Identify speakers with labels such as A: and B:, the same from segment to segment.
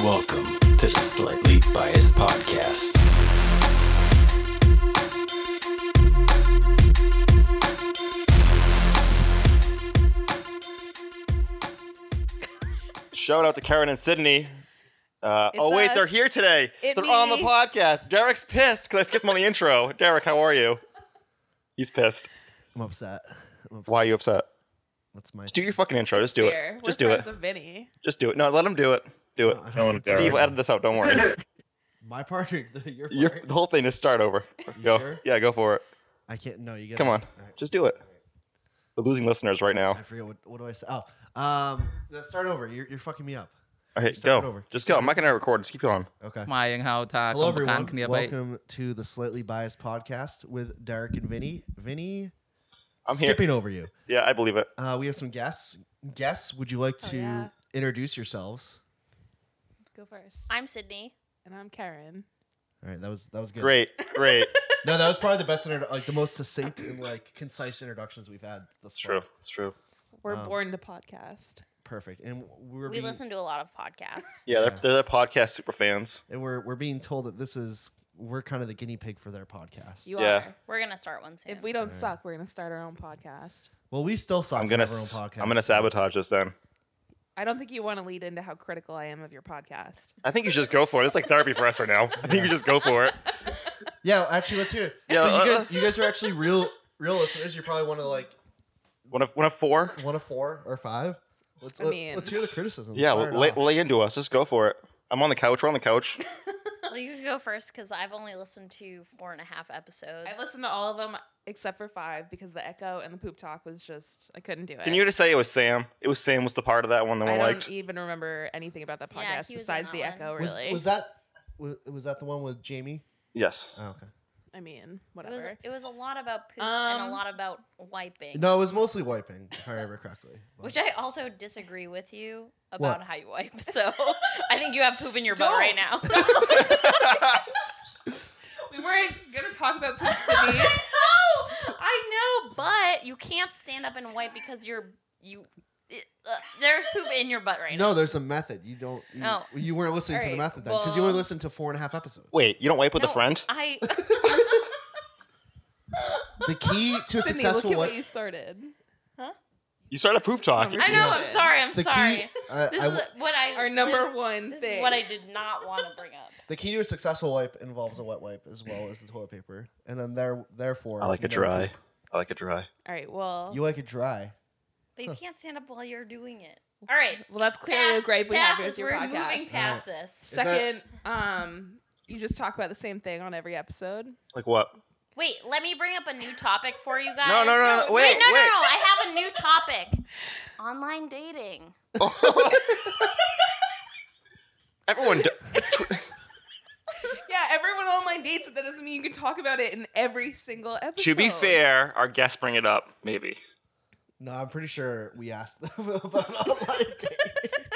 A: Welcome to the Slightly Biased Podcast.
B: Shout out to Karen and Sydney. Uh, oh
C: It's
B: wait,
C: us.
B: they're here today.
C: It
B: they're on the
C: me.
B: podcast. Derek's pissed because I skipped him on the intro. Derek, how are you? He's pissed.
D: I'm upset. I'm upset.
B: Why are you upset?
D: That's my.
B: Just do your fucking intro. Just do
C: Fair.
B: it.
C: We're
B: Just do it.
C: friends with Vinny.
B: Just do it. No, let him do it. Do it.
D: Uh,
E: Killing it, Derek.
B: Steve will edit this out. Don't worry.
D: my part or the, your part?
B: Your, the whole thing. Just start over. Go.
D: sure?
B: Yeah, go for it.
D: I can't. No, you get.
B: Come
D: it.
B: on.
D: All right.
B: Just do it. We're losing listeners right now.
D: I forget what. What do I say? Oh, um, no, start over. You're, you're fucking me up.
B: Okay,
D: start
B: go.
D: over.
B: Just go. I'm not gonna record. Just keep going.
D: Okay.
F: Maayang hauta.
D: Hello
F: kung
D: everyone.
F: pakan kanya ba-
D: Welcome to the slightly biased podcast with Derek and Vinny. Vinny,
B: I'm here.
D: skipping over you.
B: Yeah, I believe it.
D: Uh, we have some guests. Guests, would you like
C: Oh,
D: to
C: yeah.
D: introduce yourselves?
C: Go first.
G: I'm Sydney.
C: And I'm Karen.
D: All right, that was that was good.
B: Great, great.
D: No, that was probably the best, inter- like the most succinct and like concise introductions we've had. That's
B: It's true.
C: We're
D: Um,
C: born to podcast.
D: Perfect. And we're
G: We
D: being-
G: listen to a lot of podcasts.
B: Yeah, they're,
D: Yeah.
B: they're the podcast super fans.
D: and we're we're being told that this is we're kind of the guinea pig for their podcast.
C: You
B: Yeah.
C: are.
G: We're gonna start one soon.
C: If we don't
D: Alright.
C: suck, we're gonna start our own podcast.
D: well, we still suck.
B: I'm gonna.
D: at our own
B: s-
D: podcast.
B: I'm gonna sabotage this then.
C: I don't think you want to lead into how critical I am of your podcast.
B: I think you should just go for it. It's like therapy for us right now. I think you just go for it.
D: Yeah, actually, let's hear it.
B: Yeah,
D: so you
B: uh,
D: guys, you guys are actually real real listeners. You're probably one of like
B: One of one of four.
D: one of four or five. Let's
C: I
D: let,
C: mean-
D: us hear the criticism.
B: Yeah, lay, lay into us. Just go for it. I'm on the couch. We're on the couch.
G: well, you can go first because I've only listened to four and a half episodes.
C: I listened to all of them except for five because the echo and the poop talk was just I couldn't do it.
B: Can you just say it was Sam? It was Sam was the part of that one that
C: I
B: one
C: don't e-
B: liked.
C: even remember anything about that podcast
G: Yeah, he was in
C: besides
G: that
C: the
G: one.
C: echo.
D: was,
C: Really,
D: was that was, was that the one with Jamie?
B: yes.
D: Oh, okay.
C: I mean,
G: It was,
C: whatever.
G: it was a lot about poop and
C: Um,
G: a lot about wiping.
D: No, it was mostly wiping, if I remember correctly.
G: Which I also disagree with you
D: What?
G: about how you wipe. So I think you have poop in your butt
C: Don't.
G: right now.
C: we weren't gonna talk about poop, Sydney.
G: no, I know, but you can't stand up and wipe because you're you. It, uh, there's poop in your butt right
D: no, there's a method. You don't. You,
G: Oh.
D: you weren't listening to the
C: Alright,
D: method then because you
C: well-
D: only listened to four and a half episodes.
B: Wait, you don't wipe with
G: now.
B: a
G: No,
B: friend?
G: I
D: The key to a
C: Sydney, look
D: successful
C: at what
D: wipe-
C: you started.
B: You started poop talk.
C: Oh,
G: I know. I'm
C: Yeah.
G: sorry. I'm
D: the
G: sorry.
D: key. I-
G: This
D: I
G: is
D: w-
G: what I
C: Our number one
G: This
C: thing.
G: is what I did not want to bring up.
D: The key to a successful wipe involves a wet wipe as well as the toilet paper, and then there, therefore, no poop.
B: I like a dry.
C: All right. Well,
D: You like it dry.
G: But you can't stand up while you're doing it. All right.
C: well, that's clearly a
G: Pass-
C: gripe we
G: pass
C: have
G: this.
C: with your
G: We're
C: podcast.
G: moving past this.
D: that-
C: Second, um, you just talk about the same thing on every episode.
B: Like what?
G: Wait, let me bring up a new topic for you guys.
B: no, no, no, wait,
G: no, no,
B: wait.
G: no. I have a new topic. Online dating.
B: Everyone, do- it's tw-
C: Yeah, everyone online dates, but that doesn't mean you can talk about it in every single episode.
B: to be fair, our guests bring it up. Maybe.
D: No, I'm pretty sure we asked them about online dating.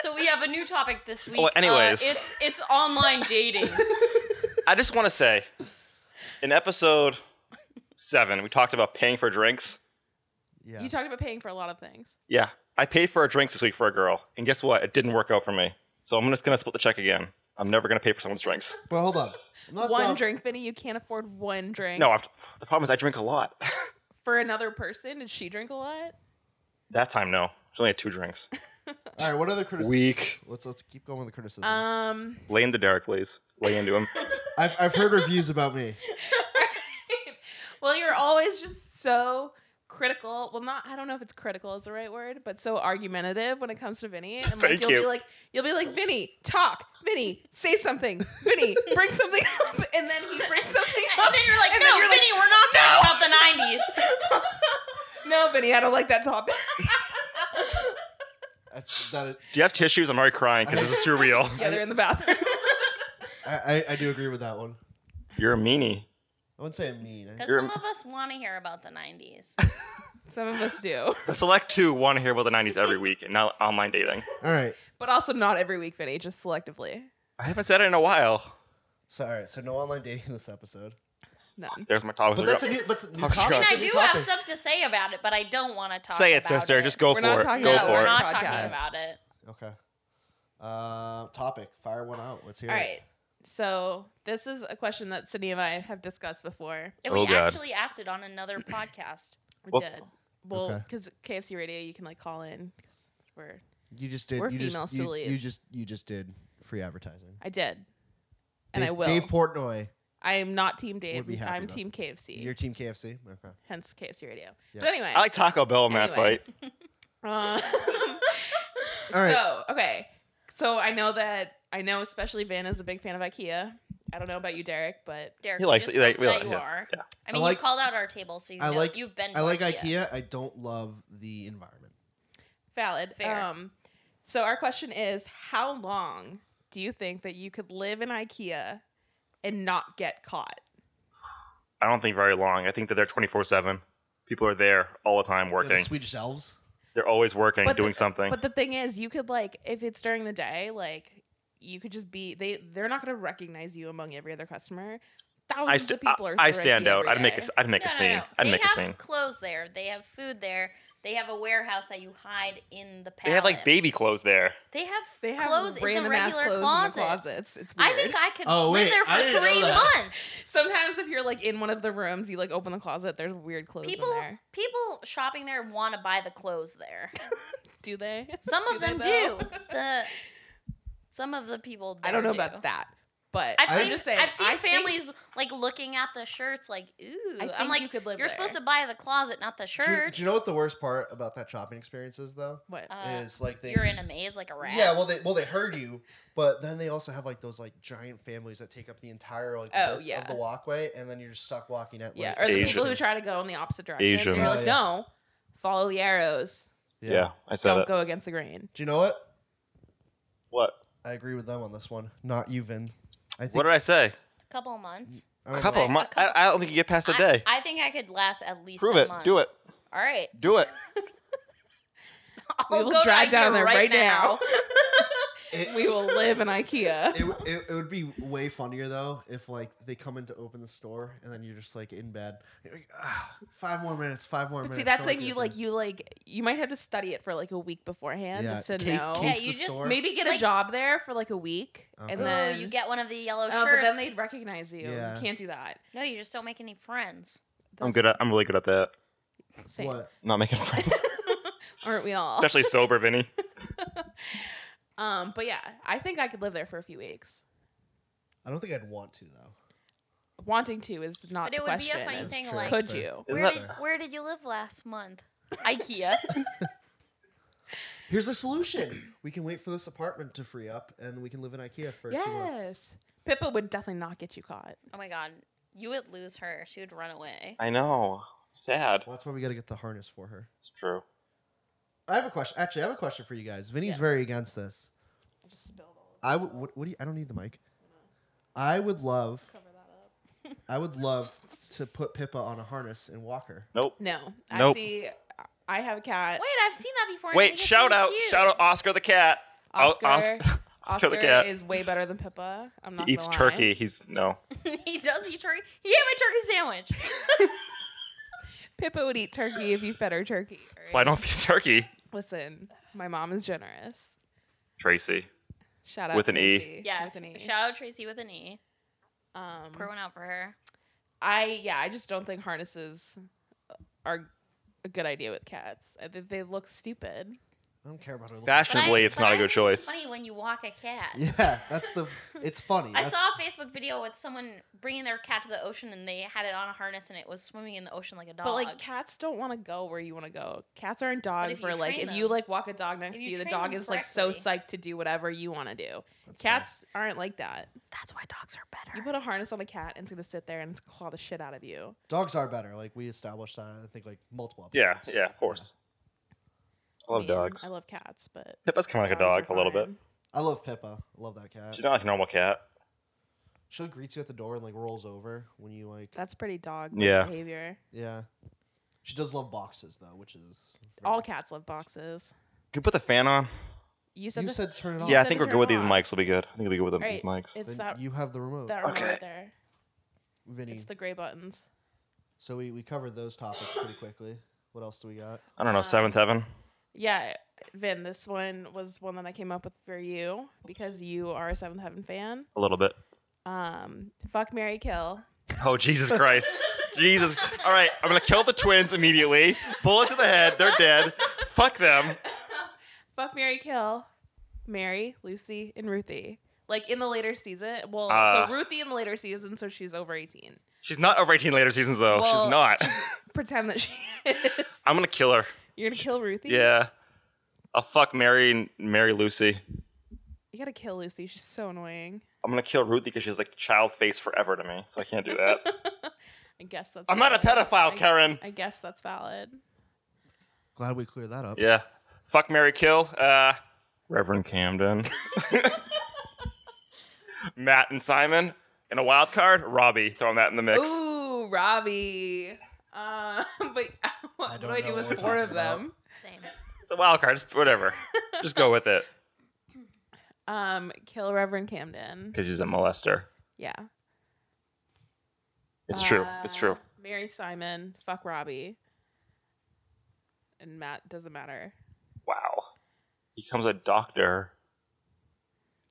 G: So we have a new topic this week.
B: Well, Oh, anyways.
G: Uh, it's it's online dating.
B: I just want to say, in episode seven, we talked about paying for drinks.
D: Yeah.
C: you talked about paying for a lot of things.
B: Yeah, I paid for a drink this week for a girl, and guess what? It didn't work out for me. So I'm just gonna split the check again. I'm never gonna pay for someone's drinks.
D: but hold on. I'm not
C: One
D: done.
C: drink, Vinny. You can't afford one drink.
B: Uh, No, I'm, the problem is I drink a lot.
C: For another person, did she drink a lot?
B: that time, no. She only had two drinks.
D: All right. What other criticisms?
B: Weak.
D: Let's let's keep going with the criticisms.
C: Um,
B: Lay into Derek, please. Lay into him.
D: I've I've heard reviews about me.
C: well, you're always just so critical. Well, not I don't know if it's critical is the right word, but so argumentative when it comes to Vinny. And like
B: Thank
C: you'll be
B: you.
C: like you'll be like Vinny, talk. Vinny, say something. Vinny, bring something up. And then he brings something up.
G: and then you're like,
C: And
G: no,
C: then you're like,
G: Vinny, we're not talking about the 90s.
C: No, Vinny, I don't like that topic.
D: That's- that-
B: Do you have tissues? I'm already crying because this is too real.
C: yeah, they're in the bathroom.
D: I, I I do agree with that one.
B: You're a meanie.
D: I wouldn't say I'm mean. I-
G: Because
B: You're-
G: some of us want to hear about the 90s.
C: Some of us do.
B: The select two want to hear about the 90s every week, and not online dating.
D: All right.
C: But also not every week, Vinny, just selectively.
B: I haven't said it in a while.
D: So all right. So no online dating this episode.
C: None.
B: There's my topic.
D: But that's a new. That's a new
B: Talks
D: topic.
B: drugs.
G: And
B: It's
D: It's a
G: I
D: new
G: do
D: topic.
G: have stuff to say about it, but I don't want to talk
B: Say it,
G: about
B: sister. Just go
C: We're
B: for
C: not
B: it.
C: talking
B: Go
G: no,
C: about
B: for
G: we're
B: it.
G: not
C: Podcast.
G: talking about it.
D: Okay. Uh, topic. Fire one out. Let's hear
C: All
D: it.
C: right. So this is a question that Sydney and I have discussed before.
G: And we
B: Oh, God.
G: actually asked it on another podcast.
C: We
B: Well-
C: did. Well,
D: Okay.
C: because KFC Radio, you can like call in. 'cause we're
D: You just did.
C: We're
D: you
C: female
D: just, you, you
C: sillies.
D: just you just did free advertising.
C: I did, and
D: Dave,
C: I will.
D: Dave Portnoy.
C: I am not Team Dave.
D: be happy
C: I'm
D: about
C: Team KFC.
D: Your team KFC. Okay.
C: hence KFC Radio.
D: Yes.
C: So anyway,
B: I like Taco Bell in that
C: Anyway.
B: fight.
C: Uh,
D: All right.
C: So okay, so I know that I know especially Van is a big fan of IKEA. I don't know about you, Derek, but
G: Derek,
B: He
G: we
B: likes
G: just
B: it. Like,
G: know
B: we
G: that
B: like-
G: you
B: yeah,
G: are.
B: yeah.
G: I mean,
D: like-
G: you called out our table, so you
D: I
G: know,
D: like-
G: you've been.
D: I
G: to
D: like IKEA. I don't love the environment.
C: valid.
G: Fair.
C: Um, so our question is, how long do you think that you could live in IKEA and not get caught?
B: I don't think very long. I think that they're 24 7. People are there all the time
D: You know,
B: working.
D: the Swedish elves.
B: They're always working,
C: But the-
B: doing something.
C: But the thing is, you could like if it's during the day, like you could just be they they're not going to recognize you among every other customer. Thousands
B: I, st-
C: of people are.
B: I, I
C: through
B: stand
C: IKEA
B: out.
C: every
B: I'd make a,
C: day.
B: s- I'd make a
G: No,
B: scene.
G: no, no.
B: I'd
G: they
B: make a
G: have
B: scene.
G: clothes there. They have food there. They have a warehouse that you hide in the. Pallets.
B: They have like baby clothes there.
G: They have
C: They have
G: clothes in the
C: random ass
G: regular
C: clothes
G: closets.
C: in the closets. It's weird.
G: I think I could
D: Oh, wait,
G: live there
D: I didn't
G: for
D: know
G: three
D: that.
G: months.
C: Sometimes if you're like in one of the rooms, you like open the closet. There's weird clothes
G: People,
C: in there.
G: people shopping there want to buy the clothes there.
C: Do they?
G: Some
C: Do
G: of
C: they,
G: them do.
C: though?
G: The some of the people.
C: I don't know
G: there do.
C: about that, but
G: I've
D: I'm
G: seen,
C: just saying,
G: I've seen
C: I think-
G: families like looking at the shirts, like ooh.
C: I
G: I'm
C: think
G: like,
C: you could live
G: are supposed
C: there."
G: to buy the closet, not the
D: Do you,
G: shirt.
D: do you know what the worst part about that shopping experience is though?
C: What?
G: Uh,
D: is like they
G: You're in
D: just-
G: a maze like a rat.
D: Yeah, well they well they heard you, but then they also have like those like giant families that take up the entire like
C: Oh,
D: width
C: yeah.
D: of the walkway, and then you're just stuck walking at like
C: yeah, or the people who
B: Asians.
C: try to go in the opposite direction.
B: Asians.
C: They're like,
D: Oh, yeah.
C: No, follow the arrows.
B: Yeah, I said
C: Don't
B: it.
C: go against the grain.
D: Do you know what?
B: What?
D: I agree with them on this one. Not you, Vin. I think
B: What did I say?
G: a couple of months.
D: I don't
B: couple
D: know.
B: of months. I, I don't think you get past a
G: I-
B: day.
G: I, think I could last at least
B: Prove
G: a
B: it.
G: month.
B: Do it.
G: All right.
B: Do it.
C: We
G: I'll
C: will
G: go to
C: drive
G: Ikea
C: down there
G: right,
C: right
G: now.
D: It-
C: We will live in IKEA.
D: it, w- it, it would be way funnier though if like they come in to open the store and then you're just like in bed You're like, "Ah, five more minutes five more
C: But
D: minutes
C: see, that's
D: till I
C: like
D: get
C: you
D: there."
C: like you like you might have to study it for like a week beforehand
D: Yeah,
C: just to
D: case-
C: know.
D: case
G: Yeah,
D: the
G: you just
D: store.
C: Maybe get a
G: Like-
C: job there for like a week, and
D: Okay.
G: Ooh,
C: then
G: you get one of the yellow
C: Oh,
G: shirts.
C: but then they'd recognize you.
D: Yeah.
C: You can't do that.
G: no, you just don't make any friends.
B: I'm good at. I'm really good at that.
C: Same.
D: what
B: Not making friends,
C: Aren't we all?
B: especially sober, Vinny.
C: Um, but yeah, I think I could live there for a few weeks.
D: i don't think i'd want to though
C: Wanting to is not
G: But
C: the
G: it would be a
C: question.
G: funny
C: It's
G: thing,
D: That's
G: like-
D: fair.
C: Could you?
B: Isn't
G: Where
B: that-
G: did, where did you live last month? Ikea.
D: here's the solution we can wait for this apartment to free up and we can live in ikea for two months
C: Yes. Pippa would definitely not get you caught.
G: oh my god, you would lose her. She would run away.
B: I know. Sad.
D: well, that's why we got to get the harness for her
B: It's true.
D: i have a question actually i have a question for you guys vinny's
G: Yes.
D: very against this
C: I just spilled all
D: i would what, what do you i don't need the mic i would love
C: cover that
D: i would love to put pippa on a harness and walk her
B: Nope.
C: up. No. I
B: Nope.
C: see I have a cat.
G: Wait, I've seen that before. and I
B: Wait.
G: think it's
B: Shout
G: really
B: out.
G: cute.
B: Shout out. Oscar the cat. I'll-
C: Oscar,
B: Os-
C: Oscar,
B: Oscar the cat.
C: is way better than Pippa. I'm not
B: He eats
C: gonna lie.
B: turkey. He's no.
G: he does eat turkey. He ate my turkey sandwich.
C: Pippa would eat turkey if you fed her turkey.
B: That's why I don't feed turkey.
C: Listen, my mom is generous.
B: Tracy.
C: Shout out
B: With an E.
C: Tracy.
G: yeah.
C: with an E.
G: Shout out Tracy with an E.
C: um,
G: Pour one out for her.
C: I yeah, I just don't think harnesses are a good idea with cats. I think they look stupid.
D: i don't care about her looking
G: But I-
B: Fashionably, it's
G: but
B: not
G: I
B: a good
G: think
B: choice.
G: It's funny when you walk a cat.
D: Yeah, that's the. It's funny.
G: I
D: That's-
G: saw a Facebook video with someone bringing their cat to the ocean and they had it on a harness and it was swimming in the ocean like a dog.
C: But like cats don't want to go where you want to go. Cats aren't dogs
G: if you
C: where like
G: train
C: if you
G: them-
C: like walk a dog next
G: if
C: to
G: you
C: you, the
G: train
C: dog
G: them
C: is like so
G: correctly.
C: psyched to do whatever you want to do.
D: that's
C: Cats aren't like that.
G: that's why dogs are better.
C: You put a harness on a cat and it's gonna sit there and it's gonna claw the shit out of you.
D: funny. Dogs are better. Like we established that. I think like multiple.
B: Yeah.
D: Episodes.
B: Yeah. Of course. I love
C: mean,
B: dogs.
C: I love cats, but
B: Pippa's kind of like a
C: dogs
B: dog
C: are
B: a little bit.
C: fine.
D: I love Pippa. I love that cat.
B: She's not like a normal cat.
D: She'll greet you at the door and like rolls over when you like.
C: That's pretty dog
B: Yeah.
C: behavior.
D: Yeah. She does love boxes though, which is
C: All cats love boxes.
B: Can you put the fan on?
C: You said
D: You
C: this-
D: said turn it
C: you
D: off.
B: yeah, I
C: said
B: think
C: to
B: we're
C: turn
B: good with
C: it
B: these
C: off.
B: mics. We'll be good. I think we'll be good with
C: Right.
B: these mics.
C: It's
D: Then
C: that
D: you have the remote,
C: that remote
B: Okay.
C: right there.
D: Vinny.
C: It's the gray buttons.
D: so we we covered those topics pretty quickly. What else do we got?
B: I don't know. Seventh Heaven.
C: Yeah, Vin, this one was one that I came up with for you because you are a Seventh Heaven fan.
B: A little bit.
C: Um, fuck Mary Kill.
B: Oh Jesus Christ. Jesus. All right, I'm gonna kill the twins immediately. Bullet to the head. They're dead. Fuck them.
C: Fuck Mary Kill. Mary, Lucy, and Ruthie. Like in the later season. Well,
B: Ah.
C: so Ruthie in the later season, so she's over 18.
B: She's not over 18 later seasons though.
C: Well,
B: She's not.
C: Pretend that she is.
B: I'm gonna kill her.
C: You're gonna kill Ruthie?
B: Yeah. I'll fuck Mary and Mary Lucy.
C: You gotta kill Lucy. She's so annoying.
B: I'm gonna kill Ruthie because she's like the child face forever to me, so I can't do that.
C: I guess that's.
B: I'm not a
C: valid.
B: pedophile, Karen.
C: I, I guess that's valid.
D: Glad we cleared that up.
B: Yeah. Fuck Mary Kill. Uh Reverend Camden. Matt and Simon. And a wild card, Robbie. Throwing that in the mix.
C: Ooh, Robbie. Um, but what do
D: don't
C: I do
D: know
C: with
D: what
C: four
D: you're
C: of them?
G: Same.
B: It's a wild card. It's whatever. Just go with it.
C: Um, kill Reverend Camden.
B: Because he's a molester.
C: Yeah.
B: It's true. It's
C: Uh,
B: true.
C: Marry Simon. Fuck Robbie. And Matt doesn't matter.
B: Wow. He becomes a doctor.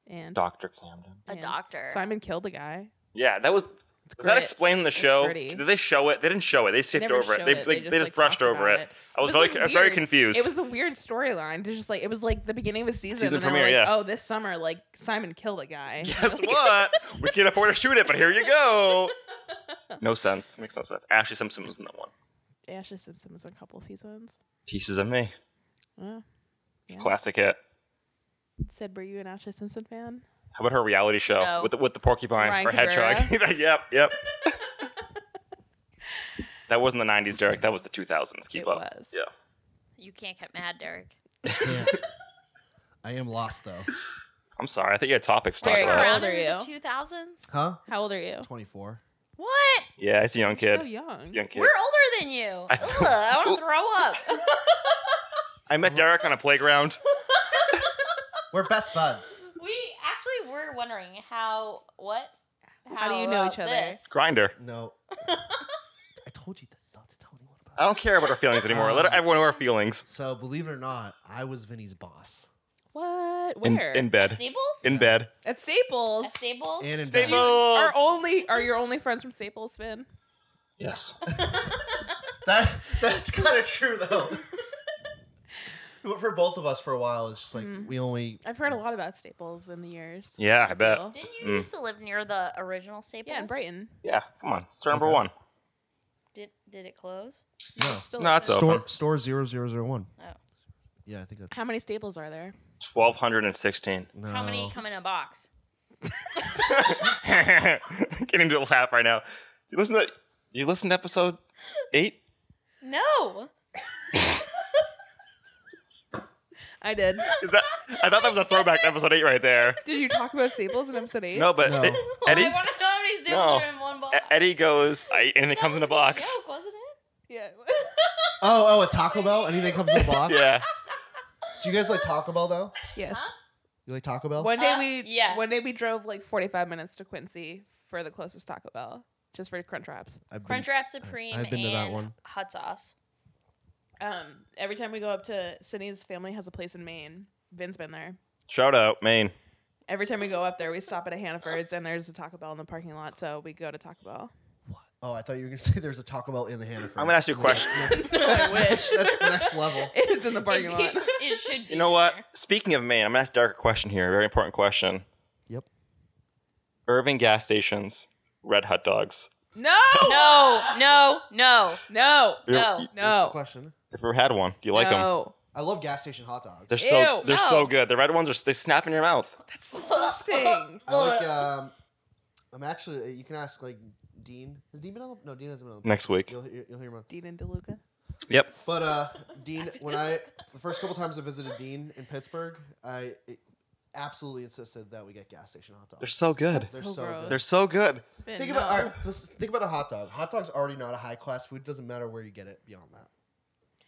C: And
B: Dr. Camden.
G: A
C: and
G: doctor.
C: Simon killed a guy.
B: Yeah, that was.
C: It's
B: Does that
C: great.
B: explain the show?
C: gritty.
B: Did they show it? They didn't show it. They skipped
C: never
B: over it.
C: showed
B: They,
C: it.
B: They,
C: They
B: they just,
C: just, like,
B: brushed
C: talked
B: over
C: about
B: it.
C: it.
B: I was,
C: It was,
B: very,
C: like,
B: very
C: weird.
B: confused.
C: It was a weird storyline. It's just like it was like the beginning of the season,
B: Season
C: and then
B: premiere,
C: like,
B: yeah.
C: oh, this summer, like Simon killed a guy.
B: Guess what? we can't afford to shoot it, but here you go. No sense. Makes no sense. Ashley Simpson was in that one.
C: Ashley Simpson was in a couple seasons.
B: Pieces of Me.
C: Yeah. Yeah.
B: Classic hit.
C: Sid, were you an Ashley Simpson fan?
B: How about her reality show
G: No.
B: with the, with the porcupine
C: Ryan
B: or hedgehog? yep, yep. that wasn't the '90s, Derek. That was the 2000s. Keep
C: It
B: up.
C: was.
B: Yeah.
G: You can't get mad, Derek.
D: Yeah. I am lost though.
B: I'm sorry. I thought you had topics to talk
C: Derek,
B: about.
C: how
G: Around
C: old are
G: in
C: you?
G: The 2000s?
D: Huh?
C: How old are you?
D: 24.
G: What?
B: Yeah, it's a young kid.
C: So young.
B: It's a young kid.
G: We're older than you.
B: I-
G: I, Ugh, I want to throw up.
B: I met Derek on a playground.
D: We're best buds.
G: we actually were wondering how what how,
C: do you know
G: uh,
C: each other?
G: this.
B: Grinder.
D: No. I told you that not to tell anyone about.
B: I don't care about her feelings anymore. Let everyone know her feelings.
D: So believe it or not, I was Vinny's boss.
C: What?
B: In,
C: Where?
B: in bed.
G: Stables?
B: In bed.
C: At Staples.
G: At Stables?
D: And in
B: Stay
D: bed.
C: Are only are your only friends from Staples, Finn?
B: Yes.
D: That that's kind of true though. But For both of us, for a while, it's just like
G: Mm-hmm.
C: Mm.
D: we only.
C: I've heard a lot about Staples in the years.
B: Yeah, I bet.
C: feel.
G: Didn't you
B: Mm.
G: used to live near the original Staples?
C: Yeah, in Brighton.
B: Yeah, come on. It's number
D: Okay.
B: one.
G: Did did it close?
D: No.
C: Still
B: No,
C: open.
B: it's open.
D: Store store zero zero zero one.
G: Oh.
D: Yeah, I think that's.
C: How many Staples are there?
B: 1,216.
D: No.
G: How many come in a box?
B: Getting into a laugh right now. You listen to you listen to episode eight?
G: No.
C: I did.
B: Is that I thought that was a throwback to episode eight right there.
C: Did you talk about Staples in episode eight?
B: No, but
D: No.
B: it- Eddie
G: I want to know how many Staples
B: No.
G: are in one box.
B: E- Eddie goes I, and it
G: That
B: comes in a
G: was
B: box.
G: joke, wasn't it?
C: Yeah.
D: Oh, oh, a Taco Bell. Anything comes in a box.
B: Yeah.
D: Do you guys like Taco Bell though?
C: yes.
G: Huh?
D: You like Taco Bell?
C: One day
G: Uh,
C: we
G: yeah.
C: One day we drove like 45 minutes to Quincy for the closest Taco Bell, just for crunch wraps.
D: I've been-
B: Mm.
G: Crunchwrap Supreme
D: I've been to that
G: and
D: one.
G: hot sauce.
C: Um, every time we go up to Cindy's family has a place in Maine. Vin's been there.
B: Shout out, Maine.
C: Every time we go up there, we stop at a Hannaford's and there's a Taco Bell in the parking lot, so we go to Taco Bell.
D: Oh, I thought you were gonna say there's a Taco Bell in the Hannaford.
B: I'm gonna ask you a question.
C: No, I wish.
D: That's next level.
C: it's in the parking
G: It,
C: lot.
G: it should be
B: You know what?
G: there.
B: Speaking of Maine, I'm gonna ask Derek a question here, a very important question.
D: Yep.
B: Irving gas stations, red hot dogs.
C: No,
G: No, no, no.
C: no,
G: No.
D: That's the
C: no.
D: question.
B: If you ever had one, do you like them?
C: no.
D: I love gas station hot dogs.
B: They're so
C: Ew,
B: they're
C: no.
B: so good. The red ones are they snap in your mouth.
C: That's disgusting.
D: I like. Um, I'm actually. uh, You can ask like Dean. Has Dean been on? The, no, Dean hasn't been on. The,
B: Next week.
D: You'll, hear- you'll hear him. on-
C: Dean and DeLuca.
B: Yep.
D: But uh, Dean, when I the first couple times I visited Dean in Pittsburgh, I it absolutely insisted that we get gas station hot dogs.
B: They're so good.
D: They're
C: So
D: so
C: gross.
D: good.
B: They're so good.
C: Vin,
D: think
C: no.
D: about all right, let's think about a hot dog. Hot dog's already not a high class food. Doesn't matter where you get it beyond that.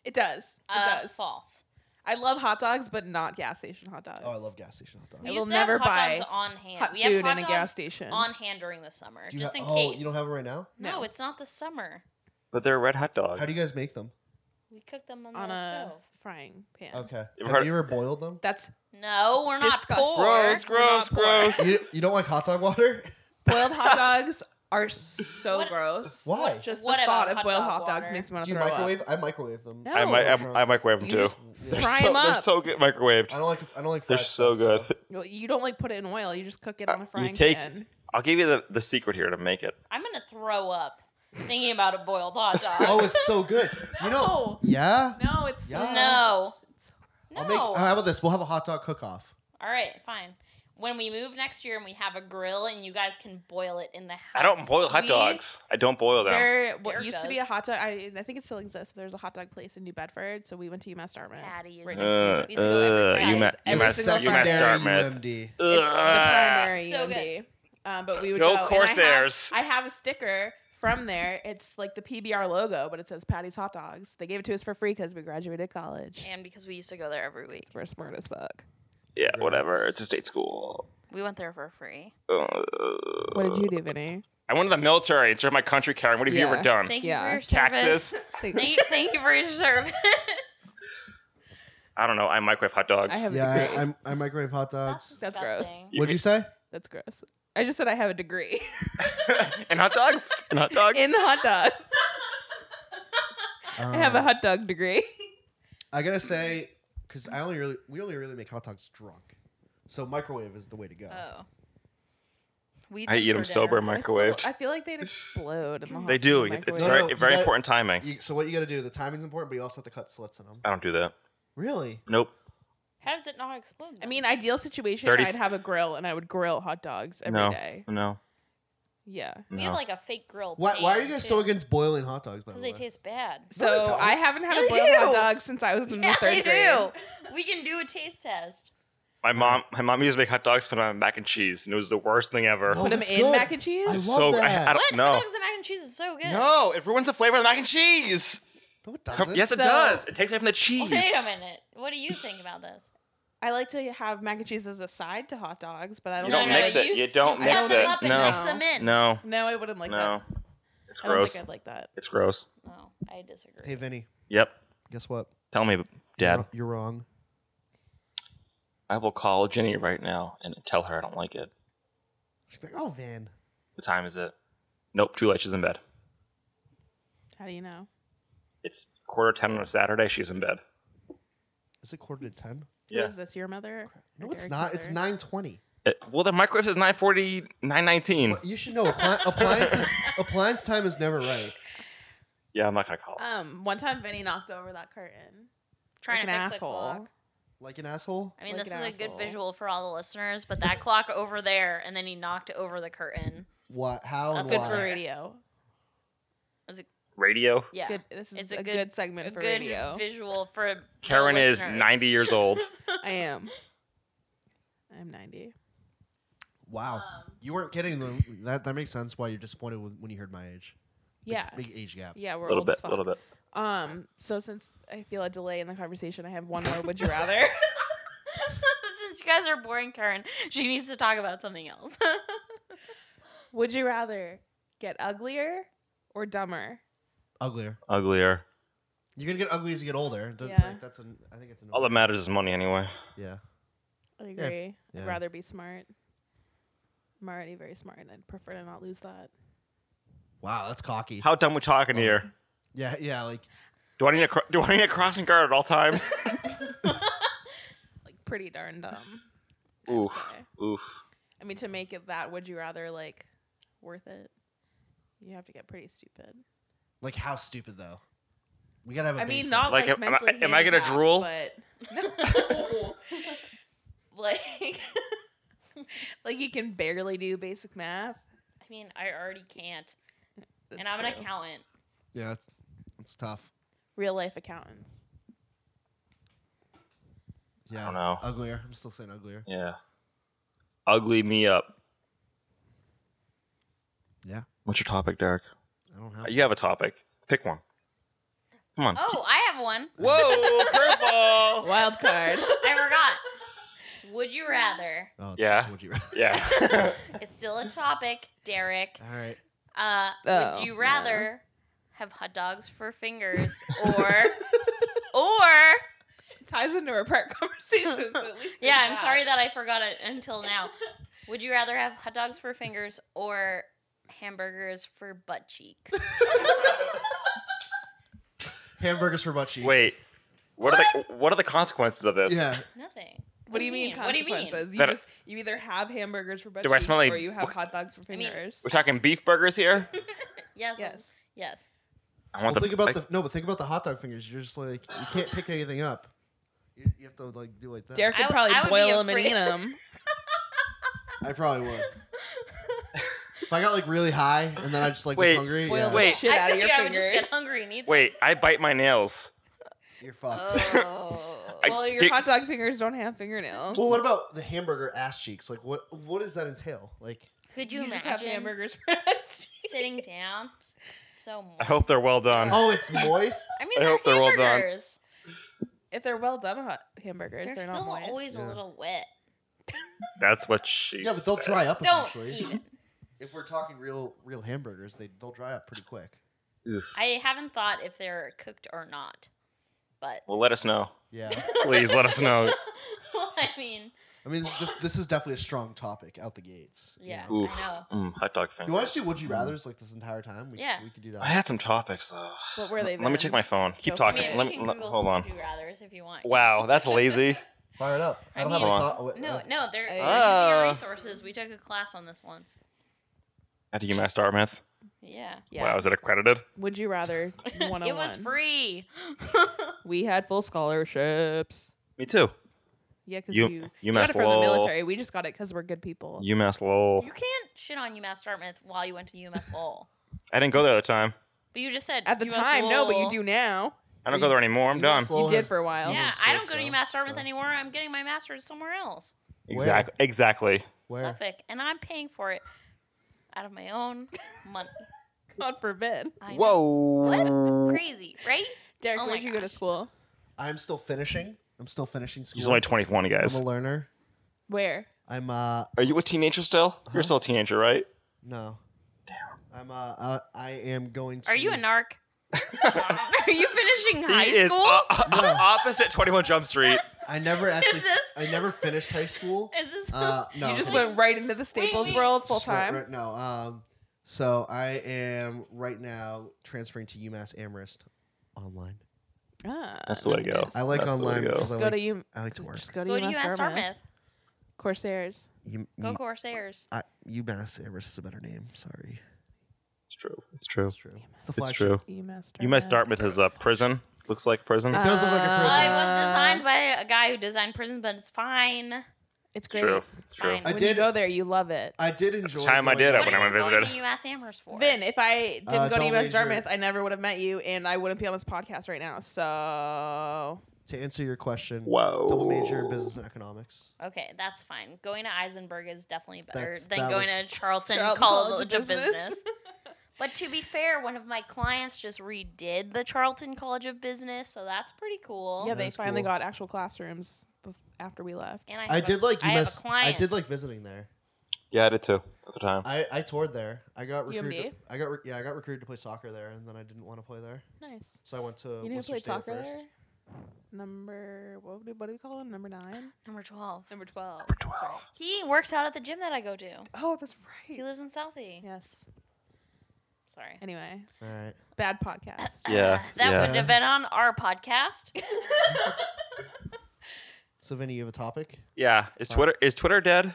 C: It does. It
G: Uh,
C: does.
G: False.
C: I love hot dogs, but not gas station hot dogs.
D: Oh, I love gas station hot dogs.
C: I
G: We
C: will
G: used to have
C: never
G: hot dogs
C: buy
G: on hand.
C: hot
G: we have
C: food
G: hot
C: in a
G: dogs
C: gas station.
G: on hand during the summer,
D: Do you
G: just
D: ha-
G: in
D: oh,
G: case.
D: you don't have it right now?
G: no,
C: No.
G: it's not the summer.
B: But they're red hot dogs.
D: How do you guys make them?
G: We cooked them on,
C: on
G: the
C: a
G: stove.
C: frying pan.
D: Okay.
B: Ever
D: Have
B: heard-
D: you ever boiled them?
C: That's
G: No, we're not
C: Disgusting.
G: poor.
B: Gross, gross, gross.
D: You, you don't like hot dog water?
C: boiled hot dogs are so
G: What-
C: gross.
D: Why?
C: Just
G: What
C: the thought
G: about
C: of
G: hot
C: boiled
G: dog
C: hot dogs
G: water?
C: makes me want to
D: Do you
C: throw
D: microwave?
C: up.
D: I microwave them.
C: No.
B: I, mi- I, I microwave them
C: You
B: too.
C: just
B: They're
C: fry
B: so,
C: 'em
B: they're
C: up.
B: so good microwaved.
D: I don't like. I don't like.
B: They're
D: fried
B: so
D: stuff,
B: good.
C: Well, You don't like put it in oil. You just cook it
D: Uh,
C: on a
B: You
C: frying
B: take.
C: pan.
B: I'll give you the, the secret here to make it.
G: I'm gonna throw up thinking about a boiled hot dog.
D: Oh, it's so good. You know.
C: No,
D: Yeah.
C: no, it's so
D: Yeah.
G: No.
C: gross. It's so
G: no.
D: I'll make. uh, How about this? We'll have a hot dog cook-off.
G: All right, fine. When we move next year and we have a grill and you guys can boil it in the house.
B: I don't boil hot
C: We-
B: dogs. I don't boil them.
C: There, what
G: There
C: used to be a
G: goes.
C: hot dog, I, I think it still exists, but there's a hot dog place in New Bedford. So we went to UMass Dartmouth.
G: Patties.
C: Right.
B: Uh,
G: We used to go
B: uh,
G: every
B: you
G: Friday.
B: ma- you
C: Every
B: messed
C: single
B: up. You messed
C: Friday.
B: up, man.
D: UMD.
C: It's the
B: Ugh.
C: primary
G: So good.
C: UMD. Um, but we would
B: Go
C: go and I have-
B: Corsairs.
C: I have, a sticker from there. It's like the PBR logo, but it says Patty's Hot Dogs. They gave it to us for free because we graduated college.
G: And because we used to go there every week,
C: We're smart as fuck.
B: Yeah, whatever. It's a state school.
G: we went there for free.
B: Uh,
C: What did you do, Vinny?
B: I went to the military and served my country, Karen. What have you
C: Yeah.
B: ever done?
G: Thank you
C: Yeah.
G: for your service.
B: Um, Taxes?
G: thank, thank you for your service.
B: I don't know. I microwave hot dogs.
C: I have-
D: Yeah, I, I'm- I microwave hot dogs.
C: That's gross.
G: disgusting.
B: You
D: What'd you say?
C: That's gross. I just said I have a degree
B: and hot dogs. And hot dogs.
C: in hot dogs. I have a
B: Uh,
D: Um,
C: hot dog degree.
D: I gotta say, because I only really we only really make hot dogs drunk, so microwave is the way to go.
G: Oh. We
B: I eat them sober and
C: I still-
B: microwaved.
C: I feel like they'd explode. In the hot
B: they do.
C: in the
B: It's
D: No,
C: microwave.
B: very,
D: no,
B: very
D: you got-
B: important timing.
D: You, so what you gotta do? The timing's important, but you also have to cut slits in them.
B: I don't do that.
D: Really?
B: Nope.
G: How does it not explode?
C: I mean, ideal situation,
B: 30
C: I'd have a grill and I would grill hot dogs every day.
B: no. No.
C: Yeah.
G: we have
B: no.
G: like a fake grill.
D: Why, why are you guys so against boiling hot dogs? By the
G: Because
D: way,
G: they taste bad.
D: No, they
C: So
D: don't.
C: I haven't had
G: Yeah,
C: a boiled
G: they
C: hot
G: do.
C: dog since I was in the third
G: they
C: grade.
G: do. We can do a taste test.
B: My mom, my mom used to make hot dogs, put on mac and cheese, and it was the worst thing ever.
D: No,
C: Put them
D: that's
C: in
D: good.
C: mac and cheese.
D: I
B: It's
D: love
B: so- Oh, I-
D: that.
B: I don't-
G: What?
B: know.
G: Hot dogs and mac and cheese is so good.
B: No, it ruins the flavor of the mac and cheese.
D: No, it doesn't.
B: Yes, it
C: So-
B: does. It takes away from the cheese.
G: Wait a minute. What do you think about this?
C: I like to have mac and cheese as a side to hot dogs, but I don't.
B: You don't
C: know.
G: no,
B: mix it.
G: you-
B: You don't
C: I
B: mix
C: don't
G: Roll them
B: it.
G: up and
B: No.
G: mix them in.
B: No.
C: No, I wouldn't like
B: No.
C: that.
B: It's
C: I don't
B: gross.
C: think I'd like that.
B: It's gross.
G: No, Oh, I disagree.
D: Hey Vinny,
B: Yep.
D: guess what?
B: Tell me,
D: You're
B: Dad.
D: wrong- You're wrong.
B: I will call Jenny right now and tell her I don't like it.
D: She's like, oh Van,
B: What time is it? Nope, too late. She's in bed.
C: How do you know?
B: It's quarter ten on a Saturday. She's in bed.
D: is it quarter to ten?
C: Who
B: Yeah.
C: is this? Your mother?
D: No,
C: Or
D: it's
C: Derek's
D: not. It's
C: mother?
D: nine twenty.
B: It- well, the microwave is 940, 919.
D: You should know appli- appliances. appliance time is never right.
B: Yeah, I'm not going to call.
C: Um, one time Vinny knocked over that curtain. Like
G: Trying to
C: an
G: fix the
C: asshole.
G: clock.
D: Like an asshole.
G: I mean,
C: Like
G: this is
C: an
G: a good
C: asshole.
G: visual for all the listeners, but that clock over there, and then he knocked it over the curtain.
D: What? How?
G: That's
D: and
C: Good
D: why?
C: for radio.
B: Radio.
G: Yeah,
C: Good. This is
G: It's
C: a,
G: a
C: good,
G: good-
C: segment
G: a
C: for
G: good
C: radio.
G: visual for the
B: Karen is
G: listeners.
B: 90 years old.
C: I am. I'm 90.
G: Um,
D: Wow. you weren't kidding. Though. That that makes sense. Why you're disappointed when, when you heard my age. Big-
C: Yeah.
D: Big, age gap.
C: Yeah,
B: A
C: we're
B: little
C: old as
B: bit, a
C: fuck.
B: little bit.
C: Um, so since I feel a delay in the conversation, I have one more would you rather.
G: Since you guys are boring, Karen, she needs to talk about something else.
C: would you rather get uglier or dumber?
D: Uglier.
B: Uglier.
D: You're gonna get ugly as you get older. Doesn't-
C: Yeah.
D: like, that's an. I think it's an.
B: All that matters is money anyway.
D: Yeah.
C: I agree.
D: yeah.
C: I'd rather be smart. I'm already very smart and I'd prefer to not lose that.
D: Wow, that's cocky.
B: How dumb we talking here?
D: Yeah, yeah. Like
B: Uh-huh. Do I need a cro- do I need a crossing guard at all times?
C: Like pretty darn dumb.
B: Oof. Oof.
C: I mean to make it that would you rather like worth it? You have to get pretty stupid.
D: like how stupid though. We gotta have. a
C: I mean
D: baseline.
C: not
B: Like,
C: like,
B: am- am I-
C: mentally
B: am I gonna
C: handicapped,
B: drool?
C: But no. like like you can barely do basic math.
G: I mean, I already can't, and
C: That's
G: I'm an
C: true.
G: accountant.
D: Yeah, it's, it's tough.
C: real life accountants.
D: Yeah.
B: don't know.
D: Uglier. I'm still saying uglier.
B: Yeah. Ugly me up.
D: Yeah.
B: What's your topic, Derek?
D: I don't have.
B: You have a topic. Pick one. Come on.
G: Oh, I have one.
D: Oh,
B: Whoa, curveball.
C: Wild card.
G: I forgot. Would you rather?
D: Oh, it's
B: Yeah.
D: just Would you rather?
B: yeah.
G: It's still a topic, Derek.
D: All right.
G: Uh,
C: Oh,
G: would you
C: no.
G: rather have hot dogs for fingers or or
C: It ties into our prior conversation. So at least there's
G: yeah, I'm
C: that.
G: sorry that I forgot it until now. Would you rather have hot dogs for fingers or hamburgers for butt cheeks?
D: Hamburgers for butt cheeks.
B: Wait, what are the what are the consequences of this?
D: Yeah.
G: Nothing.
C: What do you mean
G: What do you
C: consequences?
G: mean?
C: you,
B: No, no.
C: just you either have hamburgers for
B: Do I
C: breakfast
B: smell like-
C: or you have hot dogs for
G: I mean-
C: fingers.
B: We're talking beef burgers here.
G: Yes.
C: yes.
G: Yes. Yes.
B: I
D: Well,
B: the
D: think about
B: like-
D: the no, but think about the hot dog fingers. You're just like you can't pick anything up. You, you have to like do like that.
C: Derek
G: I
C: could
G: w-
C: probably
G: I would be
C: boil them and
G: afraid-
C: eat them.
D: I probably would. if I got like really high and then I just like
B: Wait,
D: was hungry,
C: Boil
D: yeah,
C: the
B: Wait.
C: shit
G: I
C: out of
G: think
C: your
G: I would
C: fingers.
G: just get hungry and eat.
B: Wait, I bite my nails.
D: you're
G: Uh,
D: fucked.
G: Oh.
B: I
C: well, your
B: get-
C: hot dog fingers don't have fingernails.
D: Well, what about the hamburger ass cheeks? Like, what what does that entail? Like,
G: Could you,
C: you just have
G: imagine
C: hamburgers for us.
G: sitting down? So moist.
B: I hope they're well done.
D: oh, it's moist.
G: I mean,
B: I
G: they're
B: hope they're well done.
G: hamburgers.
C: If they're well done hot hamburgers,
G: They're,
C: they're,
G: still
C: not moist.
G: always a
D: Yeah.
G: little wet.
B: That's what she.
D: yeah, but they'll
B: said.
D: dry up
G: Don't
D: eventually.
G: eat it.
D: If we're talking real real hamburgers, they they'll dry up pretty quick.
B: Oof.
G: I haven't thought if they're cooked or not, but
B: Well, let us know.
D: Yeah,
B: Please let us know.
G: well, I mean,
D: I mean, this this is definitely a strong topic out the gates. you
G: Yeah.
D: know?
B: Oof.
G: know.
B: Mm, hot dog fingers.
D: You want to do would you rather's like this entire time? We,
G: Yeah.
D: we could do
B: Mm. I
D: that.
B: had some topics though.
C: What were they,
B: Let me
C: Ben?
B: check my phone. Keep
C: Go for
G: I
B: talking.
G: mean,
B: let
G: we
B: me
G: can
B: let-
G: Google
B: hold
G: some
B: on.
G: do rathers if you want.
B: Wow, that's lazy.
D: Fire it up. I
G: I
D: don't
G: mean-
D: have a top. wait,
G: No,
D: uh,
G: no, they're
C: Hey.
G: they're
B: Ah.
G: easier resources. We took a class on this once.
B: At UMass Dartmouth.
G: Yeah.
C: Yeah. oh
B: Wow, is it accredited?
C: Would you rather 101?
G: It was free.
C: We had full scholarships.
B: Me too.
C: Yeah, because
B: You-
C: you, you,
B: you
C: got
B: messed
C: it from
B: lol.
C: the military. We just got it because we're good people.
B: UMass Lowell.
G: you can't shit on UMass Dartmouth while you went to UMass Lowell.
B: I didn't go there at the time.
G: But you just said
C: At the
G: UMass
C: time, no, but you
G: Lowell.
C: do now.
B: I don't go there anymore. I'm
D: UMass
B: done.
D: Lowell
C: you did
D: has
C: for a while.
D: demon
G: Yeah, I don't
D: sports,
G: go to
D: so-
G: UMass Dartmouth
D: so-
G: anymore. I'm getting my master's somewhere else,
B: Exactly. Exactly.
D: Where?
G: Suffolk, and I'm paying for it out of my own money.
C: God forbid.
G: I know.
B: Whoa.
G: What? Crazy, right?
C: Derek,
G: Oh my
C: where'd you go to
G: gosh.
C: school?
D: I'm still finishing. I'm still finishing school.
B: She's only 21, guys.
D: I'm a learner.
C: Where?
D: I'm uh
B: Are you a teenager still? You're still a teenager, right?
D: no. I'm uh, uh I am going to.
G: Are you a narc? Are you finishing high
B: he
G: school?
B: is o-
D: No.
B: opposite 21 Jump Street.
D: I never actually.
G: this-
D: I never finished high school.
G: is this
D: Uh, no.
C: you just
D: I-
C: went right into the Staples
G: wait.
C: world full
D: just right-
C: time.
D: right- no. Um. So I am right now transferring to UMass Amherst online.
C: Ah,
B: That's the way to
C: nice.
B: go.
C: Just
D: I like
B: That's the way to
D: online
B: go.
D: because I
C: Go to
D: like,
C: you.
D: I like to work.
C: Just go to
G: go to
C: UMass,
G: UMass
C: Dartmouth.
G: Dartmouth?
C: Corsairs.
D: You,
G: Go
B: Mm.
D: you-
G: Corsairs.
D: I, UMass Amherst is a better name. Sorry.
B: It's true. It's true.
D: It's true. It's, the
B: It's
D: flagship.
B: true.
C: UMass Dartmouth.
B: UMass Dartmouth is a uh, prison. Looks like prison.
D: It does look like a
C: Uh,
G: Well,
D: prison.
G: it was designed by a guy who designed prisons, but it's fine.
B: it's
C: It's great.
B: true. It's true.
G: Fine.
C: When
D: I
C: you
D: did-
C: go there, you love it.
D: I did enjoy.
B: time I
D: going
B: did, I
D: back.
G: What
B: went
G: are
B: on
G: you
B: my
G: going to
B: visited.
G: UMass Amherst for?
C: Vin, if I didn't
D: Uh,
C: go to
D: don't
C: UMass
D: major.
C: Dartmouth, I never would have met you, and I wouldn't be on this podcast right now. So
D: To answer your question,
B: Whoa.
D: double major in business and economics.
G: Okay, that's fine. Going to Eisenberg is definitely better
D: That's-
G: than
D: that
G: going
D: was-
G: to Charlton,
C: Charlton
G: College,
C: College
G: of
C: of
G: Business.
C: Business.
G: but to be fair, one of my clients just redid the Charlton College of Business, so that's pretty cool.
C: yeah, they
D: That's
C: finally
D: cool.
C: got actual classrooms bef- after we left.
G: And I,
D: I
G: have a-
D: did like
G: I have a
D: UMass. I
G: client.
D: did like visiting there.
B: Yeah, I did too at the time.
D: I, I toured there. I got
C: UMD?
D: recruited. I got re- yeah. I got recruited to play soccer there, and then I didn't want to play there,
C: Nice.
D: so I went to.
C: You know who
D: Worcester
C: played
D: State at
C: soccer
D: first.
C: there? Number what do, what do we call him? Number nine.
G: number twelve.
C: Number twelve.
G: He works out at the gym that I go to.
C: Oh, that's
G: He
C: right.
G: lives in Southie.
C: Yes.
G: Sorry.
C: Anyway,
D: All right.
C: bad podcast.
B: Yeah.
G: That
B: yeah.
G: would have been on our podcast.
D: So Vinny, you have a topic?
B: Yeah. Is Twitter is Twitter dead?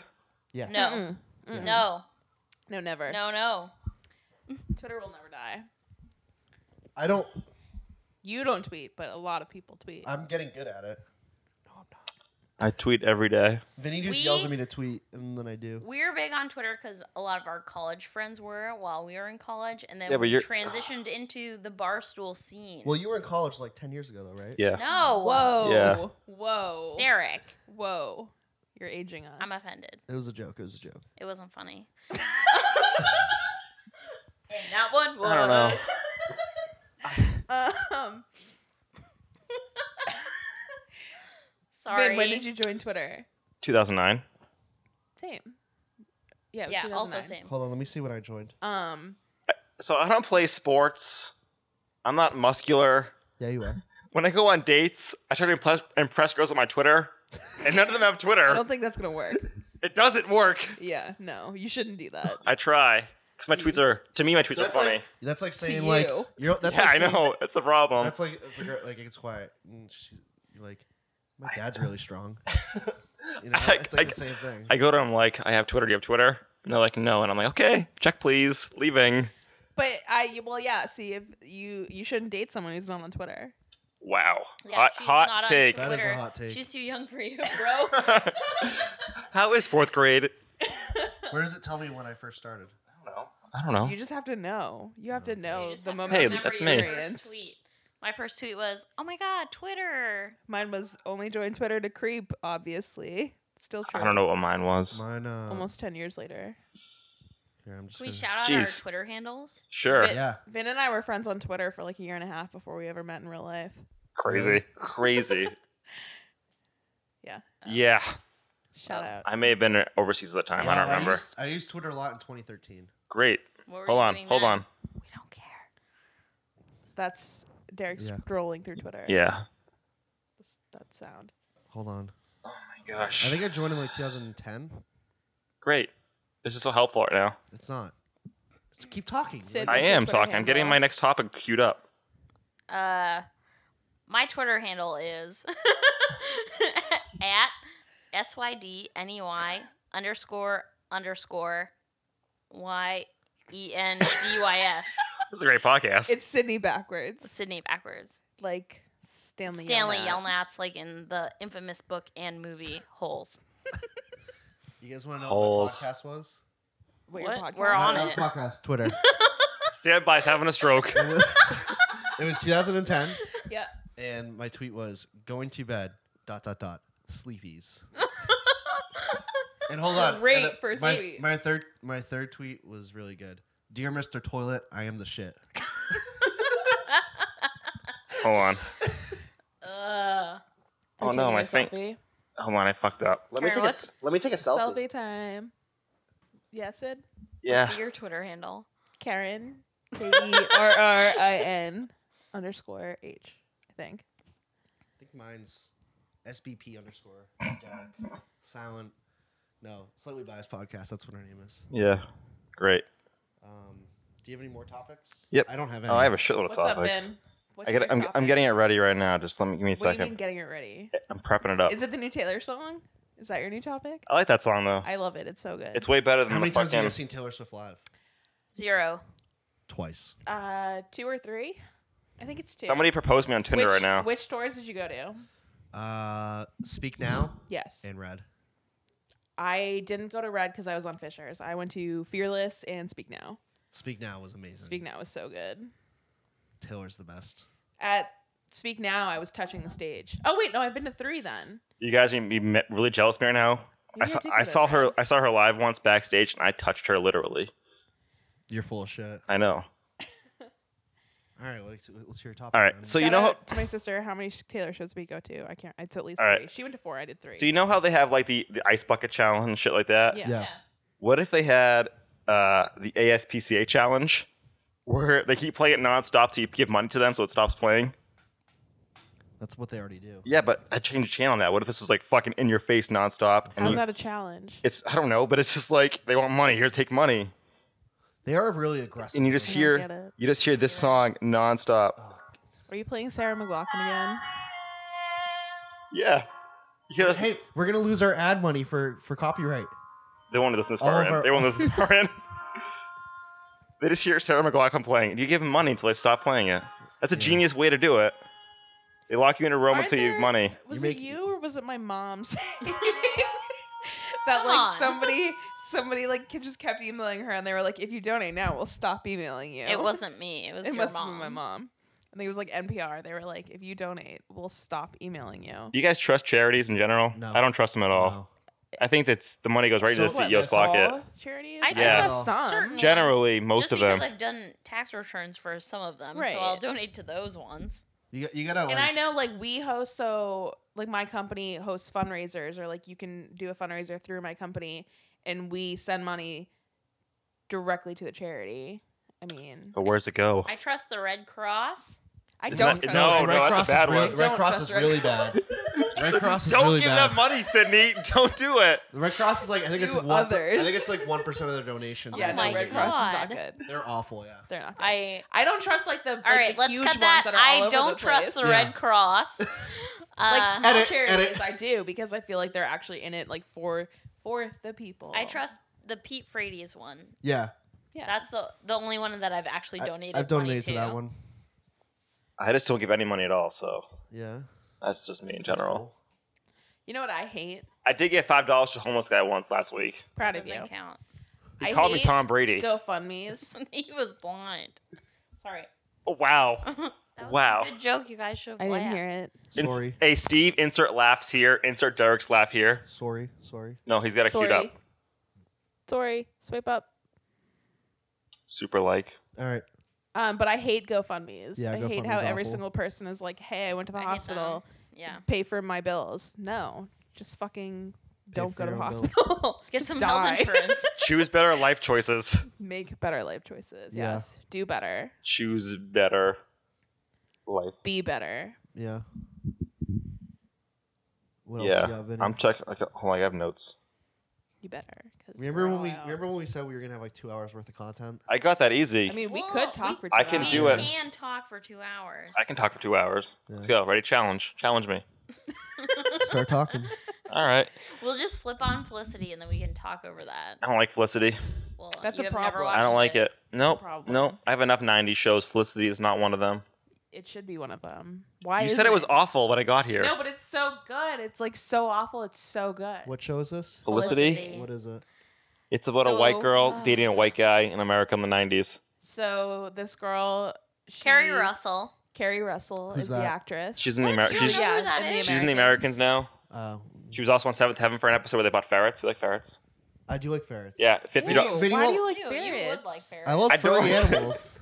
D: Yeah.
G: No.
C: Mm-mm. Mm-mm.
G: No.
C: No, never.
G: No, no.
C: Twitter will never die.
D: I don't.
C: You don't tweet, but a lot of people tweet.
D: I'm getting good at it. No, I'm not.
B: I tweet every day.
D: Vinny just
G: We-
D: yells at me to tweet, and then I do.
G: We were big on Twitter because a lot of our college friends were while we were in college, and then
B: Yeah, but
G: we
B: you're-
G: transitioned into the barstool scene.
D: Well, you were in college like ten years ago, though, right?
B: Yeah.
G: no,
C: Whoa.
B: Yeah.
C: Whoa.
G: Derek,
C: Whoa. You're aging us.
G: I'm offended.
D: It was a joke. It was a joke.
G: It wasn't funny. and that one was.
B: I don't know.
C: Um,
G: Sorry.
C: Vin, when did you join Twitter?
B: 2009.
C: Same. Yeah. it was
G: Yeah, also
C: 2009.
G: same.
D: Hold on, let me see when I joined.
C: Um,
B: So I don't play sports. I'm not muscular.
D: Yeah, you are.
B: When I go on dates, I try to impress, impress girls on my Twitter, and none of them have
C: I
B: Twitter.
C: don't think that's gonna work.
B: It doesn't work.
C: Yeah, no, you shouldn't do that.
B: I try because my tweets are to me my tweets are
D: That's
B: funny.
D: like- That's like saying like
C: you.
D: you're. That's
B: yeah,
D: like
B: I
D: saying-
B: know that's the problem.
D: That's like if a girl- like it gets quiet. And she, you're like, my dad's really strong. You know,
B: I-
D: it's like
B: I-
D: the same thing.
B: I go to them like, I have Twitter. Do you have Twitter? And they're like, no. And I'm like, okay, check please. Leaving.
C: But I well yeah, see if you you shouldn't date someone who's not on Twitter.
B: Wow.
G: Yeah,
B: hot
G: she's
B: hot
G: not on
B: take.
D: That is a
G: Twitter.
D: hot take.
G: She's too young for you, bro.
B: How is fourth grade?
D: Where does it tell me when I first started?
B: I don't know.
C: You just have to know. You have to
G: You
C: know
G: just
C: the
G: have to
C: moment
B: Oh, Hey,
C: of
G: remember
B: that's
G: your
B: me.
G: first
C: experience.
G: tweet. My first tweet was, "Oh my god, Twitter."
C: Mine was only joined Twitter to creep, obviously. Still true.
B: I don't know what mine was.
D: Mine uh,
C: Almost ten years later.
D: Here, I'm just.
G: Can we
D: gonna-
G: shout out
B: Jeez.
G: our Twitter handles?
B: Sure.
C: Fit.
D: Yeah,
C: Vin and I were friends on Twitter for like a year and a half before we ever met in real life.
B: Crazy. Crazy.
C: Yeah.
B: yeah.
C: Shout out.
B: I may have been overseas at the time. I
D: Yeah,
B: don't remember.
D: used, I used Twitter a lot in 2013.
B: Great.
G: What were
B: Hold
G: you
B: on.
G: doing
B: Hold
G: then?
B: on.
G: We don't care.
C: That's Derek
D: Yeah.
C: scrolling through Twitter.
B: Yeah.
C: That sound.
D: Hold on.
B: Oh my gosh.
D: I think I joined in like 2010.
B: Great. This is so helpful right now.
D: It's not. Just keep talking.
C: Sid.
D: Like,
B: I
C: What's your
B: am
C: Twitter
B: talking. I'm getting
C: handle?
B: my next topic queued up.
G: Uh, my Twitter handle is at sydney E underscore underscore y e n e y s.
B: This is a great podcast.
C: It's Sydney backwards.
G: Sydney backwards.
C: Like Stanley.
G: Stanley
C: Yelnat.
G: Yelnats, like in the infamous book and movie Holes.
D: you guys want to know
B: Holes.
D: what my podcast was?
C: What, your
G: What?
C: podcast
G: We're on
D: Not
C: is?
G: it.
D: Podcast. Twitter.
B: Stand by is having a stroke.
D: it was- it was 2010,
C: Yeah.
D: and my tweet was going to bed. Dot dot dot. Sleepies. and hold on. and
C: Great
D: the-
C: first
D: my,
C: tweet.
D: My third, my third tweet was really good. Dear Mr. Toilet, I am the shit.
B: Hold on.
G: Uh,
B: Oh, no,
C: Taking
B: my
C: a
B: thing-
C: selfie.
B: Hold on, I fucked up.
G: Let me Karen, take a what's- s-
B: let me take a
C: Selfie time. Yeah, Sid.
D: Uh.
B: Yeah.
G: what's your Twitter handle?
C: Karen. K E R R I N underscore H, I think.
D: I think mine's SBP underscore dark silent. No, slightly biased podcast. That's what her name is.
B: Yeah. Great.
D: Um, do you have any more topics?
B: Yep.
D: I don't have any.
B: Oh, I have a shitload of
C: What's
B: topics.
C: up, Ben? What's
B: I get.
C: your
B: I'm,
C: topic?
B: I'm getting it ready right now. Just let me give me a
C: What do you mean
B: second.
C: getting it ready?
B: I'm prepping it up.
C: Is it the new Taylor song? Is that your new topic?
B: I like that song though.
C: I love it. It's so good.
B: It's way better
D: How
B: than the
D: many times have
B: fucking.
D: you guys seen Taylor Swift live?
G: Zero.
D: Twice.
C: uh, two or three. I think it's two.
B: Somebody proposed me on Tinder
C: which,
B: right now.
C: Which stores did you go to?
D: Uh, Speak Now
C: Yes.
D: and Red.
C: I didn't go to Red because I was on Fishers. I went to Fearless and Speak Now.
D: Speak Now was amazing.
C: Speak Now was so good.
D: Taylor's the best.
C: At Speak Now, I was touching the stage. Oh wait, no, I've been to three then.
B: you guys are gonna be me- really jealous of me right now.
C: Maybe
B: I saw,
C: did go
B: I
C: to
B: saw
C: Red.
B: her. I saw her live once backstage, and I touched her literally.
D: You're full of shit.
B: I know.
D: All right, well, let's, let's hear your topic.
B: All right.
D: Adam.
B: So you
C: Shout
B: know. How,
C: out to my sister how many sh- Taylor shows we go to. I can't. It's at least
B: All
C: three.
B: right.
C: She went to four. I did three.
B: so you know how they have like the the ice bucket challenge and shit like that.
C: yeah.
D: yeah.
B: What if they had uh, the ASPCA challenge, where they keep playing it nonstop till you give money to them, so it stops playing?
D: that's what they already do.
B: Yeah, but I changed the channel on that. What if this was like fucking in your face nonstop? And
C: How's
B: you-
C: that a challenge?
B: it's I don't know, but it's just like they want money. Here, take money,
D: They are really aggressive.
B: and you just
C: I
D: though.
C: don't get
B: hear
C: it.
B: you just hear this song nonstop.
C: Are you playing Sarah McLaughlin again?
B: Yeah, you hear this?
D: Hey, we're gonna lose our ad money for for copyright.
B: They won't listen this
D: all
B: far
D: of
B: in.
D: our-
B: They won't listen this far in. They just hear Sarah McLaughlin playing, and you give them money until they stop playing it. That's a
D: Yeah.
B: genius way to do it. They lock you in a room
C: Aren't
B: until you have
C: there-
B: money.
C: Was
D: You make-
C: it you or was it my mom saying that
G: Come
C: like
G: on.
C: somebody somebody like ki- just kept emailing her and they were like, if you donate now, we'll stop emailing you.
G: It wasn't me. It was
C: It
G: your
C: must have
G: mom.
C: been my mom. I think it was like NPR. They were like, if you donate, we'll stop emailing you.
B: Do you guys trust charities in general?
D: No.
B: I don't trust them at all.
D: Wow.
B: I think that's the money goes right
D: So
B: to the
D: what,
B: CEO's
D: this
B: pocket.
C: All charities.
G: I
C: I
B: Yeah.
C: trust some.
G: Certain-
B: Generally, most
G: Just
B: of them.
G: because I've done tax returns for some of them,
C: Right.
G: so I'll donate to those ones.
D: You, got- you gotta. Like,
C: And I know like we host so like my company hosts fundraisers or like you can do a fundraiser through my company and we send money directly to the charity. I mean,
B: But where's it go?
G: I trust the Red Cross.
C: I
B: Isn't
C: don't
B: that-
C: trust
B: no,
C: it.
B: Oh, no, that's a bad
D: is
B: one.
D: really, Red
C: Don't
D: Cross
C: trust
D: is
C: Red
D: really
C: Cross.
D: bad. Red Cross is
B: Don't
D: really
B: give
D: bad.
B: that money, Sydney. Don't do it.
D: The Red Cross is like I think it's
C: Do
D: one. per-
C: others.
D: I think it's like one percent of their donations.
C: Yeah,
G: Oh
C: no,
G: my
C: Red Cross is not
G: God.
C: good.
D: They're awful. Yeah.
C: They're not. Good. I
G: I
C: I don't trust like the like,
G: all right.
C: the
G: Let's
C: huge
G: cut
C: ones
G: that.
C: that are all
G: I
C: over
G: don't
C: the
G: trust
C: place.
G: the
D: Yeah.
G: Red Cross.
C: like
G: Uh,
C: small
D: Edit,
C: charities.
D: edit.
C: I do because I feel like they're actually in it like for for the people.
G: I trust the Pete Frady's one.
D: Yeah.
C: Yeah.
G: That's the the only one that I've actually
D: I-
G: donated.
D: I've donated
G: money
D: to that one.
B: I just don't give any money at all, so
D: Yeah.
B: that's just me in
D: That's
B: general.
D: cool.
C: you know what I hate?
B: I did get five dollars to a homeless guy once last week.
C: Proud of
G: Doesn't
C: you.
G: count.
B: He
C: I
B: called me
C: hate
B: Tom Brady.
C: GoFundmes.
G: he was blind. Sorry.
B: Oh, wow.
G: That was a
B: Wow.
G: good joke. You guys should have
C: I didn't
G: laughed.
C: hear it.
B: Ins-
D: Sorry.
B: hey, Steve, insert laughs here. Insert Derek's laugh here.
D: Sorry. Sorry.
B: No, he's got it queued
C: Sorry.
B: up.
C: Sorry. Swipe up.
B: Super like.
D: All right.
C: Um, but I hate GoFundmes.
D: Yeah,
C: I hate
D: GoFundMe's
C: how every
D: awful.
C: single person is like, "Hey, I went to the
G: I hate that
C: hospital.
G: Yeah.
C: Pay for my bills." No, just fucking don't
D: for
C: go to the
D: your own bills.
C: hospital.
G: Get
C: Just
G: some
C: die.
G: health insurance.
B: Choose better life choices.
C: Make better life choices.
D: Yeah.
C: Yes. Do better.
B: Choose better life.
C: Be better.
D: Yeah. What else you
B: Yeah,
D: got, Vinny?
B: I'm checking. I got- Hold on, I have notes.
C: You better. 'cause
D: remember
C: we're
D: when
C: all
D: we
C: out.
D: remember when we said we were gonna have like two hours worth of content?
B: I got that easy.
C: I mean, we
G: Well,
C: could talk for
G: we-
C: two
B: I can
C: hours.
B: do
G: we
B: it.
G: can talk for two hours.
B: I can talk for two hours. Let's go. Ready? Challenge. Challenge me.
D: Start talking.
B: All right.
G: We'll just flip on Felicity and then we can talk over that.
B: I don't like Felicity.
G: Well,
C: That's
G: you
C: a
G: have never
C: problem.
G: watched
B: I don't like it. Nope.
C: problem.
B: Nope. I have enough 90s shows. Felicity is not one of them.
C: It should be one of them. Why?
B: you said
C: isn't
B: it was awful when I got here.
C: No, but it's so good. It's like so awful. It's so good.
D: What show is this?
B: Felicity?
G: Felicity.
D: What is it?
B: It's about a white
C: So- uh,
B: girl dating a white guy in America in the 90s.
C: So this girl, she,
G: Carrie Russell.
C: Carrie Russell
D: Who's
C: is
D: that?
C: the actress.
B: She's in the
G: What?
B: Ameri-
G: You
B: she's,
G: don't know who
C: Yeah,
G: that
C: and the
G: is?
B: she's in the Americans now.
D: Uh,
B: She was also on Seventh Heaven for an episode where they bought ferrets. You like ferrets?
D: I do like ferrets.
B: Yeah, fifty
D: Video-
B: dollars.
D: video-
C: Why do you like
G: Ew,
C: ferrets?
G: You would like ferrets.
D: I love
B: I don't-
D: furry animals.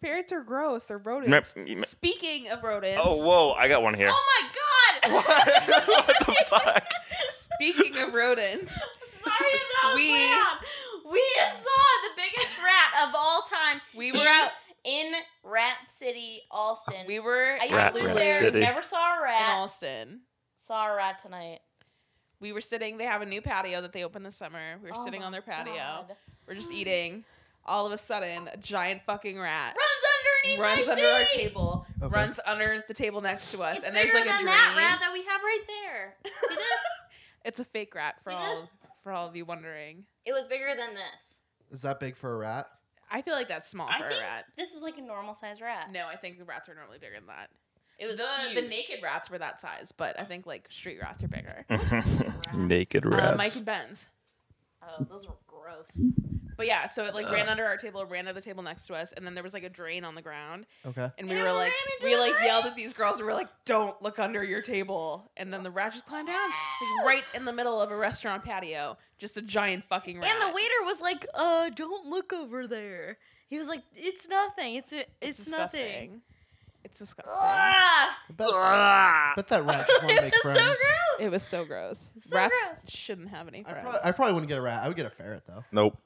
C: Ferrets are gross. They're rodents.
B: Remem- you me-
C: Speaking of rodents.
B: Oh, whoa! I got one here.
G: Oh my god!
B: what the fuck?
C: Speaking of rodents.
G: Sorry if that was
C: We-
G: loud. We just saw the biggest rat of all time.
C: We
G: We
C: were out.
G: in Rat City, Alston.
C: We were
G: I
B: Rat
G: flew
B: Rat
G: there.
B: City.
G: Never saw a
C: in
G: rat.
C: Alston.
G: saw a rat tonight.
C: We were sitting. They have a new patio that they opened this summer. We were
G: Oh
C: sitting
G: my
C: on their patio.
G: God.
C: We're just eating. All of a sudden, a giant fucking rat
G: Runs underneath.
C: runs
G: my
C: under our
G: seat.
C: table,
D: Okay.
C: runs under the table next to us,
G: It's
C: and there's like
G: bigger
C: a
G: than
C: drain.
G: that rat that we have right there. See this?
C: It's a fake rat for
G: See
C: all
G: this?
C: for all of you wondering.
G: it was bigger than this.
D: Is that big for a rat?
C: I feel like that's small
G: I
C: for
G: think
C: a rat.
G: this is like a normal sized rat.
C: No, I think the rats are normally bigger than that.
G: It was
C: the, the
G: huge.
C: naked rats were that size, but I think like street rats are bigger.
B: Naked
C: Uh, Mike and Ben's.
G: Oh, those were gross.
C: But yeah, so it like ran under our table, ran to the table next to us, and then there was like a drain on the ground,
D: Okay.
C: and we
G: And it
C: were
G: ran
C: like,
G: into
C: we
G: the
C: like
G: rat.
C: yelled at these girls, and we were like, "Don't look under your table!" And then the rat just climbed down, like, right in the middle of a restaurant patio, just a giant fucking rat.
G: And the waiter was like, "Uh, don't look over there." He was like, "It's nothing. It's a, it's, nothing."
C: disgusting. It's disgusting.
G: Ah,
D: I bet, I bet that rat just want to make
G: it was
D: friends.
G: so gross.
C: It was so gross.
G: So
C: Rats
G: gross.
C: shouldn't have any
D: I,
C: friends.
D: prob- I probably wouldn't get a rat. I would get a ferret though.
B: Nope.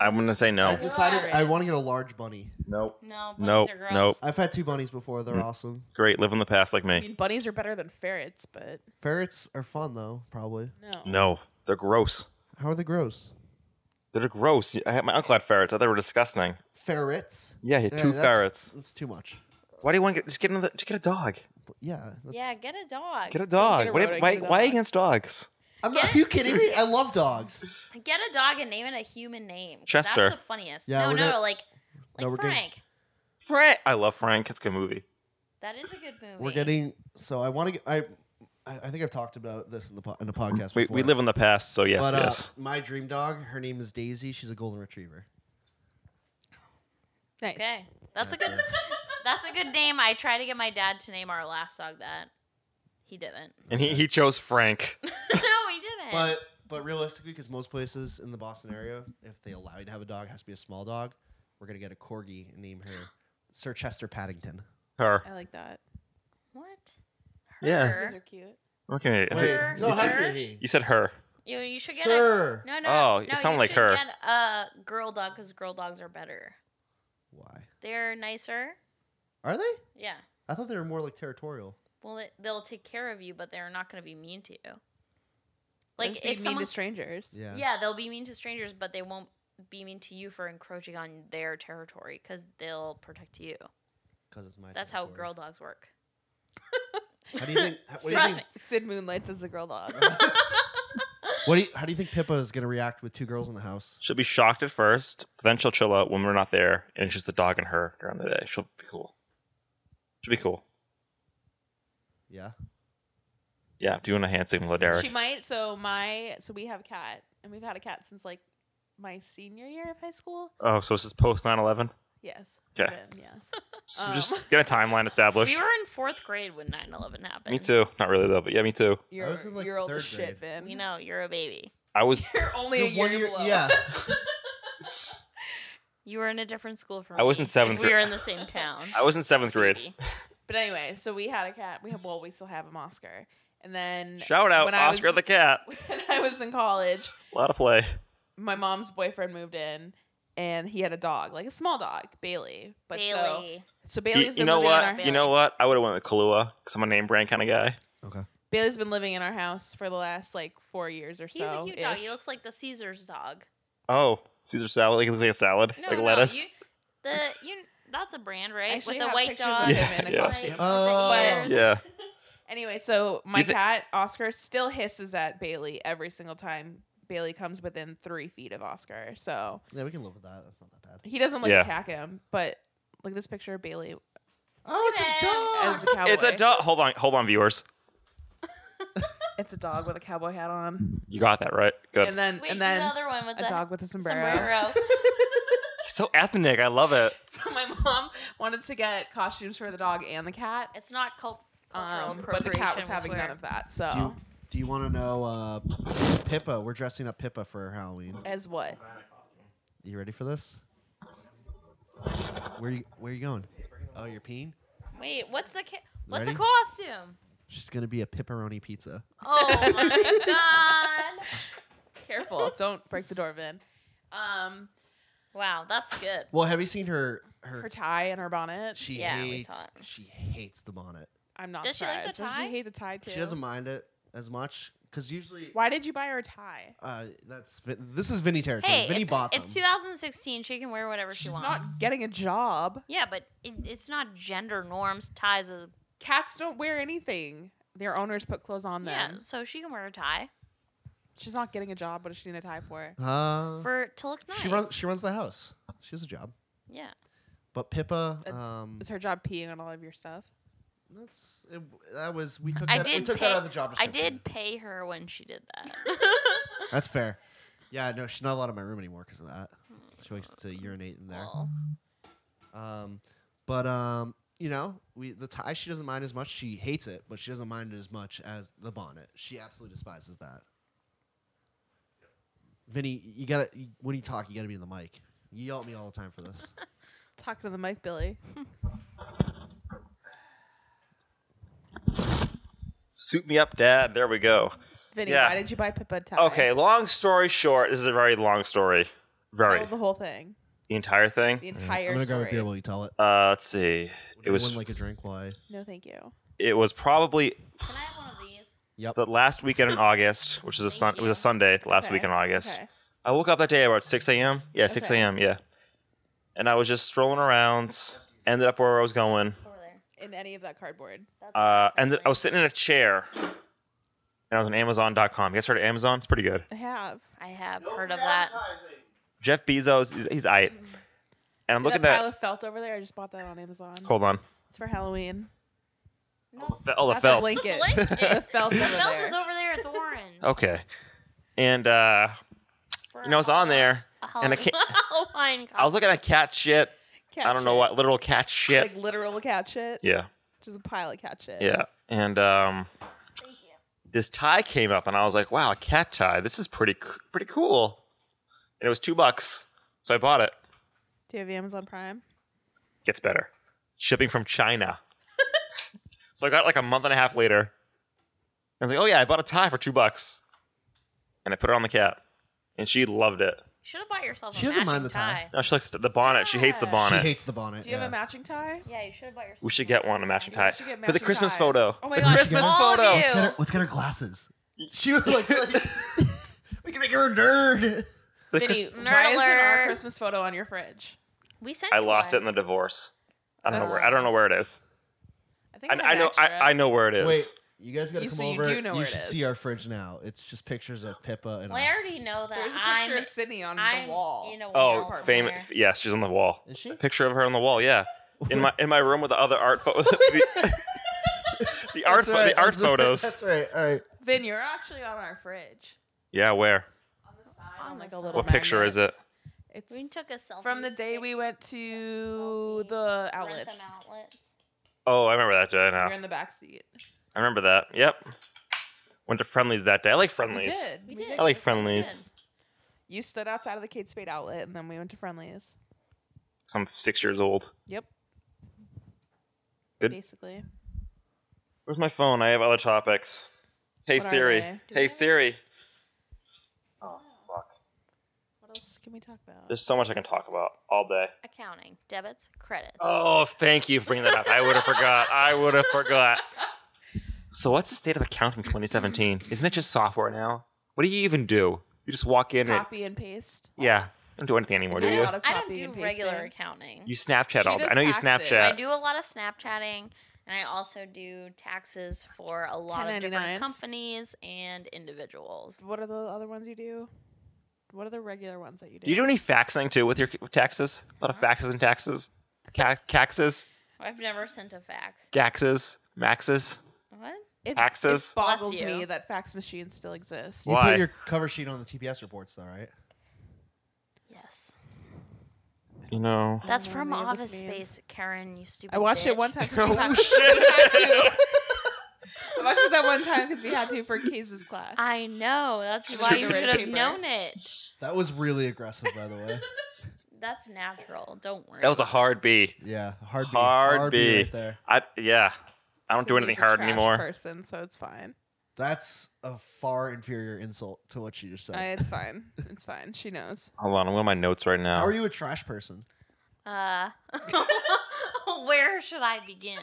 B: I'm gonna say
D: I
B: no.
D: decided I want to get a large bunny.
B: Nope.
G: no,
B: Nope,
G: bunnies are gross.
B: nope.
D: I've had two bunnies before. They're
B: Mm.
D: awesome.
B: Great. Live in the past like
C: I
B: me.
C: mean, bunnies are better than ferrets, but
D: Ferrets are fun though, probably.
C: no.
B: No, they're gross.
D: How are they gross?
B: They're gross. I had my uncle had ferrets. I thought they were disgusting.
D: Ferrets.
B: Yeah, he had
D: Yeah,
B: two
D: that's-
B: ferrets.
D: That's too much.
B: Why do you want to get just get another? Just get a dog.
D: Yeah. That's,
G: Yeah, get a dog.
B: Get a dog.
C: Get a
B: What if-
C: rodent,
B: why?
C: get a
B: Why
C: dog.
B: against dogs?
D: I'm
G: Get
D: not.
G: it?
D: Are you kidding me? I love dogs.
G: Get a dog and name it a human name. 'cause
B: Chester.
G: That's the funniest.
D: Yeah,
G: no,
D: we're
G: no,
D: gonna-
G: like, like
D: No, we're doing-
G: Frank.
B: Frank. I love Frank. It's a good movie.
G: That is a good movie.
D: We're getting. So I want to. get I. I I think I've talked about this in the po- in the podcast.
B: Mm, We,
D: before.
B: we live in the past, so yes,
D: but, uh,
B: yes.
D: My dream dog. Her name is Daisy. She's a golden retriever.
C: Nice.
G: Okay, that's a
D: That's
G: good. that's a good name. I tried to get my dad to name our last dog that. He didn't.
B: And he, he chose Frank.
G: no, he didn't.
D: But but realistically, because most places in the Boston area, if they allow you to have a dog, it has to be a small dog. We're gonna get a corgi and name her Sir Chester Paddington.
B: Her.
C: I like that.
G: what?
B: Yeah.
G: Her?
C: Those are cute.
B: Okay. it's-
G: Wait, Sir.
D: no, it has to be
G: Sir?
D: a he.
B: You said her.
G: You you should get a
D: Sir.
G: No, no.
B: Oh,
G: no,
B: it sounded
G: you
B: like
G: should
B: her.
G: Get a girl dog because girl dogs are better.
D: Why?
G: They're nicer.
D: Are they?
G: Yeah.
D: I thought they were more like territorial.
G: Well, it, they'll take care of you, but they're not going to be mean to you.
C: Just
G: Like
C: be
G: if
C: mean
G: someone,
C: to strangers.
D: Yeah.
G: yeah, they'll be mean to strangers, but they won't be mean to you for encroaching on their territory because they'll protect you.
D: Because it's my.
G: That's how
D: territory.
G: girl dogs work.
D: How do you think? What do you
G: Trust
D: think?
C: Sid moonlights as a girl dog.
D: What do you, how do you think Pippa is gonna react with two girls in the house?
B: She'll be shocked at first, but then she'll chill out when we're not there, and it's just the dog and her during the day. She'll be cool. She'll be cool.
D: Yeah.
B: Yeah, doing a hand signal to Derek.
C: She might. So my so we have a cat, and we've had a cat since like my senior year of high school.
B: oh, so this is post 9 11?
C: Yes.
B: Okay.
C: Been, Yes.
B: So
C: Um.
B: Just get a timeline established.
G: Oh. We were in fourth grade when 9 11 happened.
B: me too. Not really, though, but yeah, me too.
C: You're,
D: was in, like,
C: you're old
D: third
C: as shit,
D: grade.
C: Ben.
G: We know you're a baby.
B: I was
C: You're only a
D: You're
C: year,
D: one year-
C: below.
D: yeah.
G: You were in a different school from
B: I was in
G: me,
B: seventh
G: and We were
B: grade.
G: in the same town.
B: I was in seventh grade.
G: Baby.
C: But anyway, so we had a cat. We have well, we still have him, Oscar. And then
B: Shout out
C: when I
B: Oscar
C: was,
B: the cat.
C: When I was in college,
B: A lot of play.
C: my mom's boyfriend moved in, and he had a dog, like a small dog, Bailey. But so
G: Bailey.
C: so Bailey's
B: you
C: been
B: know
C: living
B: what?
C: in our
B: You know what? I would have went with Kahlua because I'm a name brand kind of guy.
D: Okay.
C: Bailey's been living in our house for the last like four years or so.
G: He's a cute dog.
C: ish.
G: He looks like the Caesar's dog.
B: Oh, Caesar salad. Like, it looks like a salad,
G: No,
B: like
G: no,
B: lettuce.
G: You, the you that's a brand,
C: I
G: right?
C: actually
G: With the
C: have
G: white
C: pictures
G: dog.
C: Of
B: Yeah,
C: him in a
B: yeah.
C: costume.
D: Oh.
G: But-
B: Yeah.
C: Anyway, so my
B: thi-
C: cat Oscar still hisses at Bailey every single time Bailey comes within three feet of Oscar. So
D: Yeah, we can live with that. That's not that bad.
C: he doesn't like
B: Yeah.
C: attack him, but like this picture of Bailey
D: Oh, it's
G: Hey.
D: a dog.
C: as a cowboy.
B: It's a dog. Hold on, hold on, viewers.
C: It's a dog with a cowboy hat on,
B: You got that right. Good.
C: and then
G: Wait,
C: and then
G: the other one with
C: a
G: the
C: dog with a sombrero.
G: sombrero.
B: He's so ethnic. I love it.
C: So my mom wanted to get costumes for the dog and the cat,
G: it's not cult- cultural
C: um, but the cat was
G: appropriation, we'll
C: having none
G: swear.
C: of that. So
D: Do you, do you want to know uh, Pippa? We're dressing up Pippa for Halloween.
C: as what?
D: You ready for this? Where you Where you going? Oh, you're peeing.
G: Wait, what's the ca- what's the
D: Ready?
G: costume?
D: She's gonna be a pepperoni pizza.
G: Oh my god!
C: Careful, don't break the door, Vin. Um,
G: Wow, that's good.
D: Well, have you seen her? Her,
C: her tie and her bonnet.
D: she
G: Yeah, we
D: hates.
G: saw it.
D: She hates the bonnet.
C: I'm not
G: Does she like
C: surprised.
G: the tie?
C: Does she hate the tie too?
D: She doesn't mind it as much because usually.
C: Why did you buy her a tie?
D: Uh, that's Vin- this is Vinny territory.
G: Hey,
D: Vinny
G: it's,
D: bought them.
G: it's 2016. She can wear whatever she
C: She's not
G: wants.
C: getting a job.
G: yeah, but it, it's not gender norms. Ties a
C: Cats don't wear anything. Their owners put clothes on
G: yeah,
C: them.
G: so she can wear a tie
C: She's not getting a job. What does she need a tie for?
D: uh,
G: for to look nice.
D: she runs. She runs the house. She has a job.
G: yeah,
D: But Pippa,
C: Uh,
D: um,
C: Is her job peeing on all of your stuff?
D: that's it, that was we took
G: I
D: that,
G: did.
D: we took
G: pay,
D: that out of the job
G: I
D: description.
G: did pay her when she did that.
D: That's fair. Yeah, no, she's not allowed in my room anymore because of that. She likes to urinate in there.
G: Well,
D: Um, but um, you know, we the tie she doesn't mind as much. She hates it, but she doesn't mind it as much as the bonnet. She absolutely despises that. Vinny, you gotta you, when you talk, you gotta be in the mic. You yell at me all the time for this.
C: Talking to the mic, Billy.
B: Suit me up, Dad. There we go.
C: Vinny,
B: Yeah.
C: why did you buy Pippa a tie?
B: Okay. Long story short, this is a very long story. Very
G: Oh,
C: Tell the whole thing.
B: the entire thing.
C: The entire
D: I'm gonna grab
C: story.
D: a beer while you tell it.
B: Uh, let's see. It was
D: Everyone like a drink. Why?
C: no, thank you.
B: it was probably
G: can I have one of these?
D: Yep.
B: the last weekend in August, which is a sun.
G: Thank
B: It was
G: you.
B: a Sunday. the Last
C: Okay,
B: weekend in August.
C: okay.
B: I woke up that day about 6 a.m. Yeah, 6
C: Okay.
B: a.m. Yeah. And I was just strolling around, ended up where I was going.
G: Over there.
C: In any of that cardboard.
G: That's
B: Uh,
G: awesome.
B: and I was sitting in a chair and I was on Amazon.com. You guys heard of Amazon? It's pretty good.
C: I have.
G: I have heard of that.
B: Jeff Bezos, he's, he's aight. And I'm
C: Mm. See
B: looking
C: that
B: at
C: pile of felt over there. I just bought that on Amazon.
B: Hold on.
C: It's for Halloween.
G: No,
B: Fe- Oh, the
C: That's a
B: felt.
C: blanket.
G: It's a
C: the felt over
G: the felt
C: there.
G: is over there. It's orange.
B: Okay. And, uh, you know, I was on there and I can't.
G: Halloween
B: I was looking at cat shit.
C: Cat
B: I don't know
C: shit.
B: what, literal cat shit.
C: Like literal cat shit.
B: yeah.
C: Just a pile of cat shit.
B: Yeah. And, um, this tie came up and I was like, wow, a cat tie. This is pretty c- pretty cool. And it was two bucks. So I bought it.
C: Do you have Amazon Prime?
B: Gets better. Shipping from China. so I got it like a month and a half later. I was like, oh yeah, I bought a tie for two bucks. And I put it on the cat. And she loved it.
G: Should have bought yourself. A
D: She doesn't mind
G: matching
D: the tie.
B: No, she likes the bonnet. She hates the
G: Yeah.
D: She
B: bonnet.
D: hates the bonnet.
C: Do you
D: yeah.
C: have a matching tie?
G: Yeah, you should have bought yourself.
B: we should get one a matching tie
C: We should get
B: for the
C: matching
B: Christmas
C: ties.
B: photo.
C: Oh my
B: the
C: God,
B: Christmas
G: all of
B: photo.
G: you.
D: Let's get, her, let's get her glasses. She was like, like- we can make her a nerd.
B: The
C: Vinny,
B: Chris-
C: why isn't our
G: Nerdler.
C: Christmas photo on your fridge?
G: We sent.
B: I
G: you
B: lost it
G: one.
B: in the divorce. I don't know
C: That's-
B: where. I don't know where it is.
C: I think
B: I, I know. I, I know where it is.
D: Wait, you guys gotta
C: You-
D: come
C: so you
D: over.
C: do know
D: you
C: where it
D: should
C: is.
D: see our fridge now. It's just pictures of Pippa and
G: Well, I
D: us.
G: already know that.
C: There's a picture
G: I'm,
C: of Sydney on
G: I'm
C: the wall.
G: In a wall
B: Oh,
G: somewhere.
B: famous. Yes, she's on the wall.
D: Is she?
B: A picture of her on the wall. Yeah, in my in my room with the other art pho- the, the art
D: That's
B: pho-
D: right,
B: the art
D: that's right,
B: photos.
D: That's right. All right.
C: Vin, you're actually on our fridge.
B: Yeah, where?
C: On like a
G: side.
C: little.
B: What picture is it?
C: It's
G: We took a selfie
C: from the day
G: stick,
C: we went to
G: Selfie.
C: the
G: rent
C: outlets.
G: them outlets.
B: Oh, I remember that day
C: You're
B: now.
C: in the back seat.
B: I remember that. Yep. Went to Friendlies that day. I like
C: We
B: Friendlies.
C: did.
G: We did.
B: I like
G: That's
B: friendlies.
G: good.
C: You stood outside of the Kate Spade outlet, and then we went to Friendly's.
B: Some six years old.
C: Yep.
B: Good.
C: Basically.
B: Where's my phone? I have other topics. Hey
C: What are
B: Siri.
C: they?
B: Hey Siri.
C: What else can we talk about?
B: There's so much I can talk about all day.
G: Accounting, debits, credits.
B: Oh, thank you for bringing that up. I would have forgot. I would have forgot. So, what's the state of accounting 2017? Isn't it just software now? What do you even do? You just walk in and
C: Copy and paste.
B: yeah, don't do anything anymore, do
C: I do a
B: you?
C: lot of
G: I
C: copy
G: don't do
C: and pasting.
G: regular accounting.
B: You Snapchat
C: She
B: all day.
C: does
B: I know you
C: taxes.
B: Snapchat.
G: I do a lot of Snapchatting, and I also do taxes for a lot of different
C: 1099s.
G: companies and individuals.
C: What are the other ones you do? What are the regular ones that you do?
B: You do any faxing too with your with taxes? A lot of
C: Uh-huh.
B: faxes and taxes, Ca- caxes,
G: I've never sent a fax.
B: gaxes, maxes.
G: What?
C: It,
B: Access?
C: It boggles
G: Bless you.
C: me that fax machines still exist.
D: You
B: Why?
D: put your cover sheet on the TPS reports, though, right?
G: Yes.
B: You know.
C: don't
G: That's
C: know
G: from
C: any of
G: Office
C: this means.
G: Space, Karen. You stupid.
C: I watched it
G: bitch.
C: one time. 'cause we
B: Oh
C: had-
B: shit!
C: I watched it that one time because we had to for Case's class.
G: I know. That's
B: Stupid
G: why you should have
C: paper.
G: known it.
D: That was really aggressive, by the way.
G: That's natural. Don't worry.
B: That was a hard B.
D: Yeah, hard B.
B: Hard B.
D: right there.
B: I yeah. I don't do
C: Sydney's
B: anything
C: a
B: hard
C: trash
B: anymore.
C: Person, so it's fine.
D: That's a far inferior insult to what you just said.
C: I, it's fine. It's fine. She knows.
B: Hold on, I'm on my notes right now.
D: How are you a trash person?
G: Uh, where should I begin?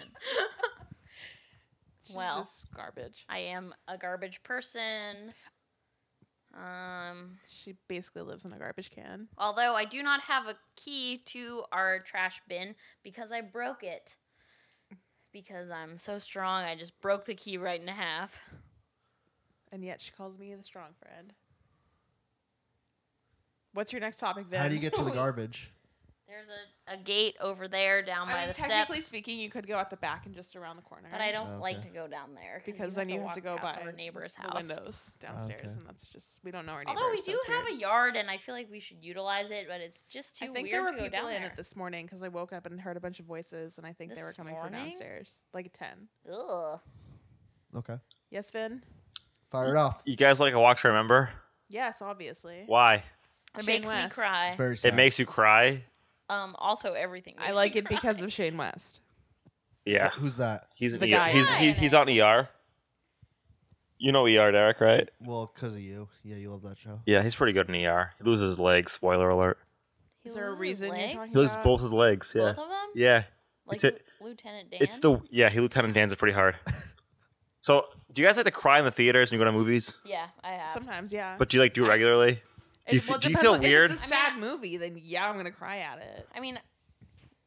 C: She's
G: Well.
C: just garbage.
G: I am a garbage person. Um,
C: She basically lives in a garbage can.
G: although I do not have a key to our trash bin because I broke it. Because I'm so strong, I just broke the key right in half.
C: And yet she calls me the strong friend. What's your next topic, Vin?
D: How do you get to the garbage?
G: There's a, a gate over there down
C: I
G: by
C: mean,
G: the
C: technically
G: steps.
C: speaking, you could go out the back and just around the corner.
G: But I don't
D: Okay.
G: like to go down there
C: because then you have to go
G: walk
C: by
G: past our neighbor's
C: the
G: house.
C: windows downstairs,
D: Okay.
C: and that's just we don't know our neighbors.
G: Although we
C: so
G: do
C: it's
G: have
C: weird.
G: a yard, and I feel like we should utilize it, but it's just too
C: I think
G: weird
C: there were
G: to go
C: people
G: down
C: in
G: there.
C: it this morning because I woke up and heard a bunch of voices, and I think they were
G: This
C: coming from
G: morning?
C: downstairs, like at ten.
G: Ugh.
D: Okay,
C: Yes, Vin.
D: fire it off.
B: You guys like a walk to remember?
C: Yes, obviously.
B: Why?
C: Shane
G: makes me
C: West.
G: cry.
D: It's very sad.
B: It makes you cry.
G: Um, also everything.
C: I
G: makes
C: like
G: me
C: it because of Shane West.
B: Yeah,
D: Who's that?
B: he's an
C: The
B: ER.
C: guy.
B: He's he, he's on ER. You know ER, Derek, right?
D: Well, because of you. Yeah, you love that show.
B: Yeah, he's pretty good in ER. He loses his legs. Spoiler alert.
G: He
C: Is there a
G: loses
C: reason you're
G: legs?
C: talking
B: He loses
C: Yeah.
B: both his legs. Yeah,
G: Both of them?
B: yeah.
G: Like
B: it's a-
G: Lu- Lieutenant Dan.
B: It's the yeah. He Lieutenant Dan's pretty hard. so, do you guys like to cry in the theaters when you go to movies?
G: yeah, I have.
C: Sometimes, yeah.
B: But do you like do it regularly?
C: It-
B: you f-
C: it
B: do you
C: depends
B: feel
C: on-
B: weird?
C: If it's
G: I
C: a
G: mean,
C: sad movie, then yeah, I'm gonna cry at it.
G: I mean,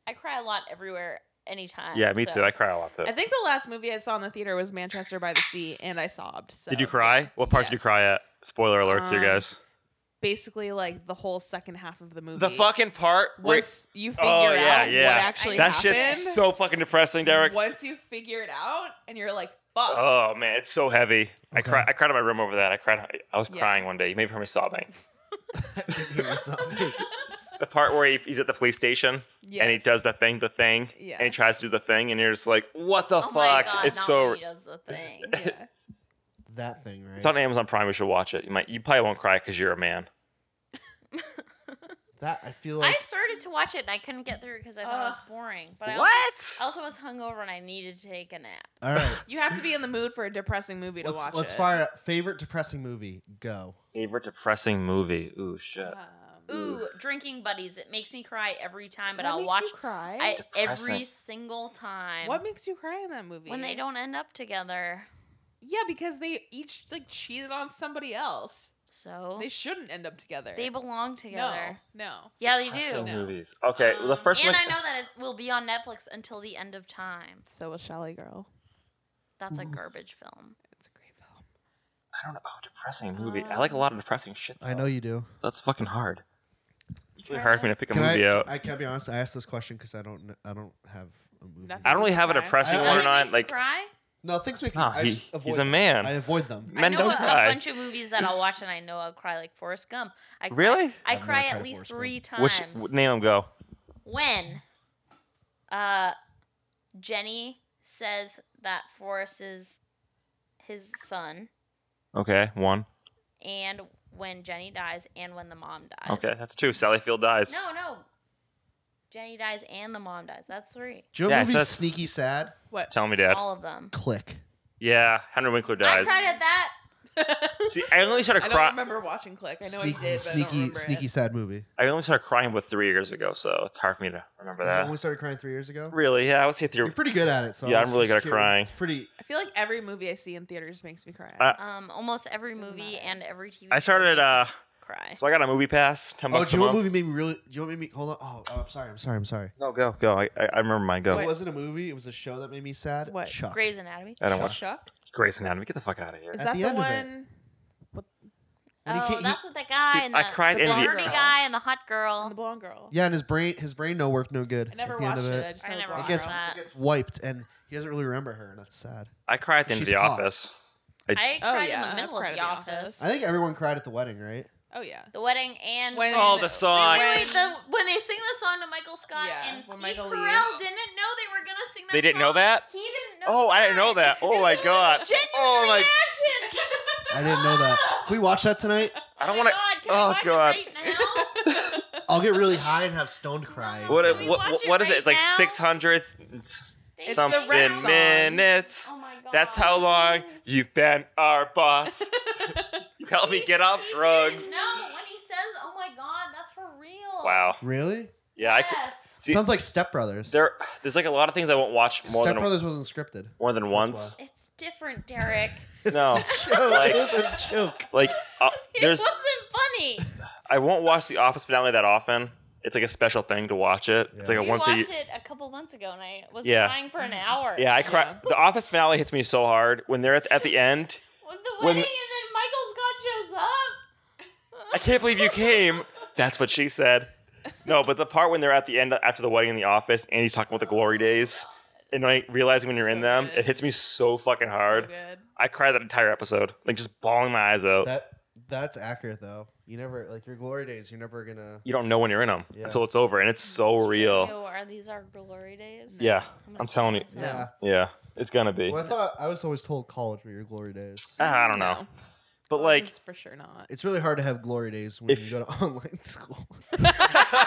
G: I cry a lot everywhere, anytime.
B: Yeah, me
G: so-
B: too. I cry a lot too.
C: I think the last movie I saw in the theater was Manchester by the Sea, and I sobbed. So.
B: Did you cry? What part did you
C: Yes.
B: cry at? Spoiler alerts, you
C: Um,
B: guys.
C: Basically, like the whole second half of the movie.
B: The fucking part where
C: Once you figure out what actually
B: that
C: happened,
B: shit's so fucking depressing, Derek.
C: Once you figure it out, and you're like, "Fuck."
B: Oh man, it's so heavy. I
D: Okay.
B: cried. I cried in my room over that. I cried. I was
C: Yeah.
B: crying one day. You maybe heard me sobbing.
D: Hear yourself.
B: The part where he, he's at the police station and he
C: Yes.
B: does the thing, the thing,
C: Yeah.
B: and he tries to do the thing, and you're just like, "What the
G: Oh my
B: fuck?"
G: God,
B: it's
G: not
B: so.
G: when he does the thing.
C: Yeah.
D: that thing, right?
B: It's on Amazon Prime. We should watch it. You might. You probably won't cry because you're a man.
D: that I feel
G: I
D: like
G: started to watch it and I couldn't get through because I thought it was boring. But I also,
B: what?
G: I also was hungover and I needed to take a nap.
D: all right.
C: You have to be in the mood for a depressing movie to
D: Let's
C: watch.
D: let's
C: it.
D: fire up. favorite depressing movie. Go.
B: Favorite depressing movie? Ooh shit.
C: Um,
G: Ooh, drinking buddies. It makes me cry every time, but
C: What
G: I'll
C: makes
G: watch
C: You cry.
G: I, every
B: Depressing.
G: single time.
C: what makes you cry in that movie?
G: when they don't end up together.
C: Yeah, because they each like cheated on somebody else.
G: So
C: They shouldn't end up together.
G: Oh. they belong together.
C: No, no.
G: Yeah, they do.
B: Depressing
C: No.
B: movies. Okay, well, the
C: Um,
B: first
G: and
B: one.
G: I know that it will be on Netflix until the end of time.
C: So was Shelly Girl.
G: That's
B: Mm.
G: a garbage film.
C: It's a great film.
B: I don't know. Oh, depressing movie. I
G: Um,
B: like a lot of depressing shit.
D: I
B: though.
D: know you do.
B: That's fucking hard. It's really hard for me to pick a
D: Can
B: movie
D: I,
B: out. I,
D: I can't be honest. I asked this question because I don't. kn- I don't have a movie.
C: Nothing.
B: don't really have a
C: Cry.
B: depressing
D: I-
B: one or
D: I-
B: not. Like
G: cry?
D: No, things make.
B: Nah,
D: I
B: he-
D: just avoid
B: he's a
D: them.
B: man.
D: I avoid them.
B: men
G: I know
B: don't
G: a,
B: cry.
G: a bunch of movies that I'll watch and I know I'll cry, like Forrest Gump. I cry,
B: Really?
G: I
D: I've never
G: cry
D: cried
G: at
D: at
G: least
D: Forrest
G: three
B: Which
G: times.
B: w- name them go?
G: when uh Jenny says that Forrest is his son,
B: Okay, one.
G: and when Jenny dies, and when the mom dies.
B: Okay, that's two. Sally Field dies.
G: No, no. Jenny dies and the mom dies. That's three.
D: Do you
B: Yeah,
D: know
B: it says-
D: movies sneaky sad?
C: What?
B: Tell me, Dad.
G: All of them.
D: Click.
B: Yeah, Henry Winkler dies.
G: I cried at that.
B: See, I only started
C: I don't
B: crying.
C: remember watching Click. I know
D: sneaky,
C: I did, but I don't
D: sneaky,
C: remember
D: sneaky
C: it.
D: sad movie.
B: I only started crying about three years ago, so it's hard for me to remember
D: I
B: that.
D: only started crying three years ago.
B: Really? Yeah, I was here
D: You're
B: through.
D: pretty good at it. So
B: Yeah,
D: I
B: I'm
D: was
B: really
D: just
B: good at
D: curious.
B: crying.
D: It's pretty.
C: I feel like every movie I see in theaters makes me cry.
B: Uh,
G: Um, almost every
C: Doesn't
G: movie
C: matter.
G: and every TV.
B: I
G: show
B: started.
G: makes me
B: uh
G: cry.
B: So I got a movie pass. Ten
D: Oh,
B: bucks
D: do you
B: a
D: know what
B: month.
D: movie made me really? Do you know what made me? Hold on. Oh, I'm sorry. I'm sorry. I'm sorry.
B: No, go, go. I, I I remember mine. Go.
D: It wasn't a movie. It was a show that made me sad.
C: What?
D: Chuck.
G: Grey's Anatomy.
B: I don't watch
C: Chuck?
B: Grey's Anatomy. Get the fuck out of here.
C: Is
D: At
C: that
D: the
C: the,
D: end of it.
C: one?
D: And he
G: oh,
D: can't- he-
G: that's with the guy
B: Dude,
G: and the,
B: I cried
G: the
B: in the-
G: blonde guy and the hot girl.
C: And the blonde girl.
D: Yeah, and his brain, his brain, no work, no good.
C: I never
D: at the end
C: watched
D: of
C: it.
D: it.
C: I just
G: I
C: know
G: never
C: the
D: It
C: blonde
D: gets,
G: watched
C: girl.
G: that.
D: it gets wiped, and he doesn't really remember her, and that's sad.
B: I cried at the end of
D: She's
B: The
D: hot.
B: Office.
G: I
C: Oh,
G: cried
C: yeah,
G: in
C: I've
G: the middle
C: cried
G: of
C: at
G: the
C: The
G: office.
C: Office.
D: I think everyone cried at the wedding, right?
C: Oh yeah.
G: The wedding and
C: When-
B: Oh, the
C: Wait,
B: song.
G: Wait, wait,
C: Yes.
G: the- when they sing the song to Michael Scott
C: Yeah,
G: and
C: when
G: Steve
C: Michael
G: Carell
C: leaves.
G: didn't know they were gonna sing that.
B: They didn't know
G: song.
B: that?
G: He didn't know.
B: Oh, I didn't know that. Oh my god. Oh my.
D: I didn't know that. Can we watch that tonight?
B: I don't want to.
G: God, can
B: oh,
G: I watch it
B: God.
G: Right now?
D: I'll get really high and have stoned cry.
B: What,
G: Can we
B: what,
G: watch
B: what,
G: it
B: what is
G: right
B: it? It's like
G: now?
B: 600 s- s-
G: It's the
B: something
G: rap song.
B: minutes.
G: Oh my God.
B: That's how long you've been our boss. you helped me get off drugs.
G: No, when he says, "Oh my God, that's for real."
B: Wow.
D: Really?
B: Yeah, I could.
G: Yes.
B: See,
D: Sounds like Step Brothers.
B: there, there's like a lot of things I won't watch more
D: Step
B: than
D: Brothers wasn't scripted.
B: more than once.
G: It's different, Derek.
B: No,
D: Oh,
B: Like-
D: it was a joke.
B: like uh,
G: it
B: there's,
G: wasn't funny.
B: I won't watch The Office finale that often. It's like a special thing to watch it. It's
D: Yeah.
B: like a
G: We
B: once a
G: watched
B: year.
G: it a couple months ago, and I was
B: Yeah.
G: crying for an hour.
B: Yeah, I cry.
C: Yeah.
B: The Office finale hits me so hard when they're at the, at the end.
G: With the
B: When-
G: wedding, and then Michael Scott shows up.
B: I can't believe you came. That's what she said. No, but the part when they're at the end after the wedding in the office and he's talking about the glory days and like realizing when you're in
C: So
B: them,
C: good.
B: it hits me so fucking
C: So
B: hard.
C: good.
B: I cried that entire episode, like just bawling my eyes out.
D: That that's accurate though. You never like your glory days. You're never gonna.
B: you don't know when you're in them
D: Yeah.
B: until it's over, and it's so real.
G: Ew, are these our glory days?
B: Yeah,
G: gonna
B: I'm telling you.
G: kill myself.
D: Yeah.
B: Yeah, it's gonna be.
D: Well, I thought I was always told college were your glory days.
B: Ah, I don't know, but like,
C: It's for sure not.
D: It's really hard to have glory days when
B: If-
D: you go to online school.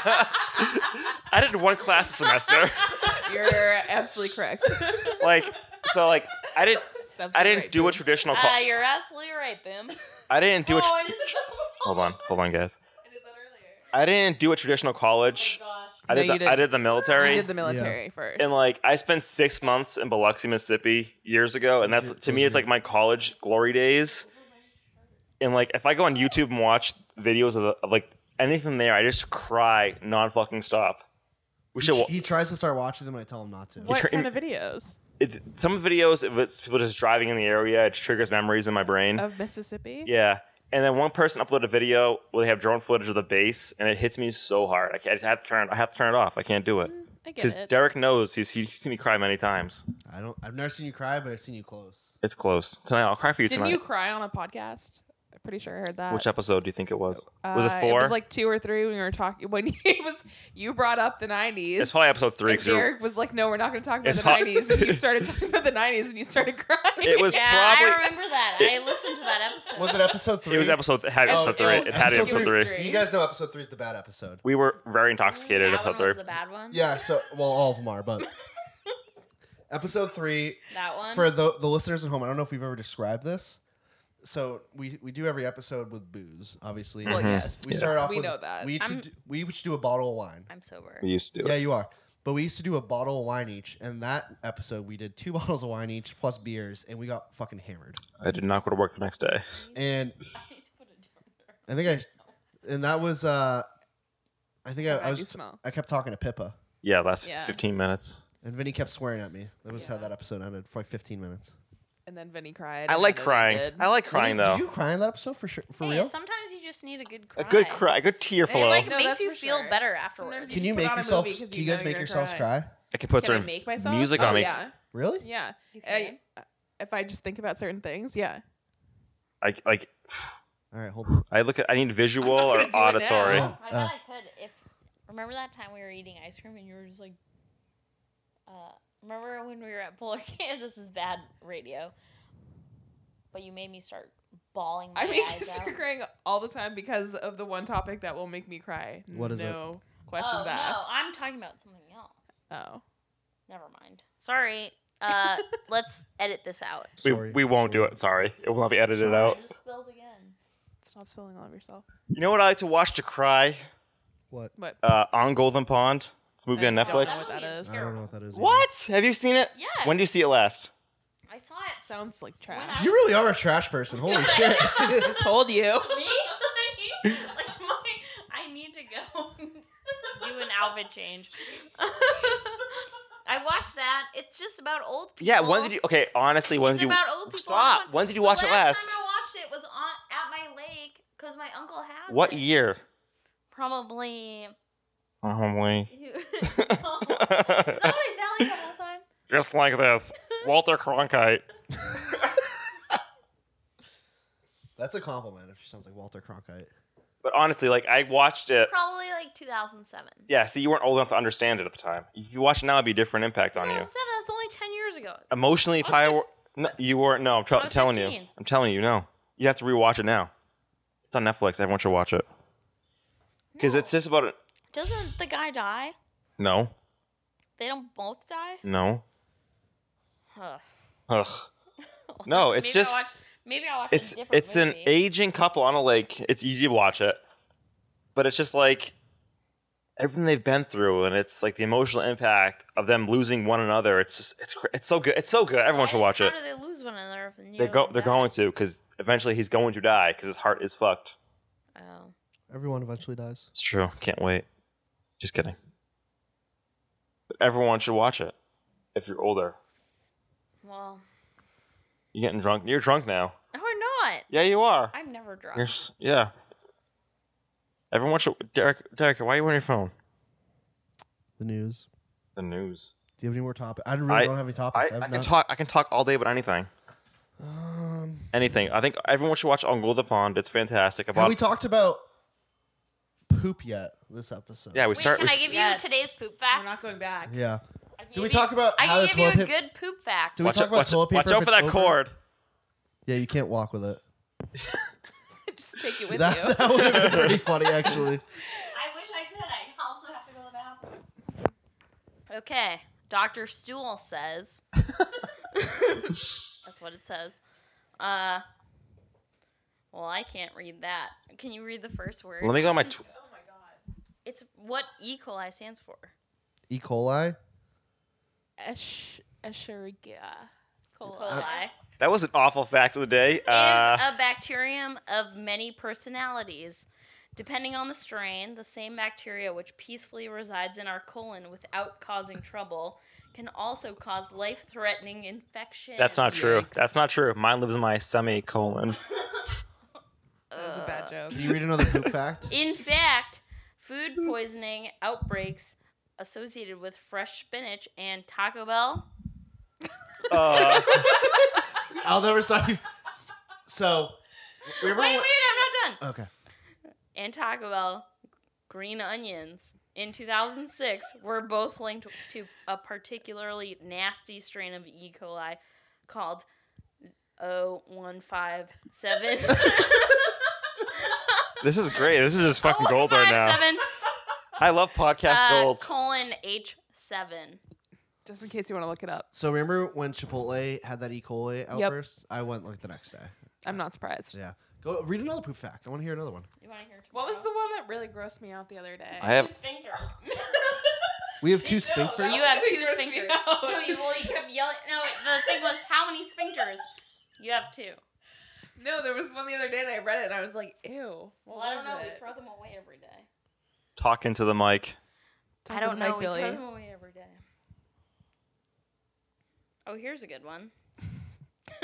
B: I did one class a semester.
C: You're absolutely correct. It's
B: like, so like, I didn't. I
C: absolutely
B: didn't
C: right,
B: do a
C: dude.
B: traditional.
G: Ah,
B: Call-
G: you're absolutely right, Boom.
B: I didn't do a.
G: oh,
B: Tr-
G: I just-
B: hold on, hold on, guys.
G: I did that earlier.
B: I didn't do a traditional college.
G: Oh
B: I
C: No,
B: did,
C: you
B: the, I
C: didn't.
B: did the military.
C: You did the military first.
B: and like I spent six months in Biloxi, Mississippi years ago, and that's to me it's like my college glory days. And like if I go on YouTube and watch videos of, the, of like anything there, I just cry non fucking stop. We should.
D: He,
B: wa-
D: he tries to start watching them, and I tell him not to.
C: what
B: tra-
C: kind of videos
B: It, some videos if it's people just driving in the area, it triggers memories in my brain.
C: of Mississippi?
B: Yeah. And then one person uploaded a video where they have drone footage of the base, and it hits me so hard. I, can't, I have to turn. I have to turn it off. I can't do it
C: I Mm, get
B: because
C: it.
B: Derek knows he's he's seen me cry many times.
D: I don't. I've never seen you cry, but I've seen you close.
B: It's close tonight. I'll cry for you
C: Didn't
B: tonight.
C: you cry on a podcast? I'm pretty sure I heard that.
B: Which episode do you think it was?
C: Uh,
B: was it four?
C: It was like two or three when we were talking. When it was, you brought up the '90s.
B: it's probably episode three.
C: and
B: 'cause we were-
C: Derek was like, "No, we're not going to talk about
B: It's
C: the
B: prob-
C: '90s," and you started talking about the '90s, and you started crying.
B: It was
G: yeah, I
B: probably.
G: remember that. I listened to that episode.
D: Was it episode three?
B: It was episode. It had
D: Oh,
B: episode
D: it
B: three.
D: was
B: It had
D: episode
B: episode
C: three.
B: three.
D: You guys know episode three is the bad episode.
B: We were very
G: that
B: intoxicated.
G: one
B: Episode
G: was
B: three.
G: the bad one.
D: Yeah. So well, all of them are, but episode three
G: That one.
D: for the the listeners at home. I don't know if we've ever described this. so we we do every episode with booze, obviously.
C: Well,
B: Mhm.
C: yes.
D: We
E: Yeah.
D: start off.
C: We
D: with,
C: know that.
D: We each,
G: I'm-
D: would do, we each do a bottle of wine.
G: I'm sober.
E: We used to do
D: Yeah,
E: it.
D: you are. But we used to do a bottle of wine each, and that episode we did two bottles of wine each plus beers, and we got fucking hammered.
B: I did not go to work the next day.
D: And
G: I need to put it down.
D: I think I, and that was uh, I think I,
C: How
D: I
C: do you
D: was
C: smell?
D: I kept talking to Pippa,
B: Yeah, last
C: Yeah.
B: 15 minutes.
D: and Vinny kept swearing at me. That was how
C: Yeah.
D: that episode ended for like 15 minutes.
C: And then Vinny cried.
B: I
C: and
B: like
C: then
B: crying.
C: did.
B: I like
D: Vinny,
B: crying though.
D: Did you cry in that episode for sure? For
G: hey,
D: real?
G: sometimes you just need a good cry.
B: A good cry, a good tear
G: It
B: flow.
G: like
C: No,
G: makes
C: that's
G: you
C: for
G: feel
C: sure.
G: better afterwards.
C: Sometimes
D: Can
C: you
D: you
C: put
D: make
C: on a
D: yourself?
C: movie 'cause
D: Can
C: you
D: you guys
C: know
D: make
C: you're
D: yourselves
C: crying.
D: cry?
B: I could put
C: Can I
B: certain
C: make myself?
B: music on.
C: Oh,
B: makes
C: yeah.
D: Really?
C: Yeah.
G: You
C: I,
G: can.
C: if I just think about certain things, yeah.
B: I like.
D: All right, hold on.
B: I look at. I need visual or
C: gonna do it now.
B: auditory.
D: Oh,
G: I
D: uh,
G: bet I could. If remember that time we were eating ice cream and you were just like, uh, remember when we were at Polar Can? This is bad radio. But you made me start bawling my
C: I make you
G: eyes out.
C: start crying all the time because of the one topic that will make me cry.
D: What is it?
C: no
G: oh
C: questions
G: no,
C: asked.
G: I'm talking about something else.
C: Oh.
G: Never mind. Sorry. Uh, let's edit this out.
B: We,
D: Sorry.
B: we won't do it. Sorry, it will not be edited
G: Sorry,
B: out.
G: I just spilled again.
C: Stop spilling all over yourself.
B: You know what I like to watch to cry?
D: What?
C: But
B: Uh, on Golden Pond. It's a movie
C: I
B: on
C: don't know
B: Netflix.
C: what that
G: Netflix?
C: is.
D: I don't know what that is. either.
B: What? Have you seen it?
G: Yes.
B: When did you see it last?
G: I saw it.
C: Sounds like
G: When
C: trash.
D: You really are a trash person. Holy shit.
C: Told you.
G: Me? like my, I need to go do an outfit change. I watched that. It's just about old people.
B: Yeah. When did you? Okay. Honestly, when
G: It's
B: did you?
G: about old people.
B: Stop. When did you watch
G: the
B: it
G: last?
B: last?
G: time I watched it was on at my lake because my uncle had.
B: What
G: it.
B: year?
G: Probably.
D: Oh,
B: Probably.
G: Is that what I sound like the whole time?
B: Just like this, Walter Cronkite.
D: That's a compliment. If she sounds like Walter Cronkite.
B: But honestly, like I watched it.
G: Probably like 2007.
B: Yeah. See, you weren't old enough to understand it at the time. If you watch it now, it'd be a different impact on
G: 2007.
B: you.
G: That's only 10 years ago.
B: Emotionally,
G: I
B: power.
G: was
B: No, you weren't. No, I'm, tr-
G: I was
B: telling you.
G: 15.
B: I'm telling you. No, you have to rewatch it now. It's on Netflix. Everyone should watch it because
G: No.
B: it's just about. A-
G: Doesn't the guy die?
B: no,
G: They don't both die.
B: no.
G: Ugh.
B: Ugh. No, it's
G: Maybe I'll
B: just-
G: watch- maybe I'll watch.
B: It's
G: a different
B: it's an
G: movie.
B: aging couple on a lake. It's you did watch it, but it's just like everything they've been through, and it's like the emotional impact of them losing one another. It's just it's cr- it's so good. It's so good. Everyone should
G: How-
B: watch
G: how
B: it.
G: do they lose one another? If neither
B: They go.
G: one
B: They're
G: dies?
B: going to because eventually he's going to die because his heart is fucked.
G: Oh.
D: Everyone eventually dies.
B: It's true. Can't wait. Just kidding. But everyone should watch it if you're older.
G: Well,
B: You're getting drunk. You're drunk now.
G: no, we're not.
B: Yeah, you are.
G: I'm never drunk.
B: You're, s- yeah. Everyone should. Derek, Derek, why are you on your phone?
D: The news.
B: The news.
D: Do you have any more topics? I really
B: I-
D: don't have any
B: I,
D: topics.
B: I
D: I've
B: can
D: not-
B: talk. I can talk all day about anything.
D: Um,
B: Anything. I think everyone should watch Uncle the Pond. It's fantastic.
D: have
B: About
D: we talked about poop yet this episode?
B: yeah. We
G: Wait,
B: start.
G: can
B: we
G: I
B: s-
G: give you
C: Yes.
G: today's poop
C: We're
G: fact?
C: not going back.
D: Yeah.
G: I can
D: Do we
G: give you-
D: talk about
G: I
D: how
G: can
D: the
G: give you
D: toilet
G: a
D: paper?
G: good poop fact.
D: Do we
B: watch,
D: talk
B: out-
D: about
B: watch,
D: toilet paper?
B: watch out
D: if
B: for
D: it's
B: that
D: over?
B: cord.
D: Yeah, you can't walk with it.
C: Just take it with
D: that
C: you.
D: that would have been pretty funny, actually.
G: I wish I could. I also have to go to the bathroom. Okay. Dr. Stool says. That's what it says. Uh, well, I can't read that. Can you read the first word?
B: Let me go on my. Tw-
G: It's what E. coli stands for.
D: E. coli.
C: Esh- Escherichia
G: E.
C: coli.
G: coli
B: that was an awful fact of the day. Uh,
G: is a bacterium of many personalities. Depending on the strain, the same bacteria which peacefully resides in our colon without causing trouble can also cause life-threatening infection.
B: that's not true.
C: Yikes.
B: That's not true. Mine lives in my semicolon.
C: That was a bad joke.
D: Can you read another poop fact?
G: In fact, food poisoning outbreaks associated with fresh spinach and Taco Bell.
B: Uh,
D: I'll never stop. you- So, remember
G: Wait, wait,
D: when-
G: I'm not done.
D: Okay.
G: And Taco Bell green onions in 2006 were both linked to a particularly nasty strain of E. coli called 0157.
B: this is great. This is just fucking gold right now.
G: 0157,
B: I love podcast
G: uh,
B: gold.
G: colon H7.
C: Just in case you want to look it up.
D: So remember when Chipotle had that E. coli outburst? I went like the next day.
C: I'm not surprised.
D: Yeah. Go read another poop fact. I want to hear another one.
G: You want to hear?
C: What was the
G: tomorrow's?
C: one that really grossed me out the other day?
B: I have
G: sphincters?
D: We have two
C: No, that
D: sphincters.
G: You have
C: really
G: two
C: grossed me
G: sphincters.
C: out.
G: No, you, well, you kept yelling. No, the thing was, how many sphincters? You have two.
C: No, there was one the other day and I read it and I was like, ew. What
G: Well, I don't
C: was
G: know.
C: it?
G: We throw them away every day.
B: Talk into the mic.
G: I don't know.
C: Mike
G: We
C: Billy.
G: throw them away every day. Oh, here's a good one.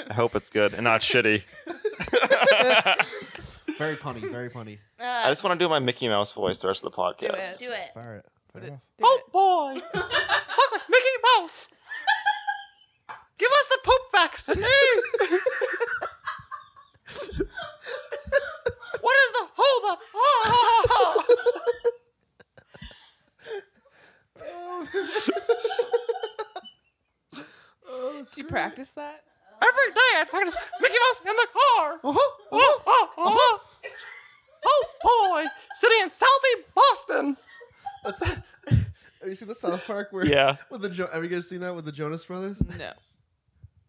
B: I hope it's good and not shitty.
D: Very punny. Very punny.
G: Uh,
B: I just want to do my Mickey Mouse voice the rest of the podcast.
G: do it.
D: Fire it. Fire it off.
C: Dude,
D: oh,
B: boy, talk like Mickey Mouse. Give us the poop facts today. what is the hold Uh-huh. up?
C: Did
D: oh.
C: you practice that?
B: Every day I practice Mickey Mouse in the car.
D: Uh-huh.
B: Oh, oh, oh, oh boy, sitting in Southie Boston.
D: That's, have you seen the South Park where?
B: Yeah.
D: With the jo- have you guys seen that with the Jonas Brothers?
C: No.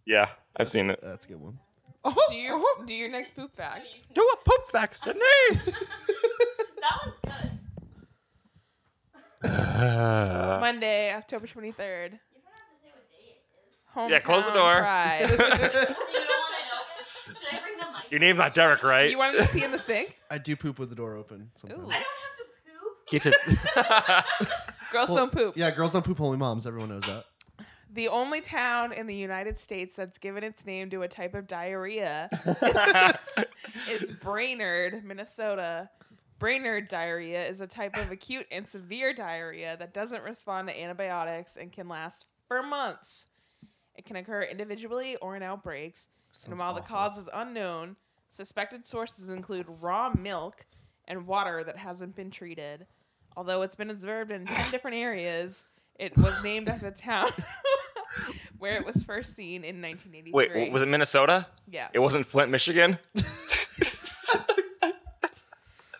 B: Yeah, I've seen it.
D: That's a good one. Oh,
C: Do your, do your next poop fact.
B: Do a poop fact today.
G: That one's good.
C: Monday, October 23rd.
G: You don't have to say what day it is.
C: Hometown
B: Yeah, close the door.
C: Pride.
G: You don't want to know. Should I bring the mic?
B: Your name's not Derek, right?
C: you wanted to pee in the sink?
D: I do poop with the door open sometimes.
C: Ooh.
G: I don't have
B: Keep
G: to poop.
B: it.
C: Girls
D: Well,
C: don't poop.
D: Yeah, girls don't poop only moms. Everyone knows that.
C: The only town in the United States that's given its name to a type of diarrhea is, is Brainerd, Minnesota. Brainerd diarrhea is a type of acute and severe diarrhea that doesn't respond to antibiotics and can last for months. It can occur individually or in outbreaks. and
D: Sounds
C: while the
D: awful.
C: cause is unknown, suspected sources include raw milk and water that hasn't been treated. Although it's been observed in 10 different areas, it was named after the town where it was first seen in 1983.
B: Wait, w- was it Minnesota?
C: Yeah.
B: It wasn't Flint, Michigan.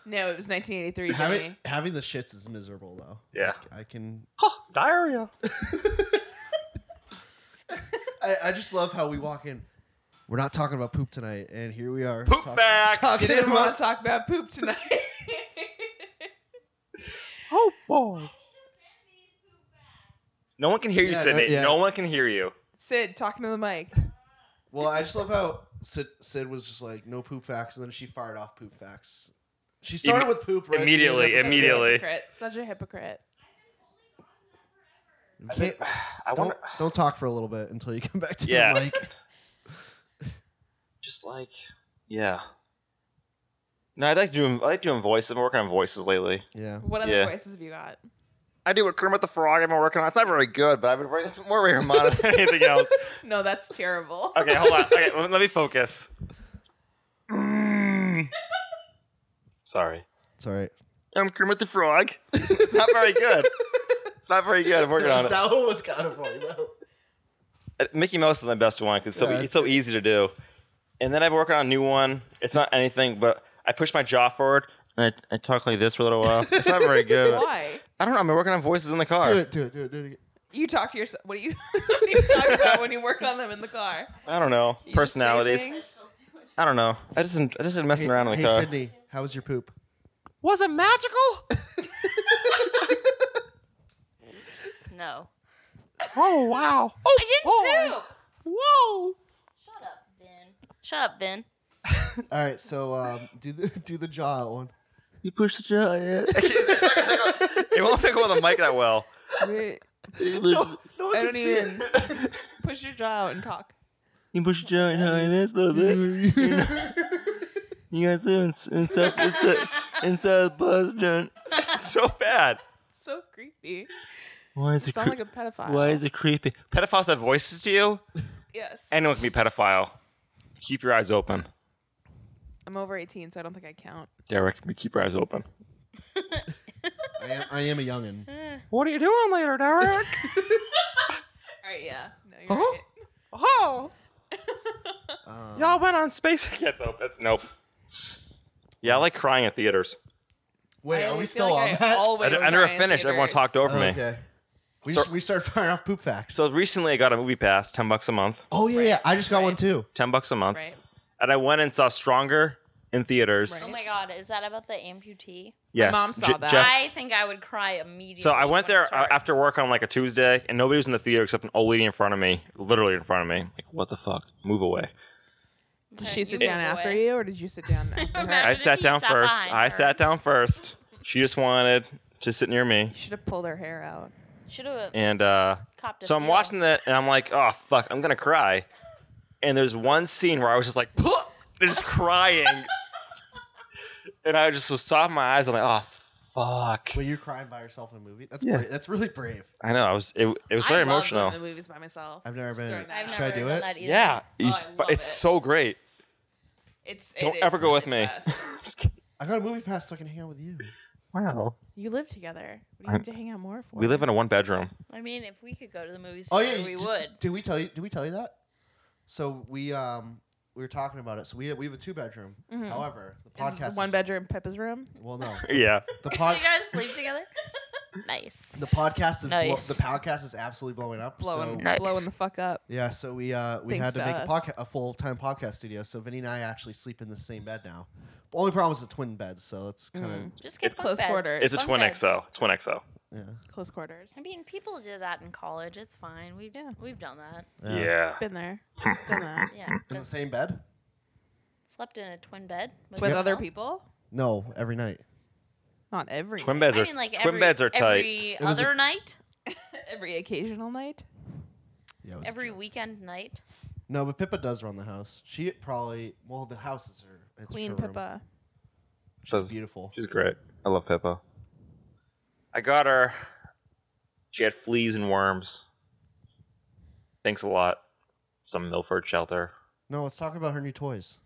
C: no, it was 1983.
D: Having,
C: Jimmy.
D: having the shits is miserable though.
B: yeah.
D: I can.
B: diarrhea.
D: I, I just love how we walk in. We're not talking about poop tonight, and here we are.
B: Poop
D: talking-
B: facts.
C: You
D: talking
C: didn't
D: about-
C: want to talk about poop tonight.
B: Oh boy. No one can hear you,
D: Yeah, no-
B: Sydney. No,
D: yeah.
B: one can hear you.
C: Sid, talking to the mic.
D: Well, I just love how Sid, Sid was just like no poop facts, and then she fired off poop facts. She started
B: Imme-
D: with poop right at the
B: immediately,
D: beginning of the
B: immediately.
C: Hypocrite. Such a hypocrite.
D: episode. You can't-
B: I
D: don't,
B: wonder,
D: don't talk for a little bit until you come back to
B: Yeah.
D: the mic.
B: just like, yeah. No, I'd like to do. I like doing voices. I've been working on voices lately.
D: Yeah.
C: What other
B: Yeah.
C: voices have you got?
B: I do a Kermit the Frog. I've been working on. It's not very good, but I've been working. It's more rare model than anything else.
C: No, that's terrible.
B: Okay, hold on. Okay, let let me focus. Mm. Sorry.
D: It's all right.
B: I'm Kermit the Frog. It's not very good. It's not very good. I'm working on it.
D: That one was kind of funny though.
B: Uh, Mickey Mouse is my best one because it's, so,
D: Yeah.
B: it's so easy to do. And then I've been working on a new one. It's not anything, but I push my jaw forward and I, I talk like this for a little while. It's not very good.
C: Why?
B: I don't know. I'm working on voices in the car.
D: Do it, do it, do it, do it again.
C: You talk to yourself. What do you, what do you talk about when you work on them in the car?
B: I don't know.
C: You just say
B: Personalities.
C: things?
B: I don't know. I just I just been messing around in the
D: hey,
B: car.
D: Sydney, how was your poop?
B: Was it magical?
G: No.
B: oh wow. Oh,
G: I didn't
B: Oh.
G: poop.
D: oh.
B: whoa.
G: Shut up, Ben. Shut up, Ben.
D: All right, so um, do the do the jaw out one.
B: You pushed the jaw. it won't pick up on the mic that well.
D: No, no one
C: I
D: can
C: don't
D: see
C: even. Push your jaw out and talk.
B: You push the jaw in this little bit.
D: it.
B: You guys live in, in South in South, in South Boston. so bad.
C: So creepy.
B: Why is
C: You sound like a pedophile.
B: it creepy? Pedophiles have voices to you.
C: Yes.
B: Anyone can be pedophile. Keep your eyes open,
C: I'm over 18, so I don't think I count.
B: Derek. Keep your eyes open.
D: I am, I am a youngin.
B: What are you doing later, Derek?
C: All right, yeah. No, you're
B: Huh?
C: right.
B: oh,
D: Um,
B: y'all went on space. Gets open. Nope. Yeah, I like crying at theaters.
C: I
D: Wait, are we
C: always feel
D: still on
C: like I
D: that?
C: always
B: I, d- I
C: cry
B: never
C: in
B: finished. Everyone
C: theaters.
B: talked over me.
D: okay. We just, we started firing off poop facts.
B: So recently, I got a movie pass, ten bucks a month.
D: Oh yeah, yeah. I just got
C: Right.
D: one too.
B: Ten bucks a month.
C: Right.
B: and I went and saw Stronger in theaters.
C: Right.
G: Oh my god, is that about the amputee?
B: Yes,
C: mom saw that.
B: Jeff-
G: I think I would cry immediately.
B: so I went
G: when it
B: there uh,
G: starts.
B: after work on like a Tuesday, and nobody was in the theater except an old lady in front of me, literally in front of me. Like, what the fuck? Move away.
C: Did
G: Okay,
C: she
G: you
C: sit
G: move
C: down after
G: away.
C: you, or did you sit down after her?
G: Imagine
B: I
G: if
B: sat
G: you
B: down
G: sat
B: first.
G: behind
B: I
G: her.
B: sat down first. She just wanted to sit near me,
C: You should have pulled her hair out.
G: Should have
B: and uh,
G: copped it.
B: so I'm watching that, and I'm like, oh fuck, I'm gonna cry. And there's one scene where I was just like, "Puh!" just crying, and I just was sobbing my eyes. I'm like, oh fuck.
D: When you're crying by yourself in a movie, that's
B: Yeah.
D: brave. that's really brave.
B: I know. I was. It, it was very
C: I love
B: emotional.
C: Going to the movies by myself.
D: I've never
C: Just
D: been-
C: throwing that
G: I've
C: out.
D: Should
G: never
D: I do
G: done
D: it?
G: that either.
B: Yeah,
G: Oh,
B: it's,
G: I
B: but
G: love
B: it's
G: it.
B: so great.
C: It's it
B: Don't
C: is
B: ever go
C: the
B: with me.
C: best.
D: I got a movie pass so I can hang out with you.
B: Wow.
C: You live together. What do you
B: I'm-
C: need to hang out more for?
B: We live in a one bedroom.
G: I mean, if we could go to the movies,
D: Oh
G: oh,
D: yeah,
G: we
D: did,
G: would.
D: Did we tell you? Did we tell you that? So we um we were talking about it. So we we have a two bedroom.
C: Mhm.
D: However, the
C: Is
D: podcast
C: one
D: is-
C: bedroom Pippa's room.
D: Well, no,
B: Yeah.
D: the
G: Do
D: pod
G: you guys sleep together? nice.
D: the podcast is
G: Nice.
D: blo- the podcast is absolutely blowing up.
C: Blowing,
D: So,
G: Nice.
C: blowing the fuck up.
D: yeah, so we uh we
C: Thanks
D: had to,
C: to
D: make
C: us.
D: a podcast a full time podcast studio. So Vinny and I actually sleep in the same bed now. The only problem is the twin beds, so
C: Mm.
D: it's kind of
G: Just get
B: It's
G: bunk
C: close
G: beds.
C: quarter.
B: It's a
G: Bunk
B: twin
G: beds.
B: XL. Twin XL.
D: yeah.
C: Close quarters.
G: I mean, people did that in college. It's fine. We've
C: Yeah.
G: we've done that.
B: Yeah.
C: Been there. Done that.
G: Yeah,
B: Mm.
D: In the
G: been-
D: same bed?
G: slept in a twin bed with,
C: With
G: someone
C: other
G: else.
C: people?
D: No, every night.
C: Not every
B: Twin
C: night.
B: beds
G: I
B: are
G: mean, like
B: twin
G: every,
B: beds are tight.
G: Every
D: was a-
G: other night,
C: Every occasional night.
D: Yeah. it was a
G: every
D: joke.
G: weekend night.
D: No, but Pippa does run the house. She probably well, the house is her. It's
C: Queen
D: her room.
C: Pippa.
D: She's beautiful.
B: She's great. I love Pippa. I got her. She had fleas and worms. Thanks a lot. Some Milford shelter.
D: No, let's talk about her new toys.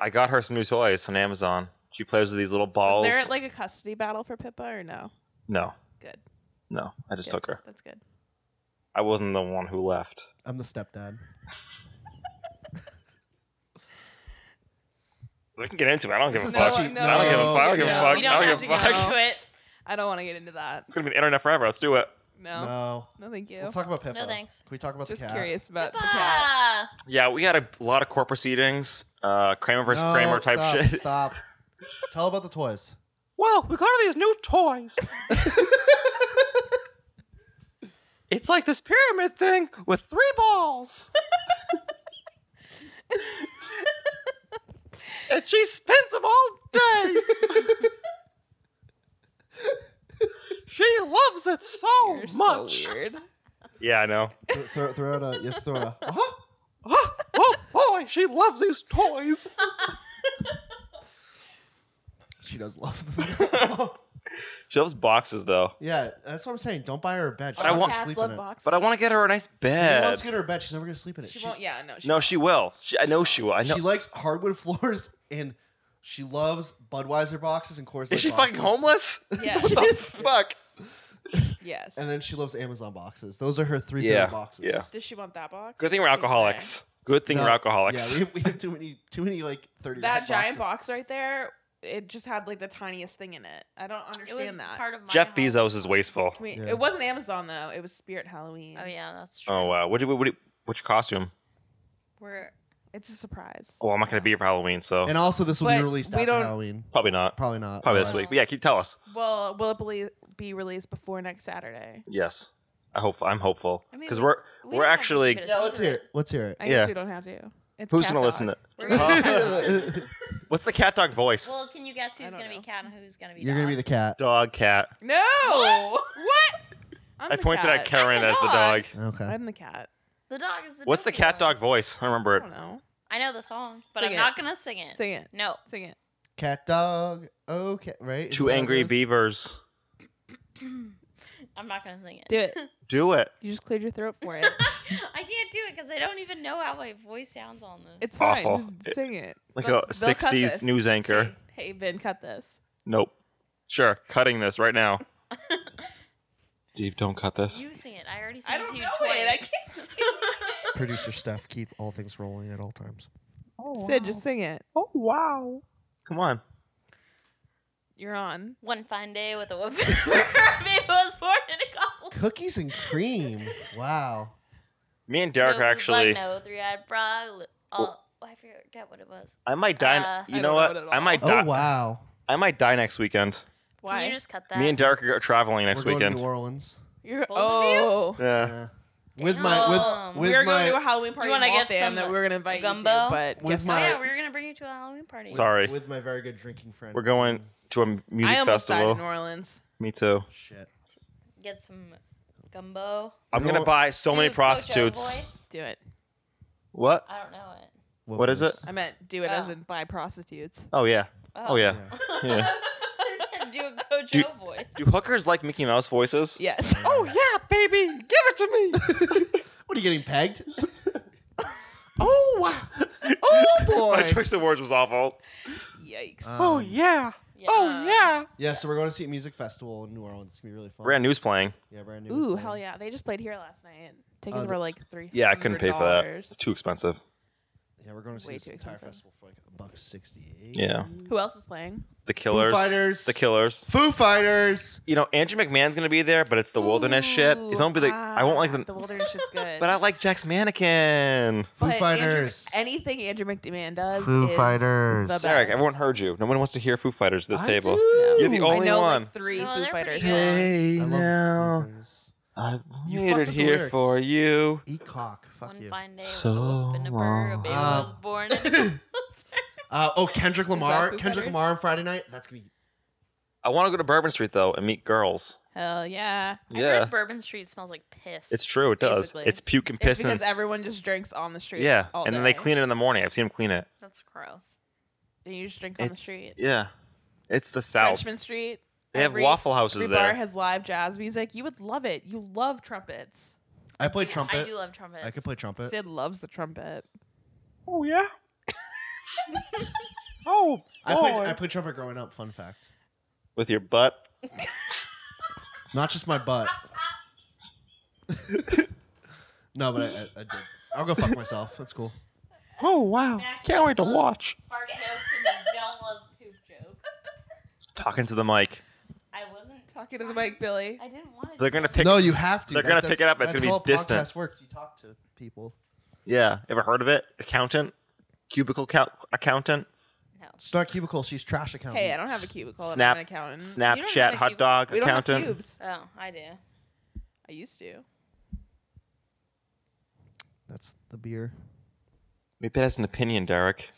B: I got her some new toys on Amazon. She plays with these little
C: Is
B: balls.
C: there like a custody battle for Pippa or no?
B: no,
C: Good.
B: no. I just
C: Good.
B: took her.
C: That's good.
B: I wasn't the one who left.
D: I'm the stepdad.
B: We can get into it. I don't give a
D: This
C: is
B: fuck.
C: no- no.
B: I don't give a fuck. I don't give a
C: No,
B: fuck. I
G: we don't
B: don't
G: have to
B: give
G: go
B: a fuck.
G: into it.
C: I don't want to get into that.
B: It's gonna be the internet forever. Let's do it.
C: No. No,
D: No.
C: thank you.
D: Let's talk about Pippa.
G: thanks.
D: Can we talk about
C: Just
D: the cat?
C: curious about the cat.
G: Ah,
B: Yeah, we had a lot of court proceedings, uh, Kramer versus
D: No,
B: Kramer type
D: stop,
B: shit.
D: Stop. Tell about the toys.
B: Well, we got all these new toys. it's like this pyramid thing with three balls. and she spins them all day. she loves it so
C: You're
B: Oh, much.
C: So weird.
B: yeah, I know.
D: Throw- throw, throw out a. You have to throw out a. Uh-huh.
B: oh boy, she loves these toys.
D: She does love them.
B: She loves boxes though.
D: yeah, that's what I'm saying. Don't buy her a bed. She's
B: I
D: not
B: want-
C: Cats
D: gonna sleep in
C: love
D: it.
C: boxes.
B: But I want to get her a nice
D: If she
B: bed.
D: wants to get her a bed. She's never gonna sleep in it.
C: She, won't. Yeah, no. She
B: no, she will. She, I know she will. I know.
D: She likes hardwood floors and she loves Budweiser boxes and Coors.
B: Is
D: Light
B: she
D: boxes.
B: fucking homeless?
C: Yeah.
B: What the fuck.
C: Yes.
D: And then she loves Amazon boxes. Those are her three
B: Yeah,
D: favorite boxes.
B: yeah.
C: Does she want that box?
B: Good thing we're alcoholics. Good thing
D: No,
B: we're alcoholics.
D: Yeah, we have, we have too many, too many like thirty.
C: That giant box
D: boxes.
C: right there, it just had like the tiniest thing in it. I don't
G: it was
C: understand that.
G: part of my
B: Jeff
G: home.
B: Bezos is wasteful.
C: Can we-
D: Yeah.
C: It wasn't Amazon though. It was Spirit Halloween.
G: Oh yeah, that's true.
B: Oh wow. What do we? What do, what's your costume?
G: We're
C: It's a surprise.
B: Oh, I'm not gonna be here for Halloween, so
D: And also, this will be
C: But
D: released
C: we
D: after
C: don't-
D: Halloween.
B: probably not.
D: Probably not.
B: Probably this
D: Uh,
B: week. But yeah, keep tell us.
C: Well, will it be, be released before next Saturday?
B: Yes, I hope. I'm hopeful
G: I mean,
B: because
G: we-
B: we're
G: we
B: we're
G: don't have to
B: actually.
G: keep it a
D: Yeah, let's hear it. Let's hear it.
C: I guess
B: Yeah.
C: we don't have to. It's
B: Who's
C: cat
B: gonna listen
C: dog.
B: to?
G: We're gonna-
B: What's the cat dog voice?
G: well, can you guess
C: I
G: who's
C: don't
G: gonna be
C: know.
G: cat and who's gonna be?
D: You're gonna be the cat.
B: Dog cat.
C: No. What? I'm
B: I
C: the
B: pointed
C: cat.
B: at Karen
G: the
B: as the
G: dog.
B: dog.
D: Okay.
C: I'm the cat.
G: The dog is the.
B: What's the cat
G: dog?
B: dog voice? I remember
C: I
B: it.
C: don't know.
G: I know the song, but
C: Sing
G: I'm
C: it.
G: not gonna sing it.
C: Sing it.
G: No.
C: Sing it.
D: Cat dog. Okay. Right. Is
B: Two
D: that what
B: angry
D: it is?
B: beavers.
G: I'm not gonna sing it.
C: Do it.
B: Do it.
C: You just cleared your throat for it.
G: I can't do it because I don't even know how my voice sounds on this.
C: It's fine.
B: Awful.
C: Just sing it.
B: Like
C: They'll-
B: a
C: they'll cut this.
B: '60s news anchor.
C: Hey, hey, Vin, cut this.
B: Nope. Sure, cutting this right now. Steve, don't cut this.
G: you sing it. I already sang
C: I
G: it
C: don't
G: to you
C: know
G: twice.
C: it. I can't sing it.
D: Producer Steph, keep all things rolling at all times.
C: Sid, just sing it.
B: Oh wow. Come on.
C: You're on.
G: One fine day with a woman baby was born in a castle.
D: Cookies and cream. Wow.
B: Me and Derek are actually
G: No three-eyed frog. li- all- Oh, I forget what it was.
B: I might die.
G: Uh,
B: you
C: I
B: know
C: don't know
B: what?
C: it at
B: I
C: all.
B: might die.
D: Oh wow!
B: I might die next weekend.
C: Why?
G: Can you just cut that?
B: Me and Derek are traveling next
D: We're
B: weekend.
D: going to New Orleans.
C: You're,
G: Both of you?
C: oh,
B: yeah.
D: Yeah. With my
G: Damn.
D: with
C: we are
D: with
C: going to a
D: my
C: Halloween party.
G: wanna
C: in
G: get
C: Waltham
G: some
C: that we're gonna invite you
G: gumbo?
C: to, but
D: With
C: guess
G: Oh,
D: my-
C: not.
G: yeah, we were gonna bring you to a Halloween party.
B: So- Sorry.
D: with my very good drinking friend. Oh,
B: We're going to a music
C: I almost died in New
B: festival.
C: Orleans.
B: Me too.
D: Shit.
G: Get some gumbo.
B: I'm
D: You know
B: gonna
D: what-
B: buy so
G: Do
B: many
G: Coach O
B: prostitutes.
G: voice?
C: Do it.
B: What?
G: I don't know it.
B: What is
D: was-
B: it?
C: I meant do it as
G: Oh.
C: in buy prostitutes.
B: Oh yeah. Oh yeah.
D: Yeah.
B: Yeah.
G: do a Coach
B: Do-
G: O voice.
B: Do hookers like Mickey Mouse voices?
C: Yes.
B: Oh yeah, baby, give it to me.
D: What are you getting pegged?
B: oh.
D: oh
B: My choice of words was awful.
C: Yikes.
D: Oh yeah.
G: Yeah.
B: Oh,
C: yeah.
D: Yeah, so we're going to see a music festival in New Orleans. It's gonna be really fun.
B: Brand new's playing.
D: Yeah, brand new. is
C: Ooh,
D: fun.
C: hell yeah! They just played here last night. Tickets
D: Uh,
C: were like three.
B: Yeah, I couldn't pay for that. It's too expensive.
D: Yeah, we're going to see
C: Way
D: this
C: too
D: entire
C: expensive.
D: festival for like a buck sixty-eight.
B: Yeah.
C: Who else is playing?
B: The Killers.
D: Fighters.
B: The Killers.
D: Foo Fighters.
B: You know, Andrew McMahon's gonna be there, but it's the wilderness shit. He's gonna be like, I won't like the,
C: ah, the wilderness shit's good.
B: but I like Jack's mannequin.
D: Foo
C: But
D: Fighters.
C: Andrew, anything Andrew McMahon does is
D: Fighters.
C: the best.
B: Derek, everyone heard you. No one wants to hear Foo Fighters at this table. You're the
C: I
B: only
C: know
B: one.
C: like three
G: No,
C: Foo
G: they're
C: Fighters.
G: pretty
B: Hey,
C: songs.
G: good.
D: I love
B: now
D: Foo Fighters.
B: I've
D: You
B: waited
D: fucked up the
B: here
D: lyrics.
B: for you.
D: Eat cock. Fuck
G: One
D: you.
G: fine
B: So
G: day, so a wolf and a burr, a baby
D: wrong.
G: was born. And
D: Uh, oh, Kendrick Lamar.
C: Foo
D: Kendrick
C: Fighters?
D: Lamar on Friday night. That's gonna be.
B: I want to go to Bourbon Street though and meet girls.
C: Hell yeah!
G: I
B: yeah,
G: heard Bourbon Street smells like piss.
B: it's true. It does.
C: Basically.
B: It's puke and
C: It's
B: piss
C: because
B: and
C: everyone just drinks on the street.
B: yeah,
C: all
B: and then they
C: day.
B: clean it in the morning. I've seen them clean it.
G: That's gross.
C: And you just drink on the
B: It's-
C: street.
B: Yeah, it's the South.
C: Frenchman Street.
B: They have
C: every-
B: Waffle Houses
C: Every
B: there.
C: bar has live jazz music. You would love it. You love trumpets.
D: I played
G: I
D: trumpet.
G: do love trumpets.
D: I,
C: Oh,
D: could play trumpet.
C: Sid loves the trumpet.
B: oh yeah. oh,
D: I played. I played trumpet growing up. Fun fact.
B: with your butt.
D: Not just my butt. no, but I, I, I did. I'll go fuck myself. That's cool.
B: Oh wow!
G: Can't wait to
B: watch.
G: Fart jokes and they don't love poop jokes.
B: Talking to the mic.
G: I wasn't.
C: Talking to the mic, Billy.
G: I didn't want to.
B: They're gonna pick.
D: no, you have to.
B: they're gonna pick it up, it's
D: that's
B: gonna be
D: how
B: distant.
D: Podcast works. You talk to people.
B: Yeah, ever heard of it? Accountant, cubicle count, accountant,
G: No.
D: Start cubicle. She's trash accountant.
C: Hey, I don't have a cubicle. and
B: Snap-
C: I'm an accountant.
G: You don't have
B: Snapchat
G: a
B: hot
G: cube-
B: dog
C: we don't have
B: accountant.
C: cubes.
G: Oh, I do.
C: I used to.
D: That's the beer.
B: Maybe that's an opinion, Derek.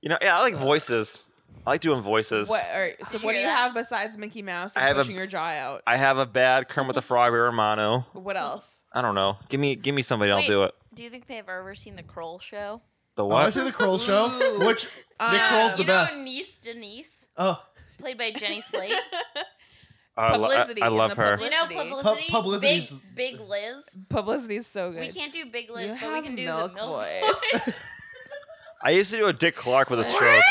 B: You know, yeah, I like voices. I like doing voices.
C: What? All right. So,
G: I
C: what do
G: hear
C: you
G: that.
C: have besides Mickey Mouse
B: I
C: and
B: have a-
C: pushing your jaw out?
B: I have a bad Kermit the Frog or Romano.
C: What else?
B: I don't know. Give me, give me somebody. I'll
G: Wait.
B: do it.
G: Do you think they've ever seen the Kroll show?
B: The
D: Oh, I
B: what?
D: see the Kroll show.
C: Ooh.
D: Which Nick
C: Uh,
D: Kroll's
G: you
D: the
G: know
D: best.
G: Niece Denise,
D: Oh,
G: played by Jenny Slate.
B: I lo- I-
C: Publicity
B: I,
C: in
B: love
C: the
B: her.
G: you know
C: Publicity.
G: publicity.
D: Pu- publicity's-
G: Big, big Liz.
C: Publicity is so good.
G: We can't do Big Liz,
C: You
G: but we
C: have
G: can do
C: milk
G: the milk
C: voice.
G: voice.
B: I used to do a Dick Clark with a stroke.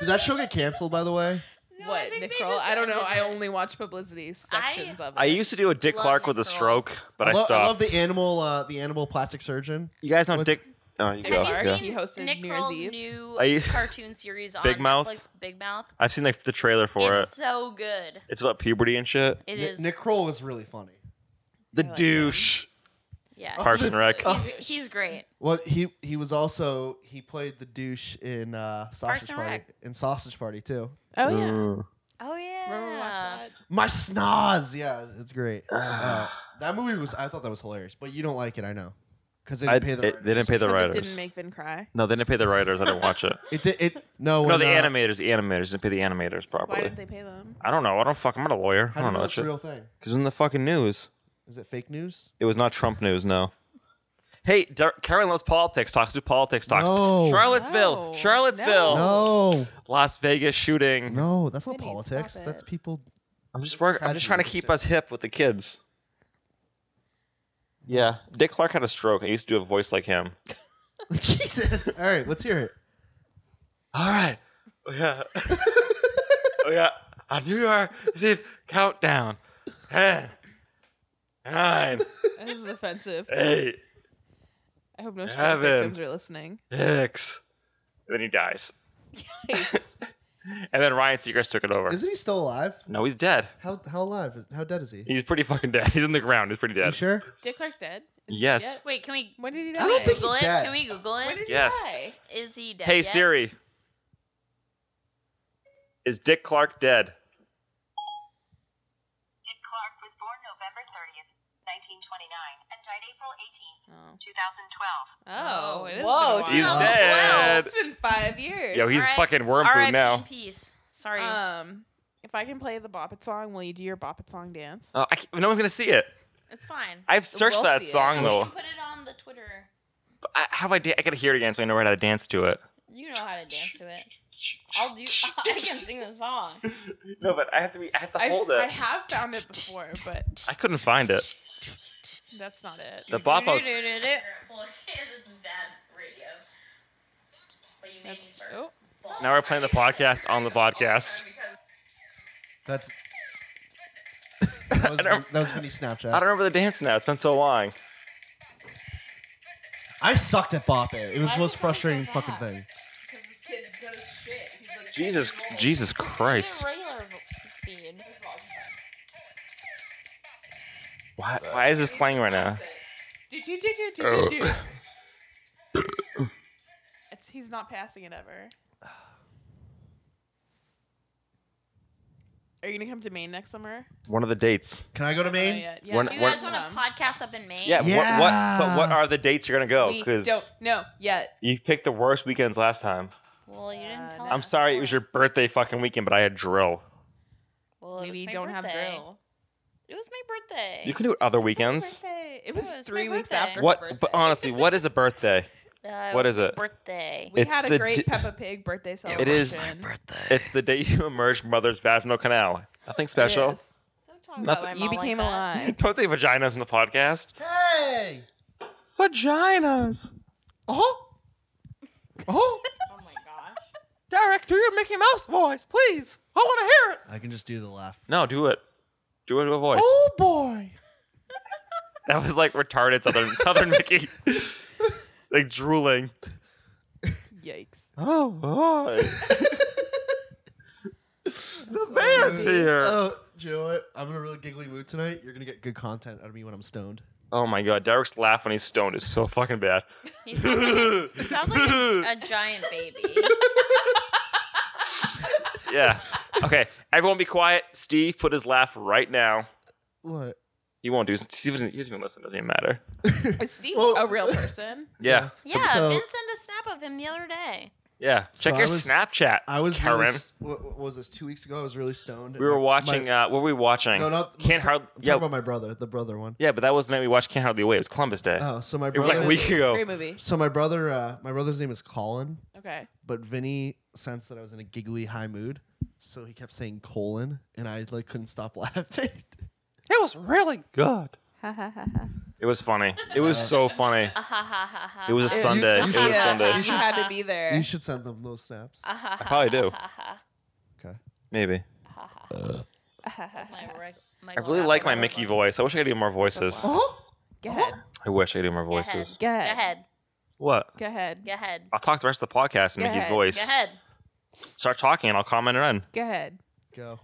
D: did that show get canceled? By the way.
G: No, I
C: what,
G: think
C: Nick
G: they
C: Kroll?
G: just
C: I don't know.
G: edited
C: I
G: it.
C: only watch publicity sections of it.
B: I used to do a Dick
G: Love
B: Clark
G: Nick
B: with a
G: Kroll.
B: stroke, but I,
D: lo-
B: stopped.
D: I love the animal. Uh, the animal plastic surgeon.
B: you guys know
D: What's-
B: Dick. Oh, you
C: Dick
B: go.
G: Have you
C: Yeah.
G: seen
C: He hosted
G: Nick
C: New Year's
G: Kroll's
C: Eve.
G: new
B: Are you-
G: cartoon series on
B: Big Mouth?
G: Netflix? Big Mouth.
B: I've seen like the trailer for
G: it's
B: it.
G: so good.
B: It's about puberty and shit.
G: It
D: Ni-
G: is.
D: Nick Kroll was really funny.
B: The
C: like that.
B: douche.
G: yeah.
B: Parks and Rec.
G: He's, he's great.
D: Well, he he was also he played the douche in uh, Sausage
G: and
D: Party
G: Rec.
D: in Sausage Party too.
C: Oh yeah.
B: Ooh.
G: Oh yeah.
C: Remember we watched that?
D: My snoz, yeah, it's great. Uh, that movie was I thought that was hilarious, but you don't like it, I know, because they
B: I-
D: didn't pay the
B: it-
D: writers.
B: they didn't pay the
C: Because
B: writers.
C: It didn't make Finn cry.
B: no, they didn't pay the writers. I didn't watch it.
D: It did it. No,
B: no,
D: when,
B: the
D: uh,
B: animators. The animators didn't pay the animators
C: Why
B: properly.
C: didn't they pay them?
B: I don't know. I don't fuck. I'm not a lawyer.
D: How
B: I
D: do
B: don't
D: you
B: know
D: know
B: that
D: it's a
B: shit.
D: real thing?
B: Because in the fucking news,
D: Is it fake news?
B: it was not Trump news. No. Hey, Dar- Karen loves politics. Talks to politics. Talks.
D: No.
B: Charlottesville.
C: No.
B: Charlottesville. Oh.
D: No,
B: Las Vegas shooting.
D: no, that's not
C: Vinny, stop
D: politics. That's
C: it.
D: people.
B: I'm just work- I'm just trying to keep us hip with the kids. Yeah, Dick Clark had a stroke. I used to do a voice like him.
D: Jesus. All right, let's hear it.
B: All right. Oh, yeah. oh, yeah. A New Year's Eve countdown. Ten, nine,
C: This is offensive.
B: eight,
C: I hope no
B: Evan.
C: Evan. victims are listening.
B: six. And then he dies.
C: Yikes.
B: And then Ryan Seacrest took it over.
D: Isn't he still alive?
B: no, he's dead.
D: How how alive? is- How dead is he?
B: He's pretty fucking dead. He's in the ground. He's pretty
D: You
B: dead.
D: sure?
C: Dick Clark's dead.
B: Yes.
G: Wait, can we
C: When did he die?
D: I don't think
G: Google
D: he's
G: it?
D: dead.
G: Can we Google
C: When
G: it?
C: did
B: Yes.
C: he die?
G: Is he dead?
B: Hey
G: yet?
B: Siri, is Dick Clark dead?
E: Dick Clark was born November 30th, 1929, and died April 18th,
C: Oh, oh it
E: 2012.
C: is.
G: Whoa,
C: been a
B: He's
C: while.
G: Oh,
B: dead.
C: It's been five years.
B: Yo, he's
G: Alright.
B: fucking worm food
G: R.I.P. in
B: now.
G: peace. Sorry.
C: Um, if I can play the Bop It song, will you do your Bop It song dance?
B: Uh, I can't- no one's gonna see it.
G: it's fine.
B: I've searched
C: We'll
B: that
C: see it.
B: song
G: We
B: though.
G: can put it on the Twitter.
B: But I, how do I? Da- I gotta hear it again so I know how to dance to it.
G: You know how to dance to it. I'll do. I can sing the song.
B: No, but I have to be. I have to
C: I,
B: hold
C: I
B: it.
C: have found it before, but
B: I couldn't find it.
C: that's not it.
B: The bop outs.
G: Well, this is bad radio. But you made me
C: That's,
G: start.
C: oh,
B: Now we're playing the podcast on the podcast.
D: That's. That was, that was Vinny's Snapchat.
B: I don't remember the dance now. It's been so long.
D: I sucked at Bop It. It was the most
G: Why is it coming so
D: frustrating
G: fast?
D: fucking thing.
B: Jesus, Jesus Christ.
G: Regular vo- speed.
B: Why, why is this playing right now?
C: do, do, do, do, do, do, do.
B: Uh.
C: It's, he's not passing it ever. Are you gonna come to Maine next summer?
B: One of the dates.
D: Can I go to
C: Not
D: Maine?
C: yet. Oh, Yeah.
B: We're-
G: Do you
B: What-
G: guys want to
C: Um,
G: podcast up in Maine?
B: Yeah. What, what? But what
D: Yeah.
B: are the dates you're gonna go?
C: we don't
B: Because
C: know yet.
B: you picked the worst weekends last time.
G: Well, you didn't
C: Uh,
G: tell
C: no.
G: us.
B: I'm sorry, it was your birthday fucking weekend, but I had drill.
G: Well, it
C: Maybe
G: was
C: you
G: my
C: don't
G: birthday.
C: have drill.
G: It was my birthday.
B: You can do it other weekends.
C: Birthday. It was
G: it was my
C: three weeks
G: birthday.
C: after. her
B: What? But
C: birthday.
B: honestly, what is a birthday?
G: Uh,
B: What
G: was
B: is
G: my
B: it?
G: Birthday.
C: we
B: it's
C: had
B: the
C: a great
B: di-
C: Peppa Pig birthday celebration.
B: is- It's the day you emerge from mother's vaginal canal. Nothing special.
C: Yes.
G: Don't talk about
B: Nothing-
G: my
C: You
G: mom like
C: became
G: that.
C: alive.
B: Don't say vaginas in the podcast.
D: Hey! Uh-huh.
B: Vaginas. Uh-huh.
C: Oh,
D: Oh!
G: Oh my gosh.
B: Derek, do your Mickey Mouse voice, please. I want to hear it.
D: I can just do the laugh.
B: No, do it. Do it to a voice.
D: boy!
B: That was like retarded Southern Southern Mickey, like drooling.
C: yikes!
B: Oh boy, the band's here.
D: Oh, do you know what? I'm in a really giggly mood tonight. You're gonna get good content out of me when I'm stoned.
B: Oh my god, Derek's laugh when he's stoned is so fucking bad.
G: He sounds like, he sounds like a, a giant baby.
B: yeah. Okay, everyone, be quiet. Steve put his laugh right now.
D: What?
B: He won't do. Steve doesn't, he doesn't even listen. Doesn't even matter.
C: Is Steve
D: Well-
C: a real person?
B: Yeah.
G: Yeah,
D: So-
G: Vin sent a snap of him the other day.
B: Yeah.
D: So
B: Check
D: I
B: your
D: was-
B: Snapchat.
D: I was
B: Karen.
D: Really, s- what, what was this? Two weeks ago, I was really stoned.
B: we were watching. uh, what were we watching?
D: no, not
B: Can't
D: I'm ta-
B: hardly.
D: I'm talking
B: Yeah,
D: about my brother, the brother one.
B: yeah, but that was the night we watched Can't Hardly Wait. It was Columbus Day.
D: Oh, so my
B: it was
D: brother.
B: like a week ago.
C: Great movie.
D: so my brother, uh, my brother's name is Colin,
C: Okay.
D: but Vinny sensed that I was in a giggly high mood, so he kept saying colon, and I like couldn't stop laughing.
B: It was really good.
C: Ha ha ha ha.
B: It was funny. It was so funny.
G: Ah, ha ha ha ha.
B: It was a
D: you-
B: Sunday. It
D: you
B: was
D: should-
B: a
C: yeah,
B: Sunday.
C: You had to be there.
D: you should send them those snaps.
C: Uh,
G: Ah, ha, ha,
B: probably do.
G: ha, ha,
D: Okay.
B: Maybe.
G: ha, ha. That's
C: That's
G: my
C: my
G: reg-
B: I
G: Michael
B: really like my
G: Rapaport
B: Mickey
G: voice.
B: voice. I wish I could do more voices.
D: Oh.
C: Go ahead.
B: I wish I could do more
G: Go ahead.
B: voices.
C: Go
G: Go
C: ahead.
G: ahead.
B: What?
C: Go ahead.
G: Go ahead.
B: I'll talk the rest of the podcast in
C: Go
B: Mickey's
C: ahead.
G: Go
B: voice.
G: ahead.
B: Start talking and I'll comment and run.
C: Go ahead.
D: Go.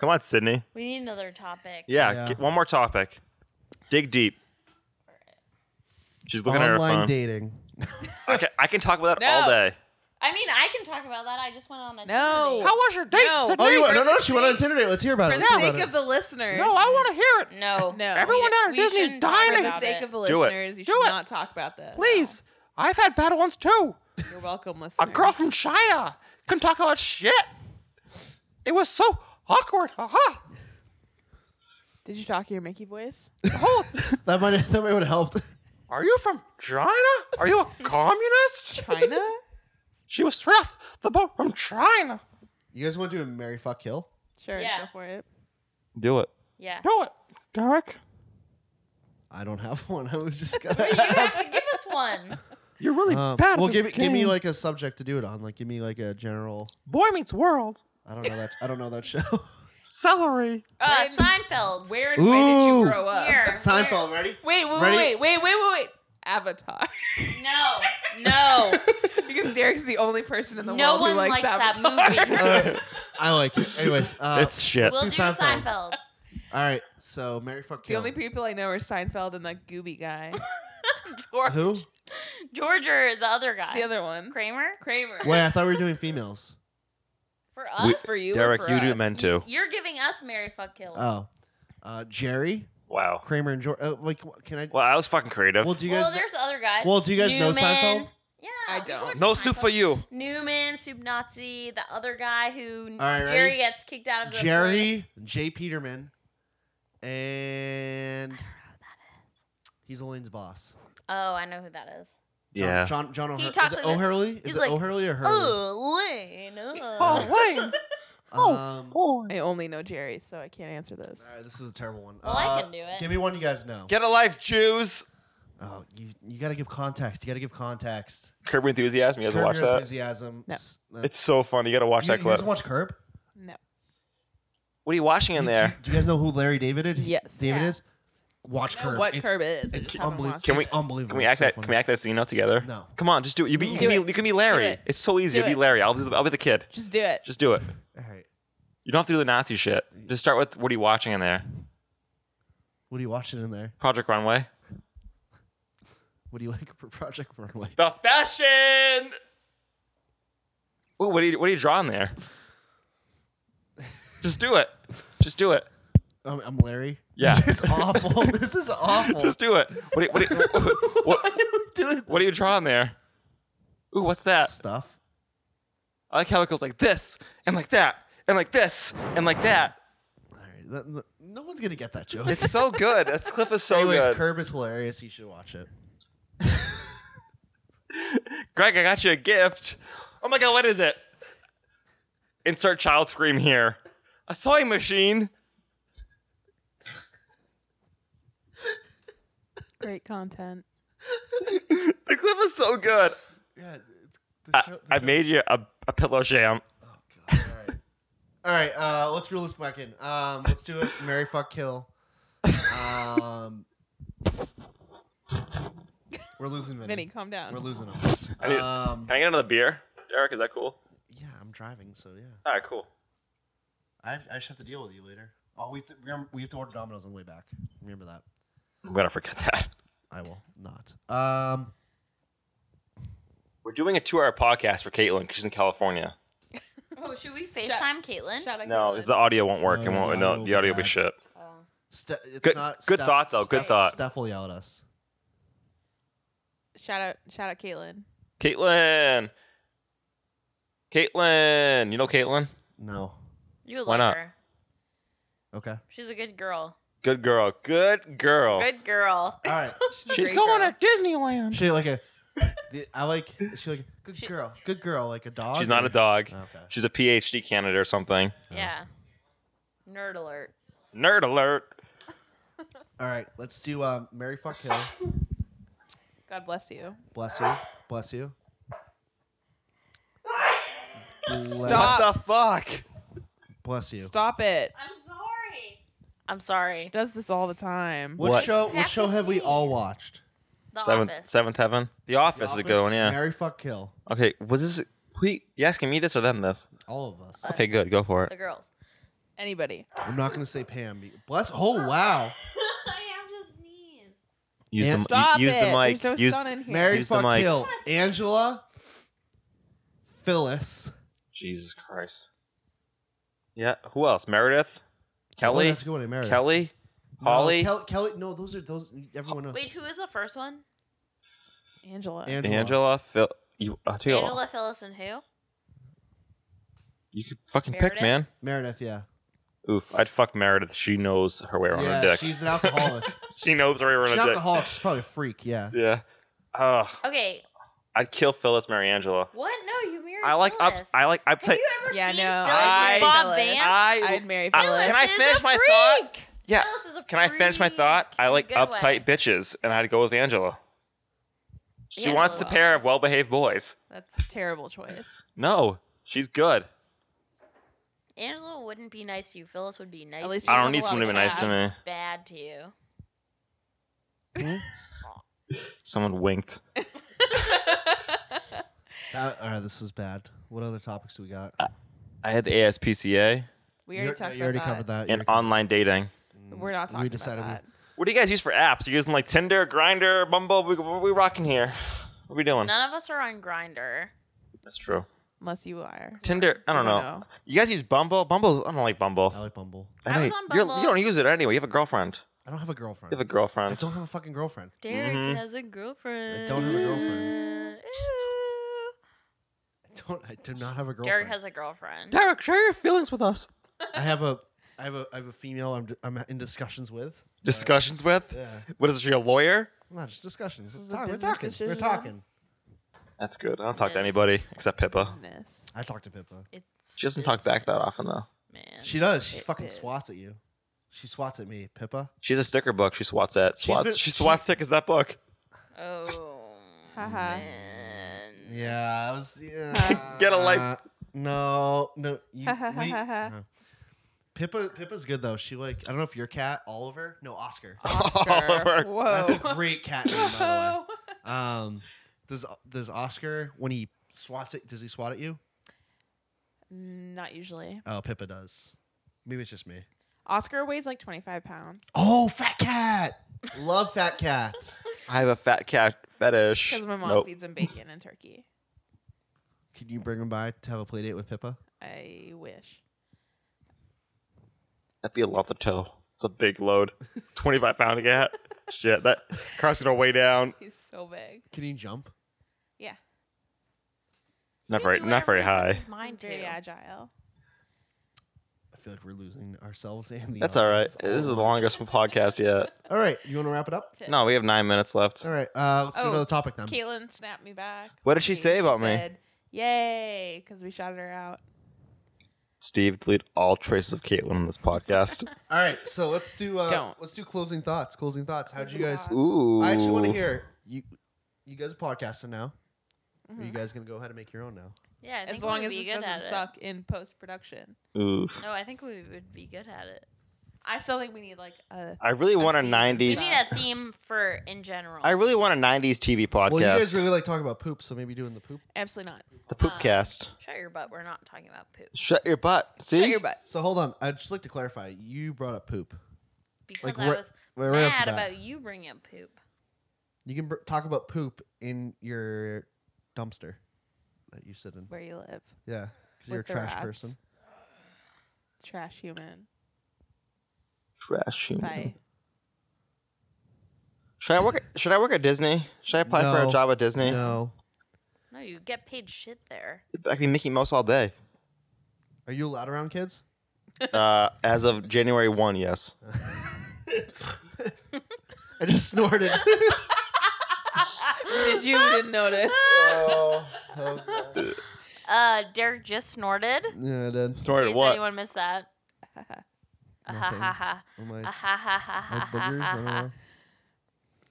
B: Come on, Sydney.
G: We need another topic.
B: Yeah,
D: Yeah.
B: Get one more topic. Dig deep. She's looking at her
D: Online
B: phone.
D: dating.
B: I, can, I can talk about that all
C: No.
B: day.
G: I mean, I can talk about that. I just went on
C: No.
G: a Tinder
C: How-
B: was your date,
C: No.
D: Oh, you
C: for
D: went, no,
C: the
D: no, she went on
C: sake-
D: Tinder date. Let's hear about
C: For
D: it.
C: the
D: Let's hear
C: sake
D: about
C: of the listeners.
B: to hear it.
G: date. No.
C: No.
B: Everyone
G: We-
B: down at
G: we
B: Disney's
G: shouldn't talk
B: dying
C: For the
G: about
C: sake
G: it.
C: of
B: Do
C: the
B: it.
C: listeners, you
B: Do
C: should
B: it.
C: not talk about this.
B: I've had bad ones too.
C: You're welcome, listeners.
B: China couldn't talk about shit. It was so awkward. Aha.
C: Did you talk your Mickey voice?
D: that might that might have helped.
B: Are you from China? Are you a communist?
C: China?
B: She was straight off the boat from China.
D: You guys want to do a Mary Fuck Kill?
C: Sure,
G: Yeah.
C: go for it.
B: Do it.
G: Yeah.
B: Do it. Derek,
D: I don't have one. I was just gonna.
G: You have to give us one.
B: you're really
D: Um,
B: bad at
D: well,
B: this
D: give me give me
B: game.
D: like a subject to do it on. Like, give me like a general.
B: Boy Meets World,
D: I don't know that. I don't know that show.
B: celery.
G: Uh,
C: When-
G: Seinfeld.
C: Where and when did
D: Ooh.
C: you grow up?
G: Here.
D: Seinfeld. Ready?
C: Wait, wait,
D: Ready?
C: wait, wait, wait, wait, wait. Avatar.
G: No, no,
C: because Derek's the only person in the
G: no
C: world
G: one
C: who likes,
G: likes that
C: Avatar.
G: movie.
D: Uh, I like it. Anyways, uh,
B: it's shit.
G: We'll do
D: do
G: Seinfeld.
D: Seinfeld. all right. So Mary fuck
C: The
D: kill.
C: only people I know are Seinfeld and that Gooby guy.
G: George,
D: Who?
G: George or the other guy?
C: The other one.
G: Kramer
C: Kramer.
D: Wait, I thought we were doing females.
G: for
B: We-
G: us.
C: for you or
B: Derek,
C: for
B: you do
C: us?
B: men too.
G: You're giving us Mary Fuck Kill.
D: Oh, uh, Jerry
B: Wow.
D: Kramer and George. Uh, like, wh- can I?
B: Well, I was fucking creative.
D: Well, do you guys?
G: well,
D: kn-
G: there's other guys.
D: well, do you guys know
G: Newman.
D: Seinfeld?
G: Yeah,
C: I
G: we
C: don't.
G: watched
B: no soup
G: Seinfeld.
B: for you.
G: Newman, Soup Nazi, the other guy who
D: right,
G: Jerry
D: ready?
G: gets kicked out of the
D: Jerry J. Peterman, and he's Elaine's boss.
G: place. Oh, I know who that is.
D: John,
B: Yeah.
D: John John O'Hurley. Is
G: talks
D: it
G: like this.
D: O'Hurley? Is
G: He's
D: it
G: like,
D: O'Hurley or Hurley?
G: Oh, Lane.
D: Oh,
C: Wayne.
G: oh,
D: Um, all
C: I only know Jerry, so I can't answer this.
D: right, this is a terrible one.
G: Well, I
D: Uh,
G: can do it.
D: Give me one you guys know.
B: Get a life, Jews.
D: oh, you you gotta give context. You gotta give context.
B: Curb Your Enthusiasm. You guys
D: Curb
B: watch
D: your
B: that?
D: enthusiasm.
C: No.
D: S- uh,
B: It's so funny. You gotta watch
D: you,
B: that
D: you
B: clip.
D: guys watch Curb?
C: No.
B: what are you watching in
D: Do-
B: there?
D: Do, you guys know who Larry David is?
C: Yes.
D: David
G: Yeah.
D: is. Watch Curb.
C: What
D: it's,
C: Curb is? I
D: It's
C: just haven't
D: unbelievable.
C: watched
B: Can we-
C: it.
D: it's unbelievable.
B: Can we
D: It's
B: act
D: so
B: that?
D: funny.
B: Can we act that scene out together?
D: No.
B: Come on, just do it. You, be, you
D: No.
B: can
C: Do
B: be.
C: it.
B: You can be Larry.
C: Do it.
B: It's so easy.
C: Do
B: You'll be
C: it.
B: Larry. I'll be. The, I'll be the kid.
C: Just do it.
B: Just do it.
D: All right.
B: You don't have to do the Nazi shit. Just start with what are you watching in there?
D: What are you watching in there?
B: Project Runway.
D: What do you like for Project Runway?
B: The fashion. Ooh, what are you? What are you drawing there? just do it. Just do it.
D: Um, I'm Larry.
B: Yeah.
D: This is awful. this is awful.
B: Just do it. What? Are, what, are, what,
D: Why
B: what?
D: are we doing
B: What are you drawing there? Ooh, what's that?
D: stuff?
B: I like how it goes like this and like that and like this and like that.
D: All right. th- th- no one's gonna get that joke.
B: It's so good. That clip is so
D: Anyways,
B: good.
D: Curb is hilarious. You should watch it.
B: Greg, I got you a gift. Oh my god, what is it? Insert child scream here. A sewing machine.
C: Great content.
B: The clip is so good.
D: Yeah. It's the
B: I, I made you a, a pillow sham.
D: Oh god. All right. All right. Uh, let's reel this back in. Um, let's do it. Mary fuck kill. Um, we're losing Vinny.
C: Vinny, calm down.
D: We're losing
B: I need-
D: him. Um,
B: Can I get another beer? Derek, is that cool?
D: yeah, I'm driving, so yeah.
B: All right, cool.
D: I, I just have to deal with you later. Oh, we have to, remember, we have to order Domino's on the way back. Remember that.
B: I'm gonna forget that.
D: I will not. Um,
B: We're doing a two-hour podcast for Caitlin. 'cause She's in California.
G: Oh, should we FaceTime Caitlin?
C: Shut up.
B: No,
C: Caitlin.
B: it's the audio won't work.
D: No,
B: it
D: no,
B: won't.
D: the
B: No,
D: audio will
B: the audio will be
D: be bad.
B: shit.
G: Oh.
D: Ste- it's
B: Good-
D: not.
B: good
D: Steph-
B: thought, though. Good
D: Steph-
B: thought.
D: Steph will yell at us.
C: shout out. Shout out, Caitlin.
B: Caitlin. Caitlin. You know Caitlin?
D: No.
G: You would
B: Why
G: like
B: not?
G: her.
D: Okay.
G: She's a good girl.
B: Good girl. Good girl.
G: Good girl.
D: All right.
C: a
B: Oh. She's
C: great
B: going
C: girl.
B: to Disneyland.
D: she like a. the- I like. She like good
G: She-
D: girl. Good girl. Like a dog.
B: She's not
D: or-
B: a dog.
D: Okay.
B: She's a PhD candidate or something.
G: Yeah. Nerd alert.
B: Nerd alert.
D: All right. Let's do um, Mary fuck kill.
C: God bless you.
D: Bless you. Bless you. Bless,
C: Stop.
B: What the fuck?
D: Bless you.
C: Stop it.
G: I'm sorry. I'm sorry.
C: Does this all the time.
D: What,
B: What?
D: show? What
G: Have
D: show
G: to
D: have we
G: sneeze.
D: all watched?
G: The
B: Seventh,
G: office.
B: seventh heaven. The office, is a good one, yeah.
D: Mary fuck kill.
B: okay, was this? Wait, you asking me this or them this?
D: All of us.
B: Okay, good. Go for
G: The
B: it.
G: girls.
C: Anybody?
D: I'm not gonna say Pam. be- Bless. Oh wow.
G: I have to sneeze.
B: Use
D: Yeah.
B: the,
C: Stop
B: use
C: it.
B: the mic.
C: There's no
B: use,
C: sun in here.
D: Mary
B: Use the
D: fuck
B: mic.
D: kill. Angela. Phyllis.
B: Jesus Christ. Yeah. Who else? Meredith.
D: Oh,
B: Kelly.
D: that's a good one, Mary.
B: Kelly.
D: No,
B: Holly.
D: Kel- Kelly. No, those are those. Everyone knows.
G: Wait, who is the first one?
C: Angela.
D: Angela.
B: Angela. Phil. You. uh, I'll tell you all.
G: Angela, Phyllis, and who?
B: You could fucking pick,
G: Meredith?
B: man.
D: Meredith. Yeah.
B: Oof. I'd fuck Meredith. She knows her way around
D: yeah.
B: a dick.
D: She's an alcoholic. she's
B: she knows her way around
D: an
B: a dick.
D: alcoholic. She's probably a freak. Yeah.
B: Yeah. Ugh.
G: Okay.
B: I'd kill Phyllis Mary Angela.
G: What? No, you married
B: I like up.
G: Phyllis.
B: I like
G: Have
B: uptight.
G: you ever
C: Yeah,
G: seen
C: no,
G: Phyllis
B: I-
G: with Bob
C: Phyllis.
G: Vance?
B: I.
C: I'd marry
B: I-
C: Phyllis.
B: can I
G: is
B: finish
G: a
B: my thought?
G: freak.
B: Yeah.
G: Phyllis is a
B: Can I finish my thought?
G: freak
B: I
G: in a
B: like
G: good
B: uptight
G: way.
B: bitches, and I'd go with Angela. She wants a
G: Angela.
B: pair of well-behaved boys.
C: That's a terrible choice.
B: No, she's good.
G: Angela wouldn't be nice to you. Phyllis would be nice.
C: At least
G: to
B: I
G: you.
B: don't
C: have a
B: need
C: lot
B: someone to
C: of
B: be nice to
C: abs.
B: me.
G: Bad to you.
B: Someone winked.
D: That- all right, this was bad. What other topics do we got?
B: I had the ASPCA
C: We already talked
D: you already
C: about
D: covered that. You
B: and
D: already covered-
B: online dating.
C: We're not talking
D: We
C: about
D: decided we-
C: that.
B: What do you guys use for apps? You using like Tinder, Grinder, Bumble? We, what are we rocking here? What are we doing?
G: None of us are on Grinder.
B: That's true.
C: Unless you are.
B: Tinder. I don't, know. You guys use Bumble. Bumble's. I don't like Bumble.
D: I like Bumble.
G: I was on
B: You're-
G: Bumble.
B: You don't use it anyway. You have a girlfriend.
D: I don't have a girlfriend.
B: You have a
D: I
B: girlfriend.
D: don't have a fucking girlfriend.
G: Derek
B: Mhm.
G: has a girlfriend.
D: I don't have a girlfriend.
G: Ew.
D: I don't. I do not have a girlfriend.
G: Derek Eh, has a girlfriend.
B: Derek, share your feelings with us.
D: I have a. I have a. I have a female. I'm. I'm in discussions with. but-
B: Discussions with?
D: Yeah.
B: What is she, a lawyer?
D: Not just discussions. It's
C: is a
D: talk- we're
C: business
D: talking. We're
C: decision.
D: talking.
B: That's good. I don't talk to
G: Yes.
B: anybody except Pippa.
C: Business.
D: I talk to Pippa.
G: It's,
B: She doesn't talk
G: it's-
B: back that
G: it's-
B: often, though.
G: Man.
D: She does. She
G: It
D: fucking
G: is.
D: swats at you. She swats at me, Pippa.
B: She's a sticker book. She swats at swats.
D: been-
B: she swats thick as that book.
G: Oh.
C: Haha.
G: man.
D: Yeah, I was.
C: Huh.
D: Yeah.
B: Get a life.
D: Uh, no, no. You, we, uh, Pippa, Pippa's good though. She like I don't know if your cat Oliver. No, Oscar.
B: Oliver.
C: Oscar. Whoa.
D: That's a great cat name, by
C: Whoa.
D: the way. Um, does does Oscar when he swats it? Does he swat at you?
C: Not usually.
D: Oh, Pippa does. Maybe it's just me.
C: Oscar weighs like 25 pounds
D: Oh, fat cat. Love fat cats.
B: I have a fat cat fetish.
C: because my mom
B: Nope.
C: feeds him bacon and turkey.
D: Can you bring him by to have a play date with Pippa?
C: I wish.
B: That'd be a lot to tow. It's a big load. 25 pound cat. Shit, that car's gonna weigh down.
C: He's so big.
D: Can you jump?
C: Yeah.
B: Not
G: He
B: very,
G: can do
B: not very
G: whatever he
B: high.
G: puts his
C: Mine's
G: mind
C: very
G: to.
C: agile.
D: I feel like we're losing ourselves and the.
B: That's all right.
D: audience
B: This is
D: all
B: the
D: at once.
B: longest podcast yet.
D: All right, you want to wrap it up?
B: No, we have nine minutes left.
D: All right, uh, let's do
C: Oh,
D: another topic then.
C: Caitlin snapped me back.
B: Um, What did she say about me?
C: said, Yay, because we shouted her out.
B: Steve, delete all traces of Caitlin in this podcast.
D: All right, so let's do uh,
C: Don't.
D: let's do closing thoughts. Closing thoughts. How'd you guys?
B: Ooh.
D: I actually want to hear you. You guys are podcasting now. Are you
C: Mhm.
D: guys gonna go ahead and make your own now?
G: Yeah, I think
C: As long
G: we
C: as
G: would be
C: this
G: good at
C: doesn't suck in post production.
B: Oof.
G: it. No, I think we would be good at it.
C: I still think we need like a.
B: I really want a
G: We
B: 90s.
G: need a theme for in general.
B: I really want a 90s TV podcast.
D: Well, you guys really like talking about poop, so maybe doing the poop.
C: Absolutely not.
B: the poop cast.
G: Shut your butt. We're not talking about poop
B: Shut your butt. See?
C: Shut your butt.
D: So hold on, I'd just like to clarify. You brought up poop.
G: because I
D: right-
G: was
D: right off the
G: mad
D: bat.
G: about you bringing up poop.
D: You can br- talk about poop in your dumpster that you sit in.
C: Where you live.
D: Yeah, because you're a
C: With the
D: trash
C: rats.
D: person.
C: Trash human.
B: Trash human.
C: Bye.
B: Should I work? At, should I work at Disney? Should I apply for
D: No.
B: a job at Disney?
D: No.
G: No, you get paid shit there.
B: I can be Mickey Mouse all day.
D: Are you allowed around kids?
B: Uh, as of January one, yes.
D: I just snorted.
C: Did you didn't notice?
D: oh, okay.
G: Uh, Derek just snorted.
D: Yeah, I did.
G: In
B: Snorted
G: case
B: what?
G: anyone missed that. Ah, ha,
D: Nothing.
G: ha, ha.
D: Am I
G: Ah,
D: s-
G: ha, ha, ha,
D: Oh, my
G: ha, ha,
D: boogers? I
G: ha,
D: don't
G: ha.
D: know.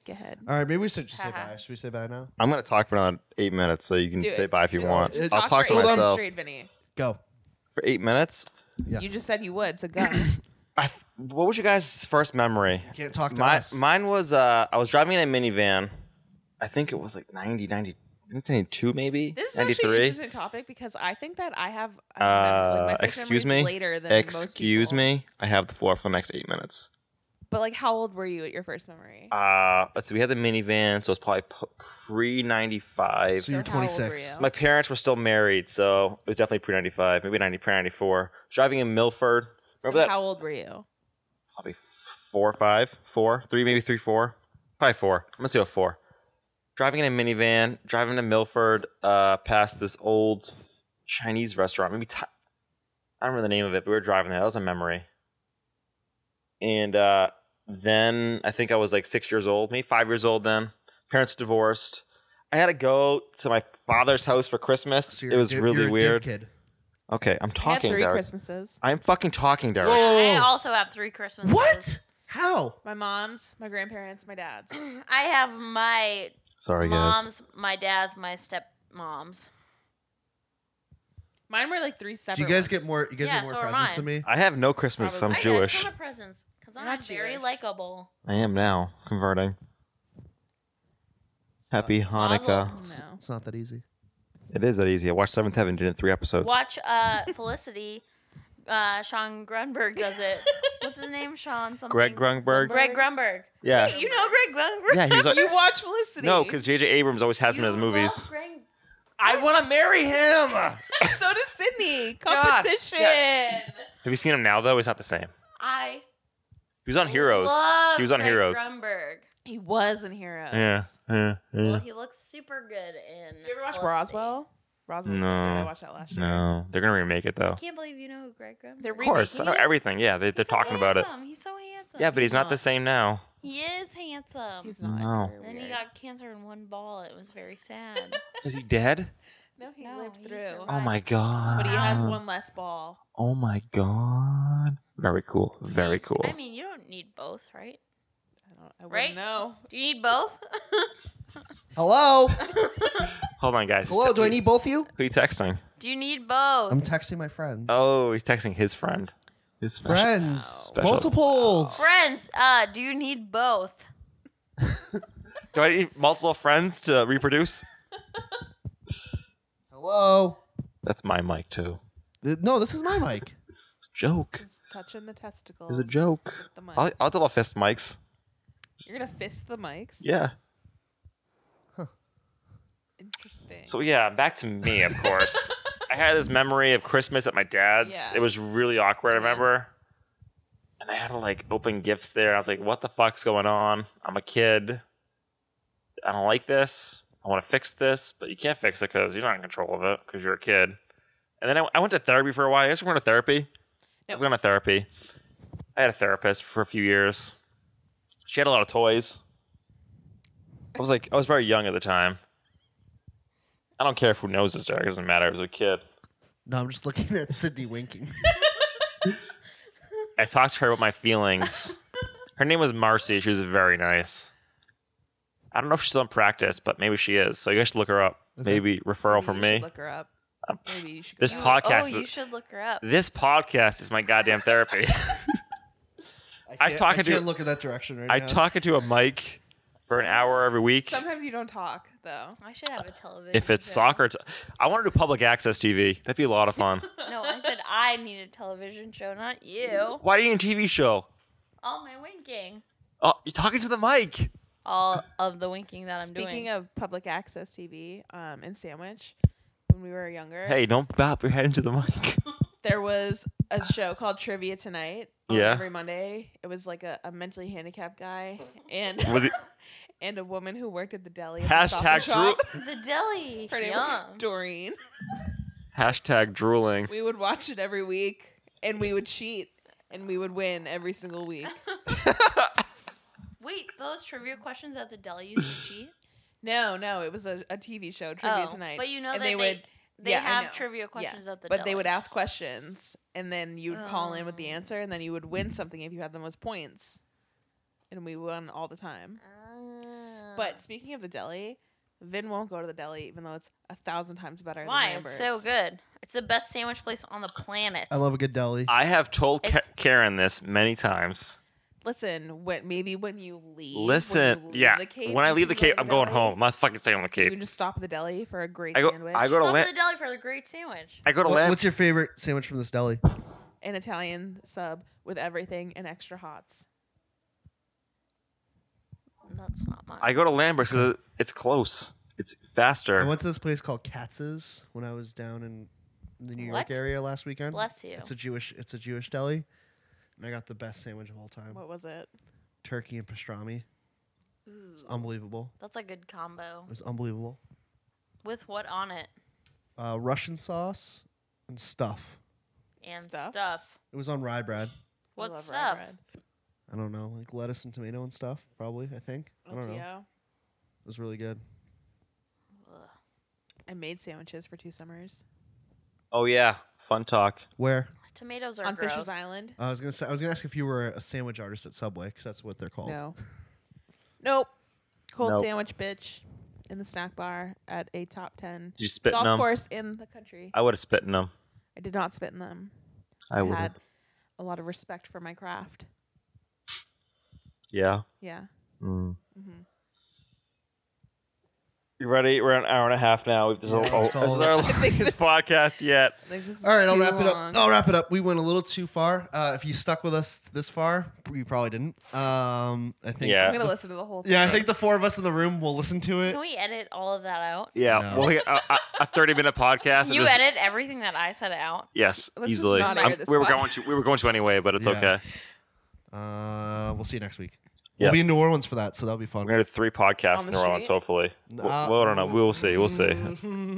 C: Go ahead.
D: All right, maybe we should just say
G: Haha.
D: bye. Should we say bye now?
B: I'm gonna talk for another eight minutes, so you can
C: Do
B: say
C: it.
B: bye if you
D: Do it.
B: want.
D: Just
B: I'll talk
C: Talk
B: to
C: for eight minutes
B: myself
C: Straight, Vinny.
D: Go.
B: for eight minutes.
D: Yeah.
C: You just said you would, so go.
B: I th- what was your guys' first memory?
D: Can't talk to
B: My,
D: us.
B: mine was uh, I was driving in a minivan. I think it was like 90, 90, 92 maybe,
C: This is actually an
B: 93.
C: interesting topic because I think that I have. I don't know,
B: Uh,
C: like, my first
B: excuse
C: memory
B: me.
C: is Later than most
B: excuse
C: people.
B: me. I have the floor for the next eight minutes.
C: But like, how old were you at your first memory?
B: Uh, let's see. We had the minivan, so it's probably pre ninety five.
D: So you're
C: how old were
D: 26.
C: you?
B: My parents were still married, so it was definitely pre ninety five, maybe ninety pre ninety four. Driving in Milford. Remember
C: So
B: that?
C: How old were you?
B: probably f- four or five, four, three, maybe three, four, probably four. I'm gonna say a four. Driving in a minivan, driving to Milford, uh, past this old Chinese restaurant. Maybe Thai- I don't remember the name of it, but we were driving there. That was a memory. And uh, then I think I was like six years old, maybe five years old then. Parents divorced. I had to go to my father's house for Christmas.
D: So you're
B: it
D: a
B: was
D: div-
B: really
D: you're a div
B: weird.
D: Kid.
B: Okay, I'm
C: I had
B: talking,
C: three
B: Derek.
C: Christmases.
B: I'm fucking talking, Derek.
G: I
D: Whoa.
G: also have three Christmases.
D: What? How?
C: My mom's, my grandparents, my dad's.
G: I have my
B: Sorry, guys.
G: mom's, my dad's, my stepmom's.
C: Mine were like three separate.
D: Do you guys
C: ones.
D: get more? You guys
G: Yeah,
D: get more
G: so are
D: presents
G: mine.
D: than me?
B: I have no Christmas. 'cause I'm
G: I
B: Jewish.
G: got a ton of presents because
C: You're
G: I'm
C: not
G: very
C: Jewish.
G: likable.
B: I am now converting.
F: Happy Hanukkah.
G: Zazzle.
C: No.
D: It's not that easy.
F: It is that easy. I watched Seventh Heaven. Did it in three episodes.
G: Watch uh, Felicity. Uh, Sean Grunberg does it. What's his name? Sean something.
F: Greg Grunberg.
G: Greg Grunberg.
F: Yeah.
G: Wait, you know Greg Grunberg?
F: Yeah, he was a-
C: You watch Felicity.
F: no, because J.J. Abrams always has him in his
G: You love
F: movies.
G: Greg-
F: I want to marry him. Have
C: so does Sydney.
F: God.
C: Competition.
B: you seen him now though? He's not the same.
G: I
B: He was on Heroes.
G: love
B: He was on
G: Greg
B: Heroes.
G: Grunberg.
C: He was in Heroes.
B: Yeah, yeah,
G: Well,
B: yeah.
G: he looks super good in.
C: Did you ever watch
G: Felicity.
C: Roswell? Roswell.
B: No.
C: I watched that last year.
B: No, they're gonna remake it though.
G: I can't believe you know who Greg Grunberg.
C: They're
B: Of course, I know
C: remaking it?
B: everything. Yeah, they, they're
G: He's so
B: talking about it.
G: handsome. He's so handsome.
B: Yeah, but he's not
C: not.
B: the same now.
G: he is handsome.
C: He's not.
B: No.
C: Very
G: then he
C: weird.
G: got cancer in one ball. It was very sad.
B: Is he dead?
C: No, he
G: No,
C: lived
G: he
C: through.
G: survived.
B: Oh my god.
C: But he has one less ball.
B: Oh my god. Very cool. Very cool.
G: I mean, you don't need both, right?
C: I don't. I
G: Right?
C: wouldn't know.
G: Do you need both?
D: Hello?
B: Hold on, guys.
D: Hello, do I need both you?
B: Who are you texting?
G: Do you need both?
D: I'm texting my friends.
B: Oh, he's texting his friend. His special-
D: friends.
B: Special.
D: Multiples.
G: Friends, uh, do you need both?
B: Do I need multiple friends to reproduce?
D: Hello?
B: That's my mic too.
D: Th- No, this is my mic.
B: It's a joke.
C: He's touching the testicles.
B: It was a joke.
C: The mic.
B: I'll, I'll double fist mics.
C: You're gonna fist the mics.
B: Yeah.
C: Interesting.
B: So yeah, back to me, of course. I had this memory of Christmas at my dad's.
C: Yeah.
B: It was really awkward, I remember. And I had to like open gifts there. I was like, what the fuck's going on? I'm a kid. I don't like this. I want to fix this, but you can't fix it because you're not in control of it because you're a kid. And then I, I went to therapy for a while. I just went to therapy.
C: Nope.
B: I went to therapy. I had a therapist for a few years. She had a lot of toys. I was like, I was very young at the time. I don't care if who knows this joke. It doesn't matter. I was a kid.
D: No, I'm just looking at Sydney winking.
B: I talked to her about my feelings. Her name was Marcy. She was very nice. I don't know if she's on practice, but maybe she is. So you guys should look her up.
D: Okay.
B: Maybe referral
C: Maybe
B: from
C: you should
B: me. Um,
C: Look her up. Maybe you should.
B: This
C: go-
B: pod- podcast is-
G: Oh, you should look her up.
B: This podcast is my goddamn therapy. I
D: can't-
B: talking
D: I
B: to-
D: can't look in that direction right
B: I
D: now.
B: talk into a mic for an hour every week.
C: Sometimes you don't talk though.
G: I should have a television.
B: if it's
G: show.
B: soccer, t- I want to do public access TV. That'd be a lot of fun.
G: No, I said I need a television show, not you.
B: Why do you need a TV show?
G: All my winking.
B: Oh, you're talking to the mic.
G: All of the winking that I'm
C: Speaking
G: doing.
C: of public access TV, um, in Sandwich, when we were younger,
B: Hey, don't bop your head into the mic.
C: there was a show called Trivia Tonight. on
B: Yeah.
C: Every Monday, it was like a, a mentally handicapped guy and
B: Was it
C: and a woman who worked at the deli. at the Stop and
B: hashtag drool?
C: Shop.
G: the deli.
C: Her name
G: Yum.
C: was Doreen.
B: Hashtag drooling.
C: We would watch it every week, and we would cheat, and we would win every single week.
G: Wait, those trivia questions at the deli used to cheat?
C: No, no, it was a, a TV show, Trivia
G: Oh,
C: Tonight.
G: But you know
C: and
G: that they,
C: they would,
G: they
C: yeah, I know.
G: have trivia questions
C: yeah,
G: at the
C: but they would
G: delis.
C: ask questions, and then you would call in with
G: Oh.
C: the answer, and then you would win something if you had the most points. And we won all the time.
G: Oh.
C: But speaking of the deli, Vin won't go to the deli, even though it's a thousand times better.
G: Why?
C: Than
G: It's so
C: Lambert's.
G: good. It's the best sandwich place on the planet.
D: I love a good deli.
B: I have told Ka-
G: It's-
B: Karen this many times.
C: Listen, when maybe when you leave, when you
B: Listen,
C: leave
B: yeah.
C: the Cape,
B: when I
C: you
B: leave the
C: can go to
B: Cape, I'm going
C: deli.
B: home. Let's fucking stay on the
C: You can
B: Cape.
C: just stop at the deli for a great
B: I go-
C: sandwich.
B: I go to
G: Stop
B: Lam-
G: at the deli for the great sandwich.
B: I go to
D: What-
B: Lamb.
D: what's your favorite sandwich from this deli?
C: an Italian sub with everything and extra hots.
G: That's not mine.
B: I go to Lambert's because it's close. It's faster.
D: I went to this place called Katz's when I was down in the New York
G: What?
D: area last weekend.
G: Bless you.
D: It's a Jewish it's a Jewish deli. And I got the best sandwich of all time.
C: What was it?
D: Turkey and pastrami. It's
G: Ooh,
D: unbelievable.
G: that's a good combo.
D: It was unbelievable.
G: With what on it?
D: Uh, Russian sauce and stuff.
G: And
C: Stuff?
G: stuff.
D: It was on rye bread.
C: I
G: What
C: love rye
G: stuff?
C: bread.
D: I don't know, like lettuce and tomato and stuff, probably, I think. I don't know. It
C: LTO.
D: was really good.
G: Ugh.
C: I made sandwiches for two summers
B: oh yeah, fun talk.
D: Where?
G: Tomatoes are
C: on
G: gross.
C: Fisher's Island.
D: I was gonna say I was gonna ask if you were a sandwich artist at Subway, because that's what they're called.
C: No. Nope. Cold
B: Nope.
C: sandwich, bitch. In the snack bar at a top 10
B: Did you spit in
C: golf
B: them?
C: course in the country.
B: I would have spit in them.
C: I did not spit in them.
F: I would.
C: had
F: have
C: a lot of respect for my craft.
B: Yeah.
C: Yeah.
B: Mm.
C: Mhm.
B: You ready? We're an hour and a half now. This is,
D: Yeah,
B: oh,
D: let's
B: this
D: call
B: is
D: it.
B: our
D: I
C: think
B: longest podcast yet.
C: Like, this is
D: All right, I'll
C: too
D: wrap it
C: long.
D: up. I'll wrap it up. We went a little too far. Uh, if you stuck with us this far, you probably didn't. Um, I think.
B: Yeah.
C: I'm gonna listen to the whole thing.
D: Yeah, I think the four of us in the room will listen to it.
G: Can we edit all of that out?
B: Yeah,
D: No.
B: we'll get a, a, a thirty-minute podcast. and
G: you
B: just-
G: edit everything that I said out.
B: Yes,
C: Let's just
B: easily.
C: not air
B: I'm-
C: this
B: we were
C: podcast.
B: going to. We were going to anyway, but it's
D: Yeah.
B: okay.
D: Uh, we'll see you next week.
B: Yeah.
D: We'll be in New Orleans for that, so that'll be fun.
B: We're gonna do three podcasts
C: On
B: in
C: the
B: a row.
C: street?
B: Hopefully,
D: Nah.
B: well, well, I don't know. We'll see. We'll see.
F: Mm.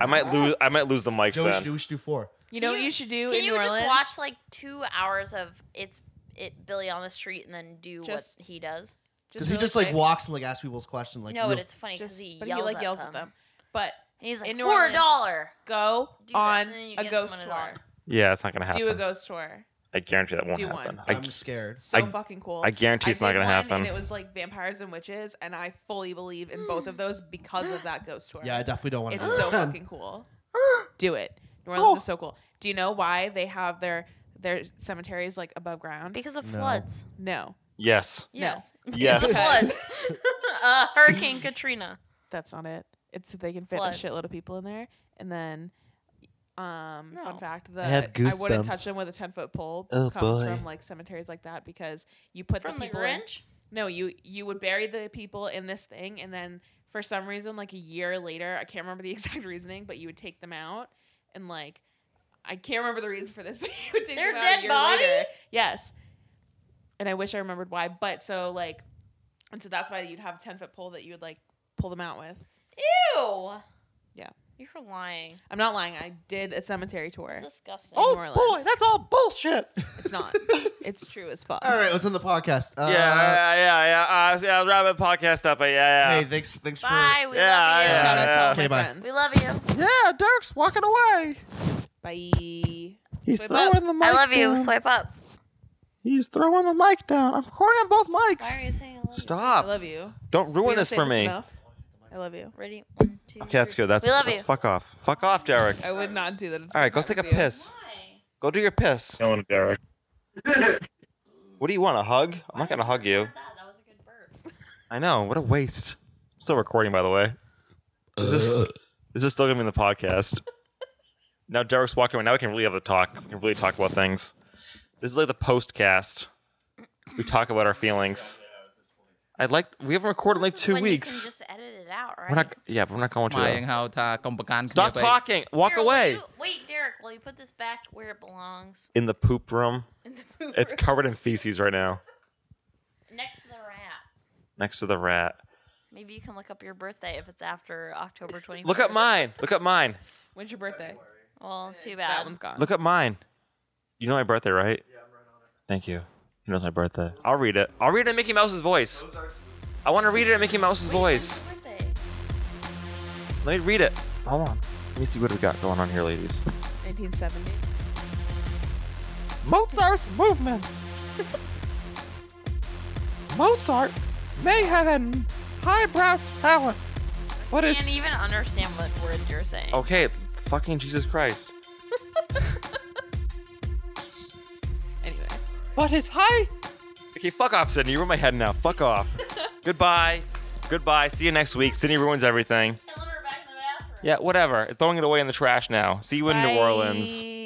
B: I might lose. I might lose the mics
D: Joe, we should, do,
B: then.
D: we should do four.
C: You know
G: Can
C: what you should do
G: Can
C: in
G: you
C: New Orleans?
G: just watch like two hours of it's it Billy on the street and then do
C: Just-
G: what he does?
D: Because he just like walks and like asks people's questions. Like
G: no, but
D: real-
G: it's funny because
C: Just,
G: he
C: but
G: yells,
C: he like
G: at,
C: yells
G: them.
C: at them. But
G: And he's like
C: In New
G: four
C: Orleans.
G: dollar.
C: go
G: Do this,
C: on
G: and then you
C: a
G: get
C: ghost
G: someone
C: tour.
G: an
B: Yeah, it's not gonna happen.
C: Do a ghost tour.
B: I guarantee that won't
C: Do
B: happen.
C: one.
B: I,
D: I'm scared.
C: So
B: I-
C: fucking cool.
B: I guarantee it's
C: I
B: not
C: did
B: gonna
C: one,
B: happen.
C: And it was like vampires and witches, and I fully believe in both of those because of that ghost tour.
D: Yeah, I definitely don't Oh. want to.
C: It's so fucking cool. Do it. New Orleans is so cool. Do you know why they have their their cemeteries like above ground?
G: Because of
D: No.
G: floods.
C: no,
B: yes.
G: Yes.
B: Yes.
G: Because of floods. uh, Hurricane Katrina.
C: that's not it. It's that they can fit
G: Floods.
C: a shitload of people in there, and then. Um,
G: No.
C: Fun fact: the
F: I have
C: wouldn't touch
F: goosebumps.
C: them with a ten foot pole
F: Oh,
C: comes
F: boy.
C: from like cemeteries like that because you put
G: From
C: the
G: the
C: people in
G: Grinch.
C: No, you you would bury the people in this thing, and then for some reason, like a year later, I can't remember the exact reasoning, but you would take them out, and like I can't remember the reason for this, but you would take
G: Their
C: them out
G: dead
C: a year
G: body?
C: later. Yes, and I wish I remembered why, but so like, and so that's why you'd have a ten foot pole that you would like pull them out with.
G: Ew.
C: Yeah.
G: You're lying.
C: I'm not lying. I did a cemetery tour.
G: It's disgusting.
C: Oh, New Orleans. boy,
F: that's all bullshit.
C: It's not. it's true as fuck.
D: All right, let's end the podcast. Uh,
B: Yeah, yeah, yeah, yeah. Uh, yeah I'll wrap the podcast up. But yeah, yeah.
D: Hey, thanks, thanks
G: Bye.
D: for.
G: We
B: Yeah, uh,
G: love you.
B: yeah,
C: Shout out to all
D: Okay,
C: my
D: bye.
C: friends.
G: We love you.
F: Yeah, Dirk's walking away.
C: Bye.
F: He's
C: Swipe
F: throwing
C: up.
F: the mic.
G: I love you.
F: down.
G: Swipe up.
F: He's throwing the mic down. I'm recording on both
G: Why are
F: mics.
G: you saying I love you?
C: I
B: Stop.
C: love you.
B: Don't
C: We
B: ruin
C: don't
B: this
C: say
B: for me.
C: enough. I love you.
G: Ready? One, two,
B: Okay, that's
G: three.
B: good. That's,
G: we love
B: that's
G: you.
B: fuck off. Fuck off, Derek.
C: I would not do that.
B: All right, go take a piss.
G: Why?
B: Go do your piss.
H: Killing Derek.
B: What do you want? A hug? I'm not gonna hug you.
G: Not That, that was a good burp.
B: I know. What a waste. I'm still recording, by the way. Is this is this still gonna be in the podcast? now Derek's walking away. Now we can really have a talk. We can really talk about things. This is like the postcast. We talk about our feelings. I like. We haven't recorded in like
G: This is
B: two
G: when
B: weeks.
G: You can just edit it out, right?
B: We're not. Yeah, we're not going to.
I: ម៉ែយើ
B: that.
I: ងហៅថាកុំប្រកាន់គ្នា
B: Stop
I: ពេក
B: talking. Walk
G: Here, will
B: away.
G: you- wait, Derek, will you put this back where it belongs?
B: In the poop room.
G: In the poop
B: It's
G: room.
B: covered in feces right now.
G: next to the rat.
B: Next to the rat.
G: Maybe you can look up your birthday if it's after October 21st.
B: Look at mine. Look at mine.
C: When's your birthday?
G: Well, too
C: That
G: bad.
C: one's gone.
B: Look up mine. You know my birthday, right? Yeah, I'm right on it. Thank you. He knows my birthday. I'll read it. I'll read it in Mickey Mouse's voice. I want to read it in Mickey Mouse's voice.
G: Birthday.
B: Let me read it. Hold on. Let me see what we got going on here, ladies.
C: 1970.
F: Mozart's movements. Mozart may have an highbrow talent, but
G: Can't
F: his
G: even understand what word you're saying.
B: Okay, fucking Jesus Christ.
C: Anyway.
F: but his high
B: Okay, fuck off, Sydney. You ruined my head now. Fuck off. Goodbye. Goodbye. See you next week. Sydney ruins everything.
G: Tell her back in the bathroom.
B: Yeah, whatever. Throwing it away in the trash now. See you in New Orleans.
C: Bye.